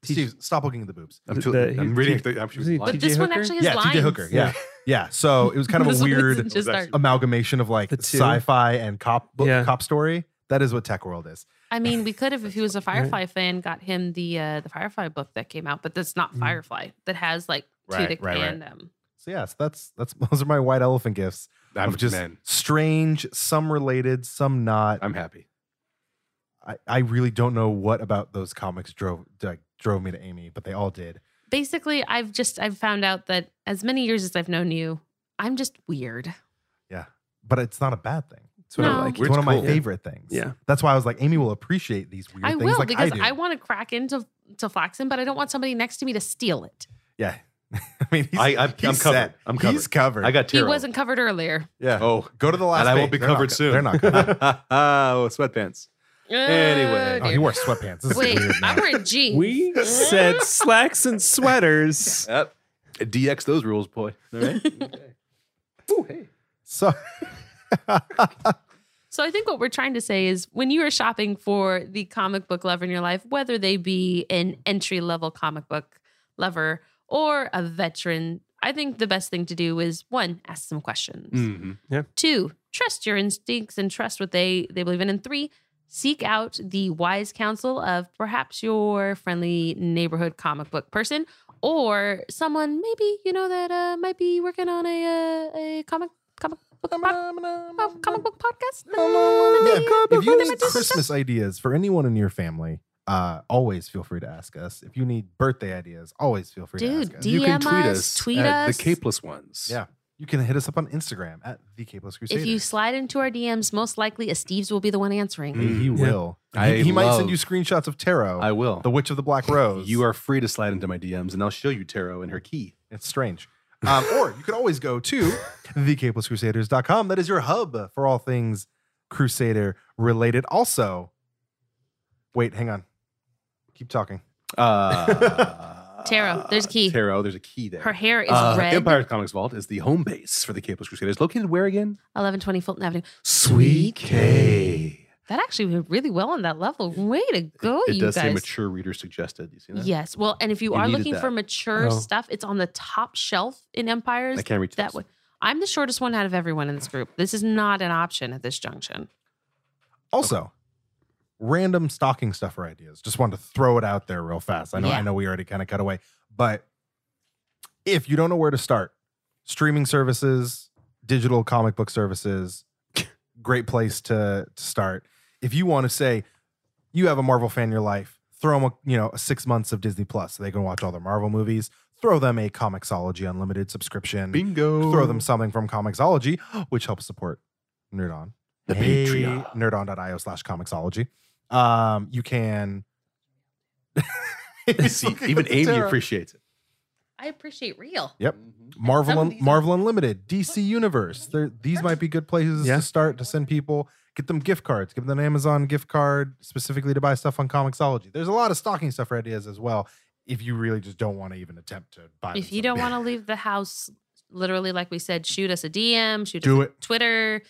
Speaker 3: Steve, stop looking at the boobs.
Speaker 7: I'm,
Speaker 5: The-
Speaker 7: too,
Speaker 5: the-
Speaker 7: I'm
Speaker 5: he-
Speaker 7: reading.
Speaker 5: he-
Speaker 7: the, I'm
Speaker 5: was he-
Speaker 2: But
Speaker 5: TJ
Speaker 2: this one
Speaker 5: Hooker?
Speaker 2: actually has
Speaker 3: Yeah,
Speaker 2: lines.
Speaker 3: TJ Hooker. Yeah. Yeah. So it was kind of
Speaker 2: This
Speaker 3: a
Speaker 2: one
Speaker 3: weird
Speaker 2: isn't just our-
Speaker 3: amalgamation of like
Speaker 5: The two.
Speaker 3: sci-fi and cop book,
Speaker 5: Yeah.
Speaker 3: cop story. That is what Tech World is.
Speaker 2: I mean, we could have if he was a Firefly fan, got him the uh, the Firefly book that came out, but that's not
Speaker 5: Mm.
Speaker 2: Firefly. That has like
Speaker 3: Right,
Speaker 2: Tudyk
Speaker 3: right, right.
Speaker 2: and um,
Speaker 3: So yeah, so that's that's those are my white elephant gifts.
Speaker 7: I'm
Speaker 3: of just
Speaker 7: man.
Speaker 3: strange, some related, some not.
Speaker 7: I'm happy.
Speaker 3: I, I really don't know what about those comics drove like, drove me to Amy, but they all did.
Speaker 2: basically I've just I've found out that as many years as I've known you, I'm just weird.
Speaker 3: But it's not a bad thing.
Speaker 5: That's what I
Speaker 2: No.
Speaker 5: like.
Speaker 3: It's one of my
Speaker 5: cool.
Speaker 3: favorite things.
Speaker 5: Yeah.
Speaker 3: That's why I was like, Amy will appreciate these weird
Speaker 2: I
Speaker 3: things
Speaker 2: will
Speaker 3: like
Speaker 2: because
Speaker 3: I do.
Speaker 2: I, want to crack into to Flaxen, but I don't want somebody next to me to steal it.
Speaker 3: yeah. I mean, he's,
Speaker 4: I, I'm, I'm
Speaker 3: he's
Speaker 4: covered.
Speaker 3: set.
Speaker 4: I'm covered.
Speaker 3: He's covered.
Speaker 4: I got
Speaker 2: He
Speaker 4: tear.
Speaker 2: wasn't covered earlier.
Speaker 3: yeah.
Speaker 4: Oh,
Speaker 3: Go to the last
Speaker 4: and I
Speaker 3: page.
Speaker 4: won't be
Speaker 3: They're not
Speaker 4: covered
Speaker 3: co-
Speaker 4: soon.
Speaker 3: They're not covered.
Speaker 4: oh, sweatpants. Anyway.
Speaker 2: Oh,
Speaker 3: oh,
Speaker 2: dear.
Speaker 3: he wore sweatpants. This is
Speaker 2: Wait,
Speaker 3: weird now.
Speaker 2: I'm wearing jeans.
Speaker 5: We said slacks and sweaters.
Speaker 4: Yep. DX those rules, boy. All right.
Speaker 3: So
Speaker 2: So I think what we're trying to say is when you are shopping for the comic book lover in your life, whether they be an entry level comic book lover or a veteran, I think the best thing to do is one, ask some questions.
Speaker 4: Mhm.
Speaker 2: Two, trust your instincts and trust what they they believe in. And three, seek out the wise counsel of perhaps your friendly neighborhood comic book person or someone maybe you know that uh, might be working on a uh, a comic comic book pod- oh, comic book podcast.
Speaker 3: Yeah,
Speaker 2: Maybe-
Speaker 3: if you
Speaker 2: maybe
Speaker 3: need
Speaker 2: just-
Speaker 3: Christmas ideas for anyone in your family, uh, always feel free to ask us. If you need birthday ideas, always feel free
Speaker 2: Dude,
Speaker 3: to ask us.
Speaker 2: DM
Speaker 4: you can tweet
Speaker 2: us,
Speaker 4: us.
Speaker 2: tweet
Speaker 4: at
Speaker 2: us.
Speaker 4: The capeless ones.
Speaker 3: Yeah. you can hit us up on Instagram at the Capeless Crusader.
Speaker 2: If you slide into our DMs, most likely a Steve's will be the one answering.
Speaker 4: Mm.
Speaker 3: he will.
Speaker 4: I
Speaker 3: he he might send
Speaker 4: love-
Speaker 3: you screenshots of Tarot,
Speaker 4: I will.
Speaker 3: the Witch of the Black Rose.
Speaker 4: You are free to slide into my DMs and I'll show you Tarot and her key.
Speaker 3: It's strange. Um, or you could always go to thecapelesscrusaders.com. That is your hub for all things Crusader related. Also, wait, hang on. Keep talking.
Speaker 4: Uh,
Speaker 2: Tarot, there's a key.
Speaker 4: Tarot, there's a key there.
Speaker 2: Her hair is
Speaker 4: Uh,
Speaker 2: red.
Speaker 4: Empire Comics Vault is the home base for the Capeless Crusaders. Located where again?
Speaker 2: 1120 Fulton Avenue.
Speaker 4: Sweet K.
Speaker 2: That actually went really well on that level. Way to go,
Speaker 4: it
Speaker 2: you
Speaker 4: does say
Speaker 2: guys.
Speaker 4: mature reader suggested. You see that?
Speaker 2: Yes. Well, and if you,
Speaker 4: You
Speaker 2: are
Speaker 4: needed
Speaker 2: looking for
Speaker 4: that.
Speaker 2: mature
Speaker 5: Oh.
Speaker 2: stuff, it's on the top shelf in Empires.
Speaker 4: I can't reach
Speaker 2: That
Speaker 4: those.
Speaker 2: way. I'm the shortest one out of everyone in this group. This is not an option at this junction.
Speaker 3: Also, random stocking stuffer ideas. Just wanted to throw it out there real fast. I know,
Speaker 2: Yeah.
Speaker 3: I know, we already kind of cut away, but if you don't know where to start, streaming services, digital comic book services, great place to to start. If you want to say you have a Marvel fan in your life, throw them a, you know six months of Disney Plus so they can watch all their Marvel movies. Throw them a Comixology unlimited subscription.
Speaker 4: Bingo.
Speaker 3: Throw them something from Comixology, which helps support Nerd On
Speaker 4: the
Speaker 3: hey,
Speaker 4: Patreon.
Speaker 3: nerdon.io slash comixology. Um, you can
Speaker 4: See, even Amy appreciates it.
Speaker 2: I appreciate real.
Speaker 3: Yep.
Speaker 2: Some
Speaker 3: Marvel
Speaker 2: of
Speaker 3: Un-
Speaker 2: these are-
Speaker 3: Marvel Unlimited, DC Universe. There, these might be good places
Speaker 5: Yeah.
Speaker 3: to start to send people. Get them gift cards. Give them an Amazon gift card specifically to buy stuff on Comixology. There's a lot of stocking stuffer ideas as well. If you really just don't want to even attempt to buy,
Speaker 2: If you don't want to leave the house, literally, like we said, shoot us a DM, shoot us
Speaker 3: do it,
Speaker 2: a Twitter,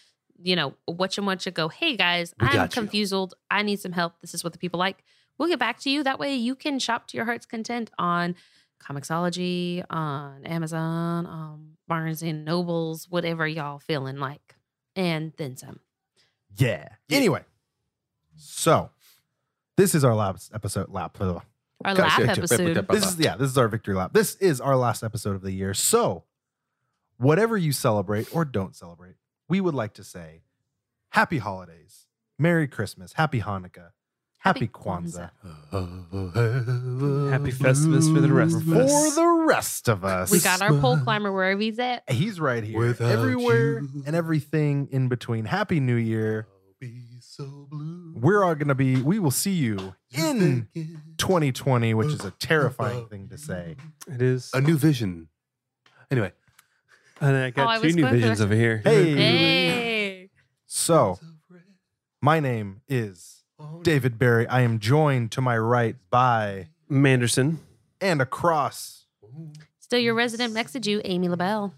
Speaker 2: you know, whatcha whatcha go, hey guys,
Speaker 4: We
Speaker 2: I'm
Speaker 4: got you."
Speaker 2: confused. I need some help. This is what the people like. We'll get back to you. That way you can shop to your heart's content on Comixology, on Amazon, on Barnes and Nobles, whatever y'all feeling like. And then some.
Speaker 3: yeah. Anyway, so this is our last episode. Lap. blah, blah, blah.
Speaker 2: Our
Speaker 3: Gotcha.
Speaker 2: laugh
Speaker 3: Yep, yep,
Speaker 2: episode.
Speaker 7: Uh-huh.
Speaker 3: This is yeah, this is our victory lap. This is our last episode of the year. So, whatever you celebrate or don't celebrate, we would like to say happy holidays, Merry Christmas, Happy Hanukkah, Happy,
Speaker 2: Happy
Speaker 3: Kwanzaa.
Speaker 5: Happy Festivus for the rest of us.
Speaker 3: For the rest of us.
Speaker 2: We got our pole climber wherever he's at.
Speaker 3: He's right here.
Speaker 7: Without
Speaker 3: Everywhere
Speaker 7: you.
Speaker 3: and everything in between. Happy New Year. We're all gonna be, we will see you in 2020, which is a terrifying thing to say.
Speaker 5: It is.
Speaker 4: A new vision. Anyway,
Speaker 5: And I
Speaker 2: Oh, I
Speaker 5: got two
Speaker 2: was
Speaker 5: new
Speaker 2: going for
Speaker 5: visions
Speaker 2: the-
Speaker 5: over here.
Speaker 2: Hey.
Speaker 3: So, my name is David Barry. I am joined to my right by
Speaker 5: Manderson.
Speaker 3: and across.
Speaker 2: Still your resident Mexiju, Amy LaBelle.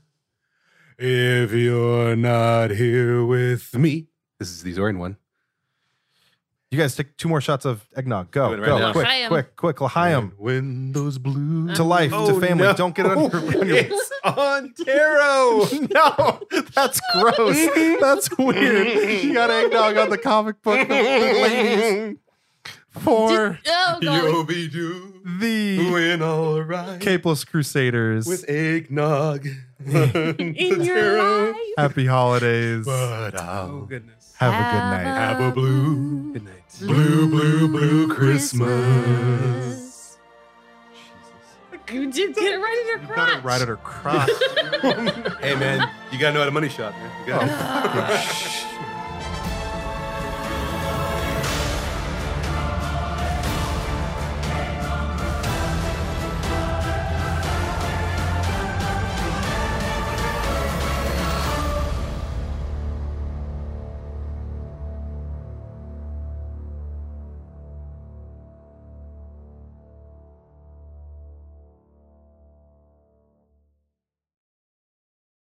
Speaker 4: if you're not here with me, this is the Zorin one.
Speaker 3: You guys take two more shots of eggnog. Go,
Speaker 4: Doing it right
Speaker 3: go,
Speaker 4: now.
Speaker 3: quick,
Speaker 2: L'chaim.
Speaker 3: quick, quick, L'chaim.
Speaker 4: When those blue
Speaker 3: To life,
Speaker 5: Oh,
Speaker 3: to family.
Speaker 5: no.
Speaker 3: Don't get it on
Speaker 2: Uh,
Speaker 3: your. on your-
Speaker 5: on
Speaker 2: Oh,
Speaker 5: tarot.
Speaker 3: no, that's gross. That's weird. You got eggnog on the comic book, ladies. For
Speaker 2: Oh, God.
Speaker 4: Yobi do
Speaker 3: the
Speaker 4: win all right
Speaker 3: Capeless Crusaders.
Speaker 4: with eggnog.
Speaker 2: In your life.
Speaker 3: Happy holidays.
Speaker 4: But I'll
Speaker 5: Oh, goodness.
Speaker 3: Have a good night.
Speaker 4: have a blue,
Speaker 5: Good night.
Speaker 4: blue, blue, blue Christmas.
Speaker 2: You did get it right in your crotch.
Speaker 3: Got it right at her crotch.
Speaker 4: Oh. Hey man, you gotta know how to money shot, man. You gotta.